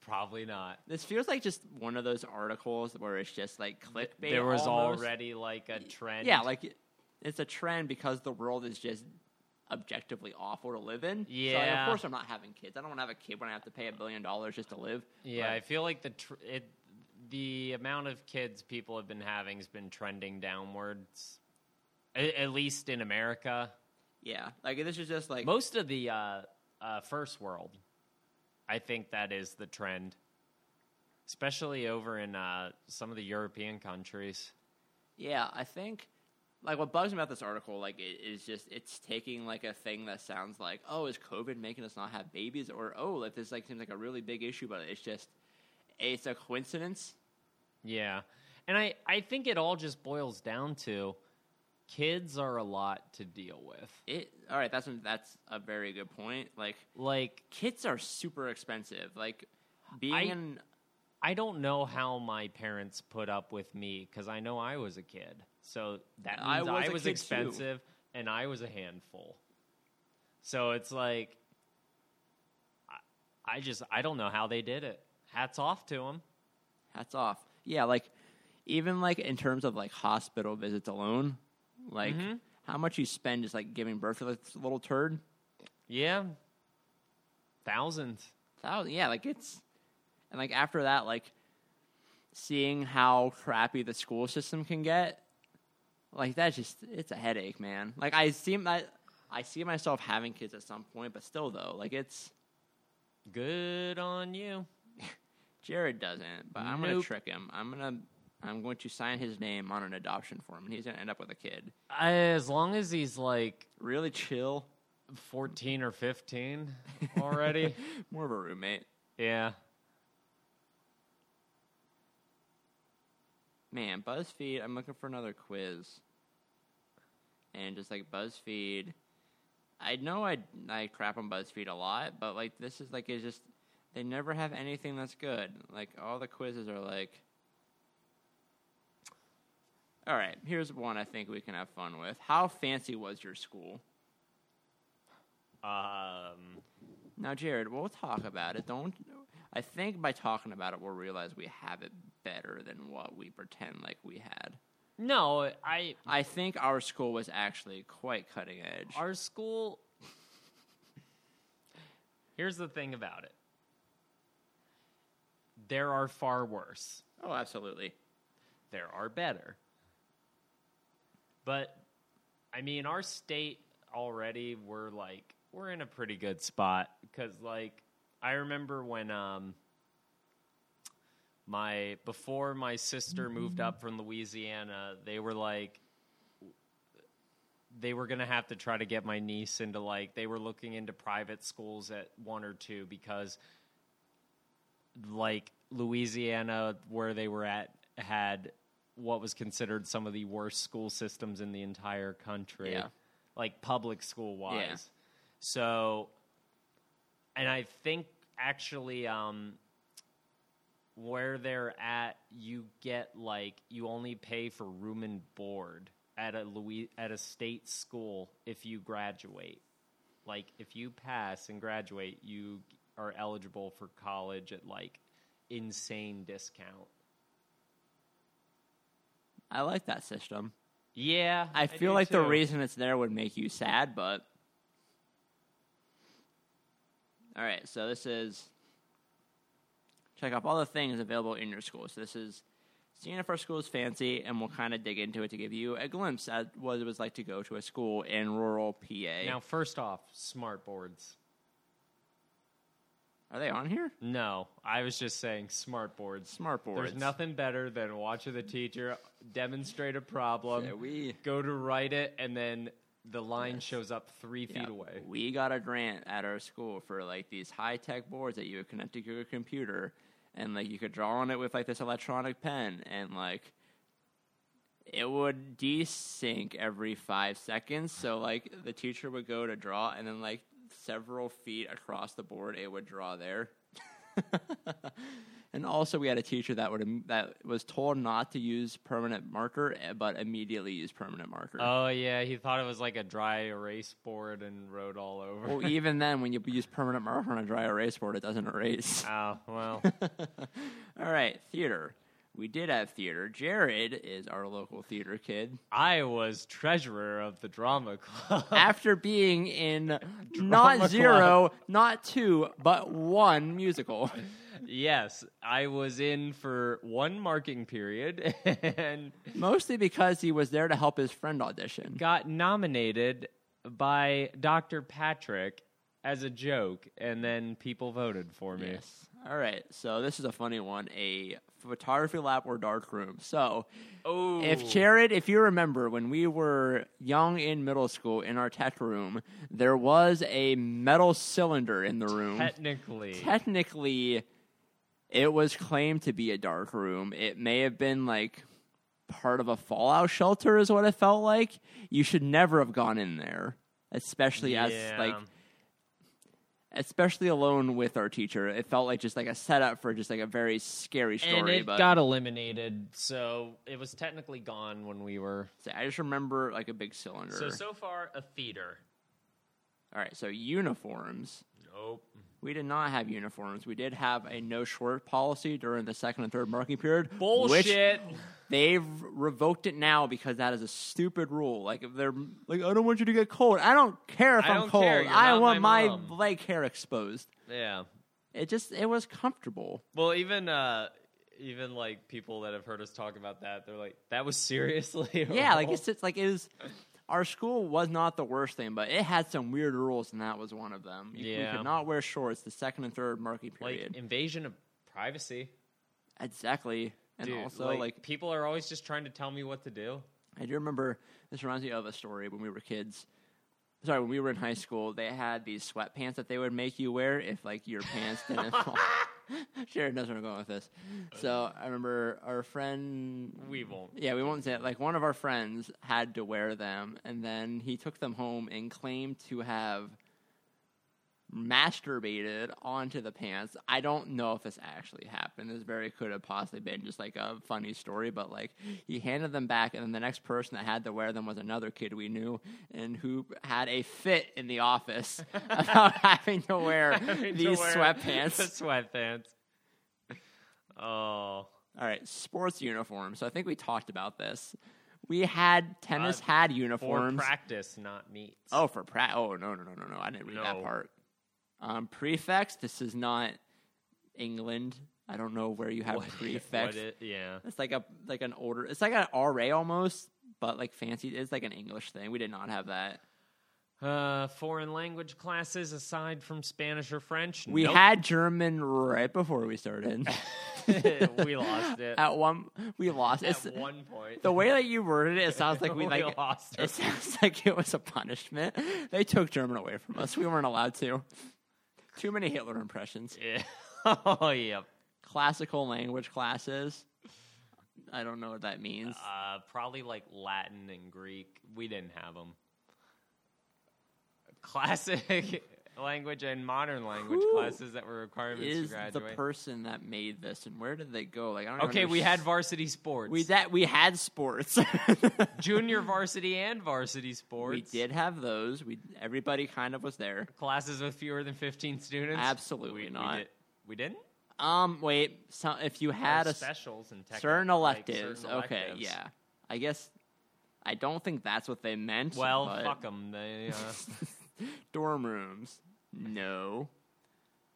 [SPEAKER 1] Probably not.
[SPEAKER 2] this feels like just one of those articles where it's just like clickbait.
[SPEAKER 1] there was
[SPEAKER 2] almost.
[SPEAKER 1] already like a trend.
[SPEAKER 2] yeah, like it's a trend because the world is just objectively awful to live in. So, like,
[SPEAKER 1] Yeah.
[SPEAKER 2] of course I'm not having kids. I don't want to have a kid when I have to pay a billion dollars just to live.
[SPEAKER 1] yeah. I
[SPEAKER 2] But
[SPEAKER 1] feel like the tr- it, the amount of kids people have been having has been trending downwards. A- at least in America,
[SPEAKER 2] yeah. Like this is just like
[SPEAKER 1] most of the uh, uh, first world, I think that is the trend, especially over in uh, some of the European countries.
[SPEAKER 2] Yeah, I think like what bugs me about this article like it is just it's taking like a thing that sounds like oh is COVID making us not have babies or oh like this like seems like a really big issue but it's just it's a coincidence.
[SPEAKER 1] Yeah. And I, I think it all just boils down to kids are a lot to deal with.
[SPEAKER 2] It all right that's that's a very good point. Like
[SPEAKER 1] Like,
[SPEAKER 2] kits are super expensive. Like being
[SPEAKER 1] I-
[SPEAKER 2] an
[SPEAKER 1] I don't know how my parents put up with me because I know I was a kid. So that
[SPEAKER 2] I
[SPEAKER 1] means I
[SPEAKER 2] was
[SPEAKER 1] was,
[SPEAKER 2] a kid too.
[SPEAKER 1] expensive and I was a handful. So it's like, I, I just, I don't know how they did it. Hats off to them.
[SPEAKER 2] Hats off. Yeah, like even like in terms of like hospital visits alone, like how much you spend just like giving birth to this little turd.
[SPEAKER 1] Yeah. Thousands.
[SPEAKER 2] Thousand, yeah, like it's and like after that, like seeing how crappy the school system can get, like that's just it's a headache, man. Like I see my I see myself having kids at some point, but still though, like it's
[SPEAKER 1] Good on you.
[SPEAKER 2] Jared doesn't, but I'm gonna
[SPEAKER 1] Nope.
[SPEAKER 2] trick him. I'm gonna I'm going to sign his name on an adoption form and he's gonna end up with a kid.
[SPEAKER 1] As long as he's like
[SPEAKER 2] Really chill.
[SPEAKER 1] 14 or 15 already.
[SPEAKER 2] (laughs) More of a roommate.
[SPEAKER 1] yeah.
[SPEAKER 2] Man, BuzzFeed, I'm looking for another quiz. And just like BuzzFeed, I know I, I crap on BuzzFeed a lot, but like this is like, it's just, they never have anything that's good. Like all the quizzes are like, all right, here's one I think we can have fun with. How fancy was your school?
[SPEAKER 1] Um,
[SPEAKER 2] Now, Jared, we'll talk about it. Don't. I think by talking about it, we'll realize we have it better than what we pretend like we had.
[SPEAKER 1] no, I
[SPEAKER 2] I think our school was actually quite cutting edge.
[SPEAKER 1] our school Here's the thing about it. There are far worse.
[SPEAKER 2] oh, absolutely.
[SPEAKER 1] There are better. But I mean our state already we're like we're in a pretty good spot cuz like I remember when um my before my sister moved up from Louisiana, they were like they were going to have to try to get my niece into like they were looking into private schools at one or two because like Louisiana where they were at had what was considered some of the worst school systems in the entire country
[SPEAKER 2] Yeah.
[SPEAKER 1] like public school wise so and i think actually um where they're at, you get like you only pay for room and board at a Louis at a state school if you graduate. Like if you pass and graduate, you are eligible for college at like insane discount.
[SPEAKER 2] I like that system.
[SPEAKER 1] Yeah,
[SPEAKER 2] I, feel
[SPEAKER 1] do
[SPEAKER 2] like the
[SPEAKER 1] too.
[SPEAKER 2] reason it's there would make you sad, but. All right, so this is. Check off all the things available in your school. So this is seeing if our school is fancy, and we'll kind of dig into it to give you a glimpse at what it was like to go to a school in rural PA.
[SPEAKER 1] Now, first off, smart boards.
[SPEAKER 2] Are they on here?
[SPEAKER 1] No, I was just saying smart boards.
[SPEAKER 2] Smart boards.
[SPEAKER 1] There's nothing better than watching the teacher demonstrate a problem.
[SPEAKER 2] Yeah, we
[SPEAKER 1] go to write it, and then the line shows up three
[SPEAKER 2] Yeah.
[SPEAKER 1] feet away.
[SPEAKER 2] We got a grant at our school for like these high tech boards that you would connect to your computer, and like you could draw on it with like this electronic pen, and like it would desync every five seconds. So like the teacher would go to draw, and then like several feet across the board, it would draw there. (laughs) and also, we had a teacher that would that was told not to use permanent marker, eh, but immediately used permanent marker.
[SPEAKER 1] Oh yeah, he thought it was like a dry erase board and wrote all over. (laughs)
[SPEAKER 2] Well, even then, when you use permanent marker on a dry erase board, it doesn't erase.
[SPEAKER 1] oh well, Ah.
[SPEAKER 2] All right, theater. We did have theater. Jared is our local theater kid.
[SPEAKER 1] I was treasurer of the drama
[SPEAKER 2] (laughs)
[SPEAKER 1] club.
[SPEAKER 2] After
[SPEAKER 1] (laughs)
[SPEAKER 2] being in
[SPEAKER 1] Oh. Drama
[SPEAKER 2] not zero, not two, but one musical.
[SPEAKER 1] (laughs) yes, I was in for one marking period (laughs) and
[SPEAKER 2] Mostly because he was there to help his friend audition.
[SPEAKER 1] got nominated by Dr. Patrick as a joke, and then people voted for me.
[SPEAKER 2] Yes. All right, so this is a funny one: a photography lab or dark room. So,
[SPEAKER 1] Oh,
[SPEAKER 2] if Jared, if you remember when we were young in middle school in our tech room, there was a metal cylinder in the room.
[SPEAKER 1] technically,
[SPEAKER 2] Technically, it was claimed to be a dark room. It may have been like part of a fallout shelter, is what it felt like. You should never have gone in there, especially as like especially alone with our teacher. It felt like just like a setup for just like a very scary story.
[SPEAKER 1] and it
[SPEAKER 2] but
[SPEAKER 1] got eliminated, so it was technically gone when we were.
[SPEAKER 2] So I just remember like a big cylinder.
[SPEAKER 1] So so far a theater.
[SPEAKER 2] All right, so uniforms.
[SPEAKER 1] Nope.
[SPEAKER 2] We did not have uniforms. We did have a no short policy during the second and third marking period. Which
[SPEAKER 1] Bullshit.
[SPEAKER 2] they've revoked it now because that is a stupid rule. Like if they're like, I don't want you to get cold. I don't care if
[SPEAKER 1] I
[SPEAKER 2] am
[SPEAKER 1] don't
[SPEAKER 2] cold.
[SPEAKER 1] care. You're
[SPEAKER 2] I
[SPEAKER 1] not
[SPEAKER 2] want
[SPEAKER 1] my
[SPEAKER 2] my,
[SPEAKER 1] mom.
[SPEAKER 2] leg hair exposed.
[SPEAKER 1] yeah.
[SPEAKER 2] It just it was comfortable.
[SPEAKER 1] Well, even uh, even like people that have heard us talk about that, they're like, "That was seriously." (laughs) a
[SPEAKER 2] Yeah, like
[SPEAKER 1] rule?"
[SPEAKER 2] it's just like it was. Our school was not the worst thing, but it had some weird rules, and that was one of them. You, you
[SPEAKER 1] Yeah.
[SPEAKER 2] could not wear shorts the second and third marking
[SPEAKER 1] like
[SPEAKER 2] period.
[SPEAKER 1] invasion of privacy.
[SPEAKER 2] exactly, and
[SPEAKER 1] Dude,
[SPEAKER 2] also
[SPEAKER 1] like,
[SPEAKER 2] like
[SPEAKER 1] people are always just trying to tell me what to do.
[SPEAKER 2] I do remember this reminds me of a story when we were kids. Sorry, when we were in high school, they had these sweatpants that they would make you wear if like your pants didn't fall. (laughs) Sharon knows where I'm going with this. So I remember our friend
[SPEAKER 1] We
[SPEAKER 2] (laughs)
[SPEAKER 1] won't. (laughs)
[SPEAKER 2] yeah, we won't say it. Like one of our friends had to wear them, and then he took them home and claimed to have masturbated onto the pants. I don't know if this actually happened. This very could have possibly been just like a funny story, but like he handed them back, and then the next person that had to wear them was another kid we knew and who had a fit in the office (laughs) about having to wear
[SPEAKER 1] Having to
[SPEAKER 2] these
[SPEAKER 1] wear (laughs)
[SPEAKER 2] sweatpants.
[SPEAKER 1] the sweatpants. Oh,
[SPEAKER 2] All right, sports uniforms. So I think we talked about this. We had tennis
[SPEAKER 1] Uh,
[SPEAKER 2] had
[SPEAKER 1] for
[SPEAKER 2] uniforms.
[SPEAKER 1] practice, not meets.
[SPEAKER 2] oh, for practice. Oh no no no no no! I didn't read
[SPEAKER 1] No.
[SPEAKER 2] that part. Um, prefects. This is not England. I don't know where you have
[SPEAKER 1] What- (laughs)
[SPEAKER 2] (laughs) prefects.
[SPEAKER 1] what it- yeah.
[SPEAKER 2] it's like a like an older. It's like an RA almost, but like fancy. It's like an English thing. We did not have that.
[SPEAKER 1] Uh, foreign language classes aside from Spanish or French.
[SPEAKER 2] We
[SPEAKER 1] Nope.
[SPEAKER 2] had German right before
[SPEAKER 1] (laughs)
[SPEAKER 2] we started.
[SPEAKER 1] we lost it at,
[SPEAKER 2] (laughs) At one, we lost. It's,
[SPEAKER 1] one point.
[SPEAKER 2] the way that you worded it, it sounds
[SPEAKER 1] (laughs)
[SPEAKER 2] like we like
[SPEAKER 1] lost
[SPEAKER 2] It
[SPEAKER 1] it.
[SPEAKER 2] sounds like it was a punishment. They took German away from us. We weren't allowed to. Too many Hitler impressions.
[SPEAKER 1] Yeah. (laughs) oh yeah.
[SPEAKER 2] Classical language classes. I don't know what that means.
[SPEAKER 1] Uh, probably like Latin and Greek. We didn't have them. Classic (laughs) language and modern language
[SPEAKER 2] Who
[SPEAKER 1] classes that were requirements to
[SPEAKER 2] Is the
[SPEAKER 1] graduate.
[SPEAKER 2] person that made this and where did they go? Like I don't. even
[SPEAKER 1] okay, we had
[SPEAKER 2] underst-
[SPEAKER 1] varsity sports.
[SPEAKER 2] we that we
[SPEAKER 1] (laughs)
[SPEAKER 2] had sports.
[SPEAKER 1] junior varsity and varsity sports.
[SPEAKER 2] we did have those. We everybody kind of was there.
[SPEAKER 1] classes with fewer than fifteen students.
[SPEAKER 2] Absolutely
[SPEAKER 1] we,
[SPEAKER 2] not.
[SPEAKER 1] We, did, not
[SPEAKER 2] Um, wait. So if you had
[SPEAKER 1] Or
[SPEAKER 2] a s-
[SPEAKER 1] specials and technical-
[SPEAKER 2] certain
[SPEAKER 1] like,
[SPEAKER 2] electives,
[SPEAKER 1] certain
[SPEAKER 2] okay,
[SPEAKER 1] electives.
[SPEAKER 2] yeah. I guess I don't think that's what they meant.
[SPEAKER 1] Well,
[SPEAKER 2] but-
[SPEAKER 1] fuck 'em. They, uh,
[SPEAKER 2] (laughs)
[SPEAKER 1] (laughs)
[SPEAKER 2] dorm rooms. No.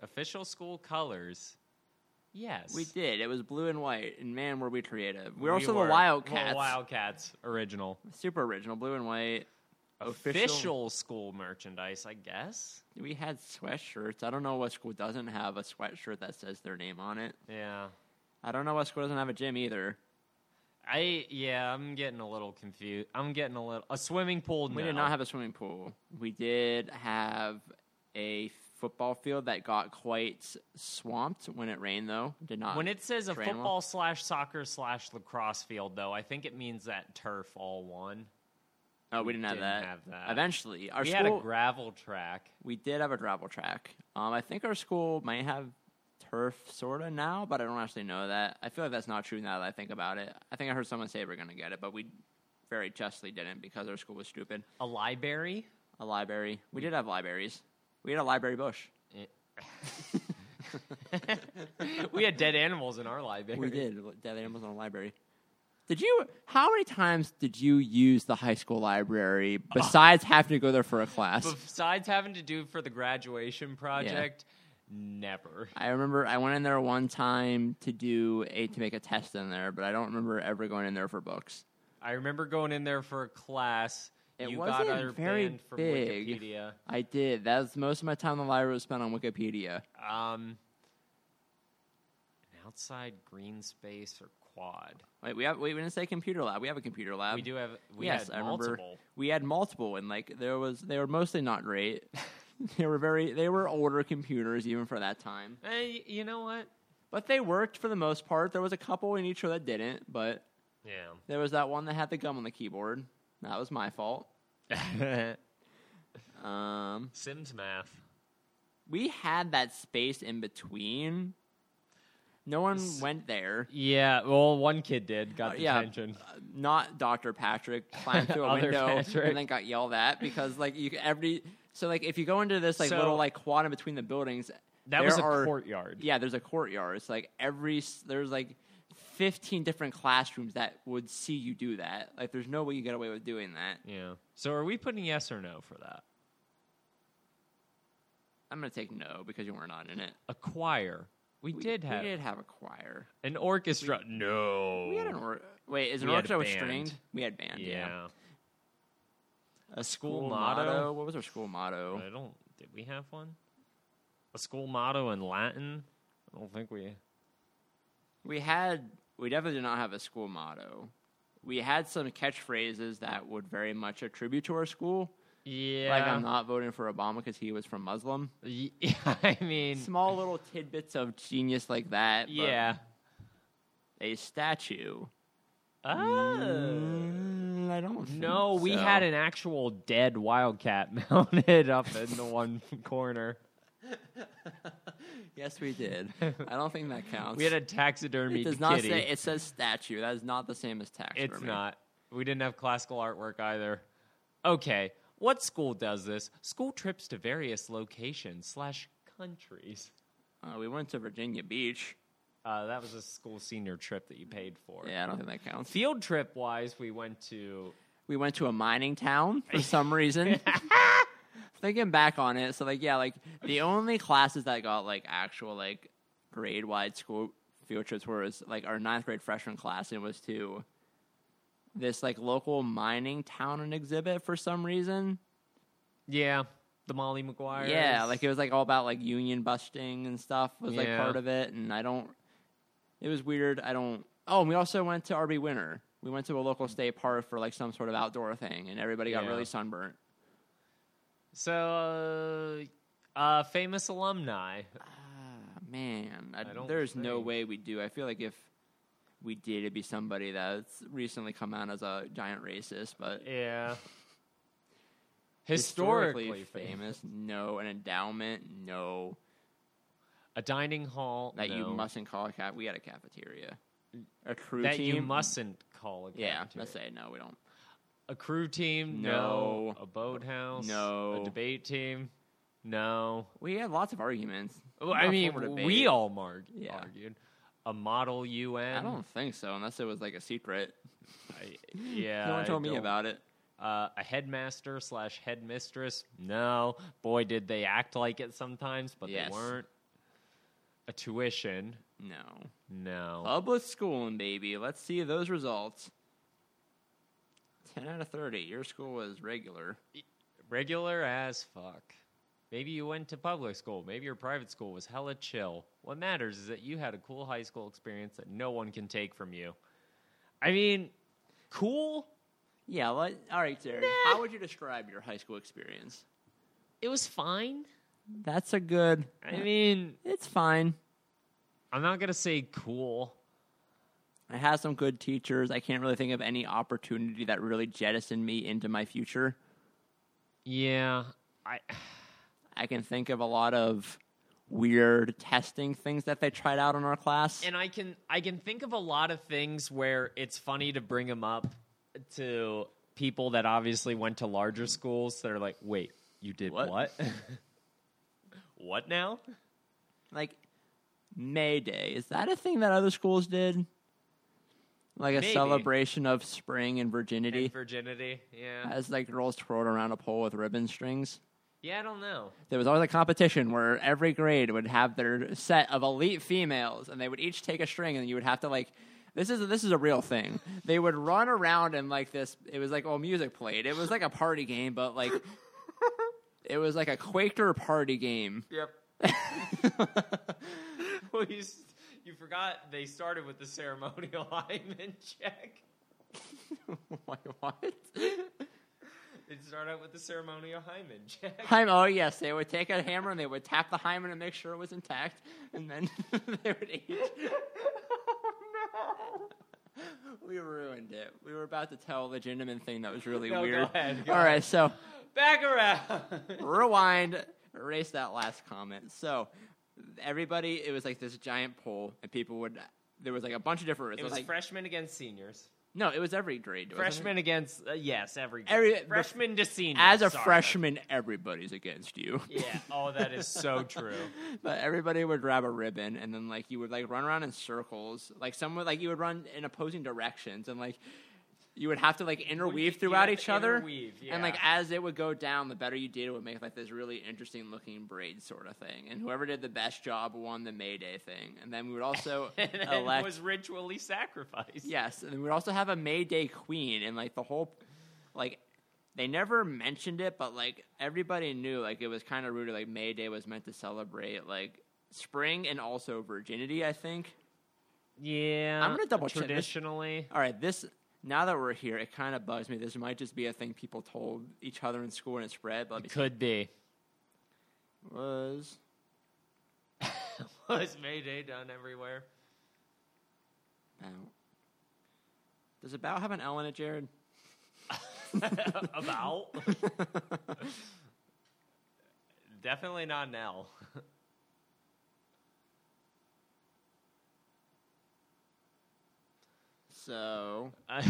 [SPEAKER 1] official school colors. Yes,
[SPEAKER 2] We did. It was blue and white, and man, were we creative. We were
[SPEAKER 1] We
[SPEAKER 2] also
[SPEAKER 1] were-
[SPEAKER 2] the Wildcats.
[SPEAKER 1] Well, Wildcats original.
[SPEAKER 2] Super original, blue and white.
[SPEAKER 1] Official.
[SPEAKER 2] Official.
[SPEAKER 1] school merchandise, I guess.
[SPEAKER 2] We had sweatshirts. I don't know what school doesn't have a sweatshirt that says their name on it.
[SPEAKER 1] Yeah.
[SPEAKER 2] I don't know what school doesn't have a gym either.
[SPEAKER 1] I yeah, I'm getting a little confused. I'm getting a little a swimming pool.
[SPEAKER 2] We
[SPEAKER 1] no.
[SPEAKER 2] did not have a swimming pool. We did have a football field that got quite s- swamped when it rained, though. Did not.
[SPEAKER 1] When it says a
[SPEAKER 2] Train one?
[SPEAKER 1] football slash soccer slash lacrosse field, though, I think it means that turf all one.
[SPEAKER 2] oh, we didn't, have,
[SPEAKER 1] didn't
[SPEAKER 2] that.
[SPEAKER 1] have that.
[SPEAKER 2] Eventually, our
[SPEAKER 1] we
[SPEAKER 2] school
[SPEAKER 1] had a gravel track.
[SPEAKER 2] We did have a gravel track. Um, I think our school might have turf sort of now, but I don't actually know that. I feel like that's not true now that I think about it. I think I heard someone say we're going to get it, but we very justly didn't because our school was stupid.
[SPEAKER 1] A library.
[SPEAKER 2] A library. We did have libraries. We had a library bush.
[SPEAKER 1] (laughs) we had dead animals in our library.
[SPEAKER 2] We did. Dead animals on a library. Did you? How many times did you use the high school library besides having to go there for a class?
[SPEAKER 1] Besides having to do for the graduation project, never.
[SPEAKER 2] I remember I went in there one time to do a to make a test in there, but I don't remember ever going in there for books.
[SPEAKER 1] I remember going in there for a class.
[SPEAKER 2] It
[SPEAKER 1] you
[SPEAKER 2] wasn't
[SPEAKER 1] got our
[SPEAKER 2] very
[SPEAKER 1] band from
[SPEAKER 2] big.
[SPEAKER 1] Wikipedia.
[SPEAKER 2] I did. That was most of my time in the library was spent on Wikipedia.
[SPEAKER 1] Um, outside green space or quad.
[SPEAKER 2] Wait, we have. Wait, we didn't say computer lab. We have a computer lab.
[SPEAKER 1] we do have we
[SPEAKER 2] Um, yes,
[SPEAKER 1] had
[SPEAKER 2] I remember.
[SPEAKER 1] multiple.
[SPEAKER 2] We had multiple, and like there was, they were mostly
[SPEAKER 1] (laughs)
[SPEAKER 2] not great. they were very, they were older computers even for that time,
[SPEAKER 1] Eh, y- you know what?
[SPEAKER 2] but they worked for the most part. There was a couple in each row that didn't, but (laughs)
[SPEAKER 1] Yeah.
[SPEAKER 2] there was that one that had the gum on the keyboard. That was my fault. Um,
[SPEAKER 1] (laughs) Sims math.
[SPEAKER 2] we had that space in between. No one
[SPEAKER 1] S-
[SPEAKER 2] went there.
[SPEAKER 1] Yeah, well, one kid did
[SPEAKER 2] Uh,
[SPEAKER 1] got
[SPEAKER 2] yeah.
[SPEAKER 1] detention.
[SPEAKER 2] not Dr. Patrick climbed through a
[SPEAKER 1] (laughs) Other
[SPEAKER 2] window
[SPEAKER 1] Patrick.
[SPEAKER 2] and then got yelled at because like you every so like if you go into this like
[SPEAKER 1] So-
[SPEAKER 2] little like quad in between the buildings
[SPEAKER 1] That
[SPEAKER 2] there
[SPEAKER 1] was a
[SPEAKER 2] are,
[SPEAKER 1] courtyard.
[SPEAKER 2] yeah there's a courtyard it's like every s- there's like 15 different classrooms that would see you do that like there's no way you get away with doing that
[SPEAKER 1] Yeah. So are we putting yes or no for that?
[SPEAKER 2] I'm gonna take no because you were not in it
[SPEAKER 1] A choir. We, did have
[SPEAKER 2] we did have a choir
[SPEAKER 1] an orchestra. no.
[SPEAKER 2] we had an or- wait is an
[SPEAKER 1] We had a
[SPEAKER 2] orchestra was
[SPEAKER 1] band.
[SPEAKER 2] stringed we had band yeah,
[SPEAKER 1] yeah.
[SPEAKER 2] a
[SPEAKER 1] school
[SPEAKER 2] motto.
[SPEAKER 1] motto?
[SPEAKER 2] what was our school motto
[SPEAKER 1] I don't. Did we have one? A school motto in Latin? I don't think we.
[SPEAKER 2] We had we definitely did not have a school motto. We had some catchphrases that would very much attribute to our school.
[SPEAKER 1] Yeah.
[SPEAKER 2] Like
[SPEAKER 1] (laughs)
[SPEAKER 2] I'm not voting for Obama because he was from Muslim.
[SPEAKER 1] Y- I mean, (laughs)
[SPEAKER 2] Small little tidbits of genius like that. but
[SPEAKER 1] yeah.
[SPEAKER 2] a statue.
[SPEAKER 1] Oh.
[SPEAKER 2] Mm, I don't. think
[SPEAKER 1] No, we
[SPEAKER 2] so.
[SPEAKER 1] had an actual dead wildcat (laughs) mounted up in the one corner.
[SPEAKER 2] Yes, we did. I don't think that counts.
[SPEAKER 1] We had a taxidermy
[SPEAKER 2] It does
[SPEAKER 1] kitty.
[SPEAKER 2] not say. It says statue. That is not the same as tax.
[SPEAKER 1] It's
[SPEAKER 2] for me.
[SPEAKER 1] not. We didn't have classical artwork either. Okay, what school does this? School trips to various locations slash countries.
[SPEAKER 2] Uh, we went to Virginia Beach.
[SPEAKER 1] Uh, that was a school senior trip that you paid for.
[SPEAKER 2] Yeah, I don't think that counts.
[SPEAKER 1] Field trip wise, we went to
[SPEAKER 2] We went to a mining town for
[SPEAKER 1] (laughs)
[SPEAKER 2] some reason. (laughs) Thinking back on it, so like yeah, like the only classes that got like actual like grade wide school field trips were was, like our ninth grade freshman class and it was to this like local mining town and exhibit for some reason.
[SPEAKER 1] yeah the Molly McGuire.
[SPEAKER 2] Yeah, like it was like all about like union busting and stuff was like
[SPEAKER 1] Yeah.
[SPEAKER 2] part of it, and I don't. It was weird. I don't. Oh, and we also went to RB Winter. We went to a local state park for like some sort of outdoor thing, and everybody got
[SPEAKER 1] Yeah.
[SPEAKER 2] really sunburnt.
[SPEAKER 1] so. Uh, uh, famous alumni.
[SPEAKER 2] Ah, man, I,
[SPEAKER 1] I don't
[SPEAKER 2] there's no
[SPEAKER 1] think-
[SPEAKER 2] way we do. I feel like if we did, it'd be somebody that's recently come out as a giant racist, but
[SPEAKER 1] Yeah.
[SPEAKER 2] historically,
[SPEAKER 1] Historically, famous.
[SPEAKER 2] famous, no. An endowment, no.
[SPEAKER 1] A dining hall
[SPEAKER 2] That you
[SPEAKER 1] no.
[SPEAKER 2] mustn't call a cat. We had a cafeteria. A crew
[SPEAKER 1] that
[SPEAKER 2] team,
[SPEAKER 1] you mustn't call a
[SPEAKER 2] Yeah,
[SPEAKER 1] cafeteria.
[SPEAKER 2] let's say no. We don't.
[SPEAKER 1] A crew team?
[SPEAKER 2] No.
[SPEAKER 1] A boathouse?
[SPEAKER 2] No.
[SPEAKER 1] A debate team? No.
[SPEAKER 2] We had lots of arguments.
[SPEAKER 1] Well,
[SPEAKER 2] Not
[SPEAKER 1] I
[SPEAKER 2] for
[SPEAKER 1] mean,
[SPEAKER 2] debate.
[SPEAKER 1] we all mar-
[SPEAKER 2] Yeah.
[SPEAKER 1] argued. A model UN?
[SPEAKER 2] I don't think so, unless it was like a secret.
[SPEAKER 1] I- yeah.
[SPEAKER 2] no one
[SPEAKER 1] I
[SPEAKER 2] told me
[SPEAKER 1] don't-
[SPEAKER 2] about it.
[SPEAKER 1] Uh, a headmaster slash headmistress? No. Boy, did they act like it sometimes, but
[SPEAKER 2] Yes.
[SPEAKER 1] they weren't. A tuition?
[SPEAKER 2] No.
[SPEAKER 1] No.
[SPEAKER 2] Public schooling, baby. Let's see those results. 10 out of 30. Your school was regular.
[SPEAKER 1] Regular as fuck. Maybe you went to public school. Maybe your private school was hella chill. What matters is that you had a cool high school experience that no one can take from you. I mean, cool?
[SPEAKER 2] Yeah, let, all right, Terry. How would you describe your high school experience?
[SPEAKER 1] It was fine.
[SPEAKER 2] That's a good.
[SPEAKER 1] I mean,
[SPEAKER 2] it's fine.
[SPEAKER 1] I'm not going to say cool.
[SPEAKER 2] I had some good teachers. I can't really think of any opportunity that really jettisoned me into my future.
[SPEAKER 1] Yeah. I
[SPEAKER 2] I can think of a lot of weird testing things that they tried out in our class.
[SPEAKER 1] and I can I can think of a lot of things where it's funny to bring them up to people that obviously went to larger schools that are like, "Wait, you did
[SPEAKER 2] What?
[SPEAKER 1] what? (laughs) what now?"
[SPEAKER 2] like May Day. Is that a thing that other schools did? Like a
[SPEAKER 1] Maybe.
[SPEAKER 2] celebration of spring and virginity,
[SPEAKER 1] And virginity. Yeah.
[SPEAKER 2] as like girls twirled around a pole with ribbon strings.
[SPEAKER 1] yeah, I don't know.
[SPEAKER 2] There was always a competition where every grade would have their set of elite females, and they would each take a string, and you would have to like. This is this is a real thing. They would run around and like this. It was like oh, music played. It was like a party game, but like it was like a Quaker party game.
[SPEAKER 1] Yep. (laughs) well, you, s- You forgot they started with the ceremonial (laughs) hymen check.
[SPEAKER 2] Why, what?
[SPEAKER 1] It started out with the ceremonial hymen check.
[SPEAKER 2] (laughs) Hymen. Oh yes, they would take a hammer and they would tap the hymen and make sure it was intact, and then (laughs) they would eat. We ruined it. We were about to tell a legitimate thing that was really
[SPEAKER 1] No, go
[SPEAKER 2] weird.
[SPEAKER 1] ahead, go
[SPEAKER 2] All right, so
[SPEAKER 1] Back
[SPEAKER 2] (laughs)
[SPEAKER 1] around.
[SPEAKER 2] rewind, erase that last comment. So everybody, it was like this giant poll, and people would. There was like a bunch of different.
[SPEAKER 1] It
[SPEAKER 2] It
[SPEAKER 1] was
[SPEAKER 2] like,
[SPEAKER 1] freshmen against seniors.
[SPEAKER 2] no, it was every grade. wasn't it?
[SPEAKER 1] Freshmen against uh, yes, every
[SPEAKER 2] Every-
[SPEAKER 1] freshman to senior.
[SPEAKER 2] As a
[SPEAKER 1] sorry.
[SPEAKER 2] freshman, everybody's against you.
[SPEAKER 1] Yeah. Oh, that is
[SPEAKER 2] (laughs)
[SPEAKER 1] so true.
[SPEAKER 2] But everybody would grab a ribbon, and then like you would like run around in circles. Like some would like you would run in opposing directions, and like you would have to like interweave
[SPEAKER 1] you
[SPEAKER 2] throughout
[SPEAKER 1] have
[SPEAKER 2] each
[SPEAKER 1] to
[SPEAKER 2] other.
[SPEAKER 1] interweave,
[SPEAKER 2] And like
[SPEAKER 1] yeah.
[SPEAKER 2] as it would go down, the better you did, it would make like this really interesting looking braid sort of thing. And whoever did the best job won the May Day thing. And then we would also
[SPEAKER 1] (laughs) And then
[SPEAKER 2] elect.
[SPEAKER 1] was ritually sacrificed.
[SPEAKER 2] Yes, and we also have a May Day Queen, and like the whole, like, they never mentioned it, but like everybody knew, like it was kind of rooted, like May Day was meant to celebrate like spring and also virginity. I think.
[SPEAKER 1] Yeah.
[SPEAKER 2] I'm gonna double check this.
[SPEAKER 1] Traditionally,
[SPEAKER 2] All right, this now that we're here, it kind of bugs me. This might just be a thing people told each other in school and it spread. But let me see.
[SPEAKER 1] could be.
[SPEAKER 2] was
[SPEAKER 1] (laughs) Was May Day done everywhere? (laughs)
[SPEAKER 2] about. Does about have an L in it, Jared?
[SPEAKER 1] About. (laughs) Definitely not now.
[SPEAKER 2] So
[SPEAKER 1] Uh,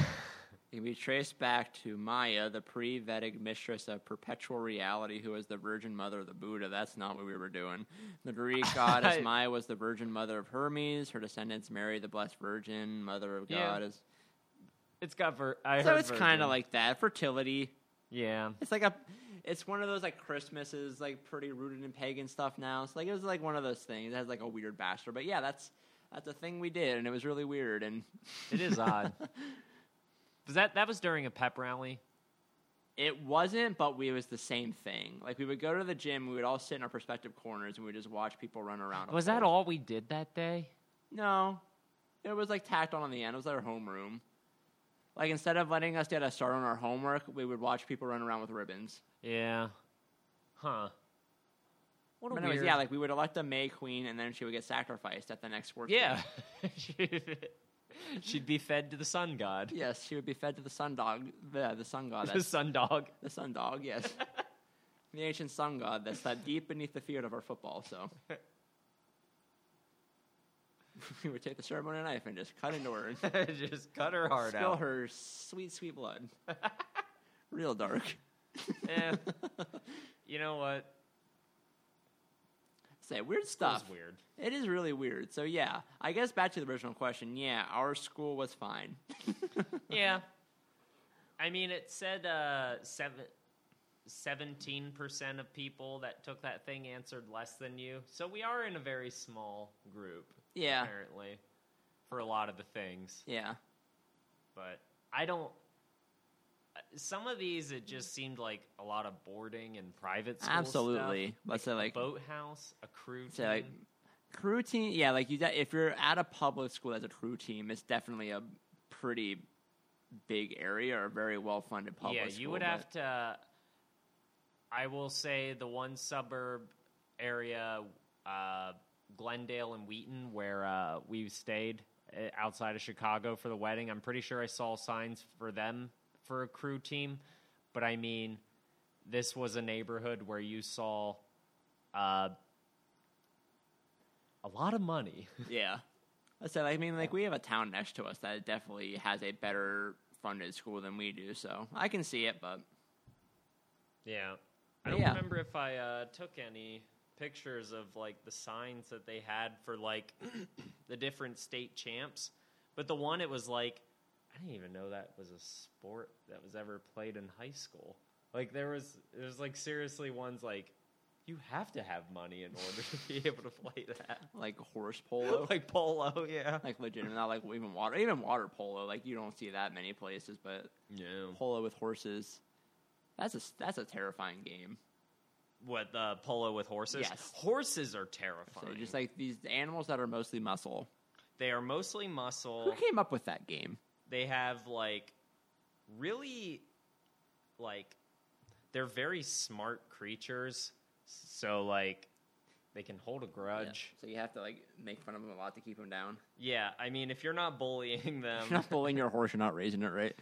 [SPEAKER 2] It can be traced back to Maya, the pre Vedic mistress of perpetual reality, who was the virgin mother of the Buddha. That's not what we were doing. The
[SPEAKER 1] (laughs)
[SPEAKER 2] Greek goddess Maya was the virgin mother of Hermes. Her descendants Mary, the blessed virgin, mother of
[SPEAKER 1] Yeah.
[SPEAKER 2] God. Is
[SPEAKER 1] (laughs) it's got. Ver- I
[SPEAKER 2] So
[SPEAKER 1] heard
[SPEAKER 2] it's kind
[SPEAKER 1] virgin.
[SPEAKER 2] of like that. Fertility.
[SPEAKER 1] Yeah.
[SPEAKER 2] It's like a. It's one of those like Christmases, like pretty rooted in pagan stuff now. So like it was like one of those things. It has like a weird bastard, but yeah, that's that's a thing we did, and it was really weird. And
[SPEAKER 1] It is
[SPEAKER 2] (laughs)
[SPEAKER 1] odd. Was that that was during a pep rally?
[SPEAKER 2] It wasn't, but we it was the same thing. Like we would go to the gym, we would all sit in our perspective corners, and we would just watch people run around. a
[SPEAKER 1] Was that
[SPEAKER 2] pool.
[SPEAKER 1] all we did that day?
[SPEAKER 2] No, it was like tacked on on the end. It was our homeroom. Like instead of letting us get a start on our homework, we would watch people run around with ribbons.
[SPEAKER 1] Yeah. Huh. What a
[SPEAKER 2] But anyways, yeah, like we would elect a May Queen, and then she would get sacrificed at the next work.
[SPEAKER 1] yeah. (laughs) She'd be fed to the sun god.
[SPEAKER 2] Yes, she would be fed to the sun dog, the, the sun
[SPEAKER 1] (laughs)
[SPEAKER 2] god,
[SPEAKER 1] The
[SPEAKER 2] that's,
[SPEAKER 1] sun dog.
[SPEAKER 2] (laughs) the sun dog.
[SPEAKER 1] (laughs)
[SPEAKER 2] Yes, the ancient sun god that sat deep beneath the field of our football.
[SPEAKER 1] (laughs)
[SPEAKER 2] So we would take the ceremonial knife and just cut
[SPEAKER 1] (laughs)
[SPEAKER 2] into her.
[SPEAKER 1] Just cut her heart
[SPEAKER 2] Spill
[SPEAKER 1] out.
[SPEAKER 2] her sweet, sweet
[SPEAKER 1] (laughs)
[SPEAKER 2] blood. Real dark. (laughs)
[SPEAKER 1] Eh, you know what?
[SPEAKER 2] Say weird
[SPEAKER 1] That was
[SPEAKER 2] stuff. (laughs)
[SPEAKER 1] weird.
[SPEAKER 2] It is really weird. So yeah, I guess back to the original question. Yeah, our school was
[SPEAKER 1] (laughs)
[SPEAKER 2] fine.
[SPEAKER 1] Yeah. I mean, it said uh, seven, 17% of people that took that thing answered less than you. So we are in a very small group,
[SPEAKER 2] Yeah.
[SPEAKER 1] apparently, for a lot of the things.
[SPEAKER 2] Yeah.
[SPEAKER 1] But I don't. uh, Some of these, it just seemed like a lot of boarding and private school
[SPEAKER 2] Absolutely. Let's say like
[SPEAKER 1] Stuff. Boathouse, a crew
[SPEAKER 2] say like
[SPEAKER 1] team.
[SPEAKER 2] crew team. Yeah, like you. de- If you're at a public school as a crew team, it's definitely a pretty big area or a very well funded public.
[SPEAKER 1] yeah, you
[SPEAKER 2] school,
[SPEAKER 1] would
[SPEAKER 2] but-
[SPEAKER 1] have to. I will say the one suburb area, uh, Glendale and Wheaton, where uh, we stayed eh, outside of Chicago for the wedding. I'm pretty sure I saw signs for them for a crew team, but I mean, this was a neighborhood where you saw uh, a lot of money.
[SPEAKER 2] (laughs) Yeah. I said, I mean, like, we have a town next to us that definitely has a better funded school than we do, so I can see it, but
[SPEAKER 1] Yeah. I don't
[SPEAKER 2] Yeah.
[SPEAKER 1] remember if I uh, took any pictures of like the signs that they had for like (clears throat) the different state champs, but the one it was like I didn't even know that was a sport that was ever played in high school. Like there was there was like seriously ones like you have to have money in order to be (laughs) able to play that.
[SPEAKER 2] like horse polo.
[SPEAKER 1] (laughs)
[SPEAKER 2] like,
[SPEAKER 1] like polo, yeah.
[SPEAKER 2] legitimate, not like even water, even water polo. Like, you don't see that many places, but
[SPEAKER 1] No.
[SPEAKER 2] polo with horses. That's a that's a terrifying game.
[SPEAKER 1] What the polo with horses?
[SPEAKER 2] Yes.
[SPEAKER 1] Horses are
[SPEAKER 2] So
[SPEAKER 1] terrifying.
[SPEAKER 2] just like these animals that are mostly muscle,
[SPEAKER 1] They are mostly muscle.
[SPEAKER 2] Who came up with that game?
[SPEAKER 1] they have like really like they're very smart creatures so like they can hold a grudge
[SPEAKER 2] So you have to like make fun of them a lot to keep them down.
[SPEAKER 1] yeah, i mean if you're not bullying
[SPEAKER 2] (laughs) you're
[SPEAKER 1] them
[SPEAKER 2] not pulling your horse, you're not raising it, (laughs) right?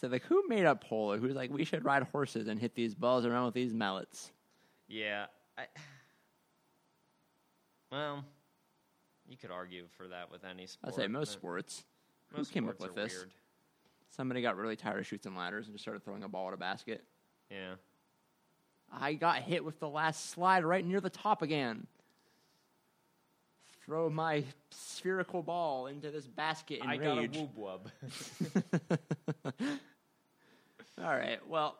[SPEAKER 2] So like, who made up polo? Who's like, we should ride horses and hit these balls around with these mallets?
[SPEAKER 1] (laughs) yeah I, well you could argue for that with any
[SPEAKER 2] I
[SPEAKER 1] sport
[SPEAKER 2] say most
[SPEAKER 1] but
[SPEAKER 2] sports.
[SPEAKER 1] most
[SPEAKER 2] who came up
[SPEAKER 1] sports
[SPEAKER 2] with
[SPEAKER 1] are
[SPEAKER 2] this?
[SPEAKER 1] weird.
[SPEAKER 2] Somebody got really tired of shoots and ladders and just started throwing a ball at a basket.
[SPEAKER 1] yeah
[SPEAKER 2] I got hit with the last slide right near the top again. Throw my spherical ball into this basket in
[SPEAKER 1] i got a
[SPEAKER 2] rage.
[SPEAKER 1] woob wub
[SPEAKER 2] (laughs) All right. Well,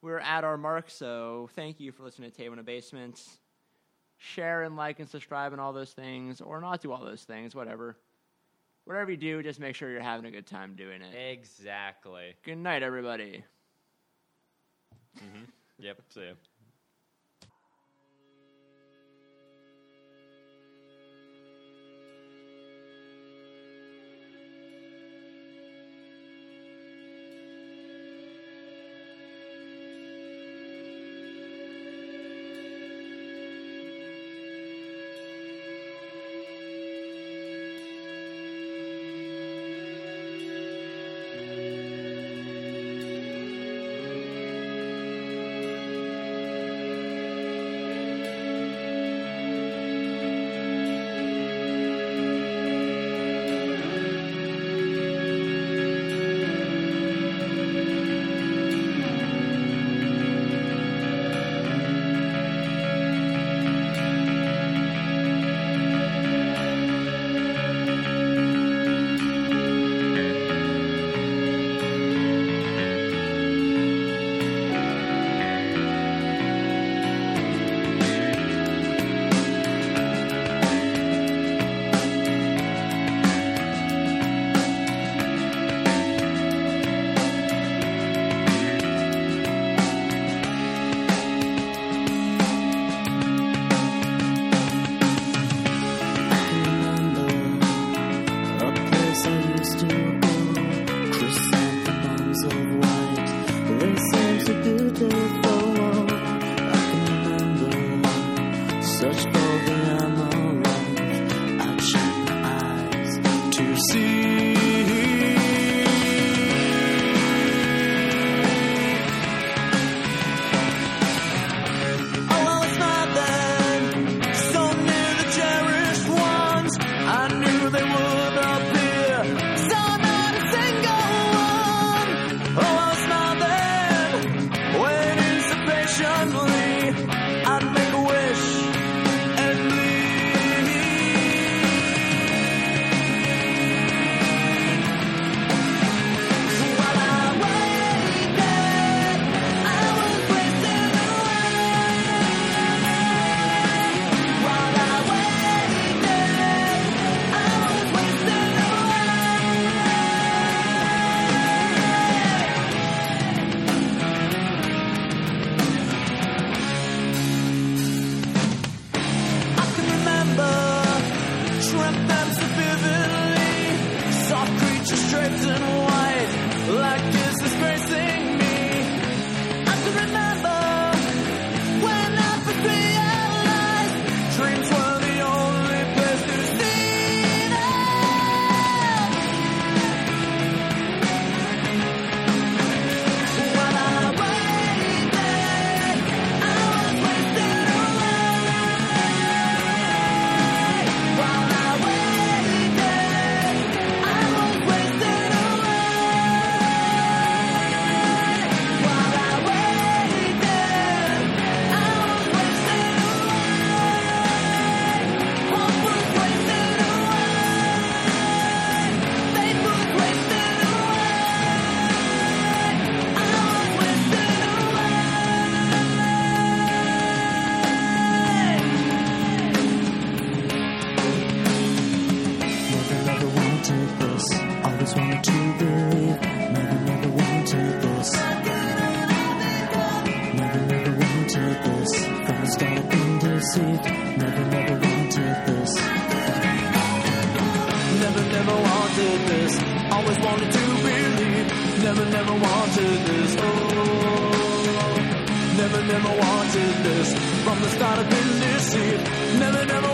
[SPEAKER 2] we're at our mark, so thank you for listening to Table in a Basement. Share and like and subscribe and all those things, or not do all those things, whatever. Whatever you do, just make sure you're having a good time doing it.
[SPEAKER 1] (laughs) exactly
[SPEAKER 2] Good night, everybody.
[SPEAKER 1] yep see ya.
[SPEAKER 3] Oh, Search for the emerald. I shut my eyes to see. Oh well, it's not bad. So near the cherished ones, I knew they would appear. So not a single one. Oh well, it's not bad. Waiting so patiently, I'd make a wish and leave. While I waited, I was wasting away. While I waited, I was wasting away. I can remember tripping so vividly. Soft creatures draped in white, like this is facing me. I can remember when I first realized dreams were the only place to see them. While I waited, I was wasting away. While I waited, I was wasting away. While I waited, I was wasting away. Hope was wasting away. Faith was wasting away. I was wasting away. Never, never wanted this. Always wanted to believe. Never, never wanted this. Never, never wanted this. From the start, I've been deceived. Never, never wanted this. Always wanted to believe, never, never wanted this. Oh, never, never wanted this. Oh. From the start, I've been deceived. Never, never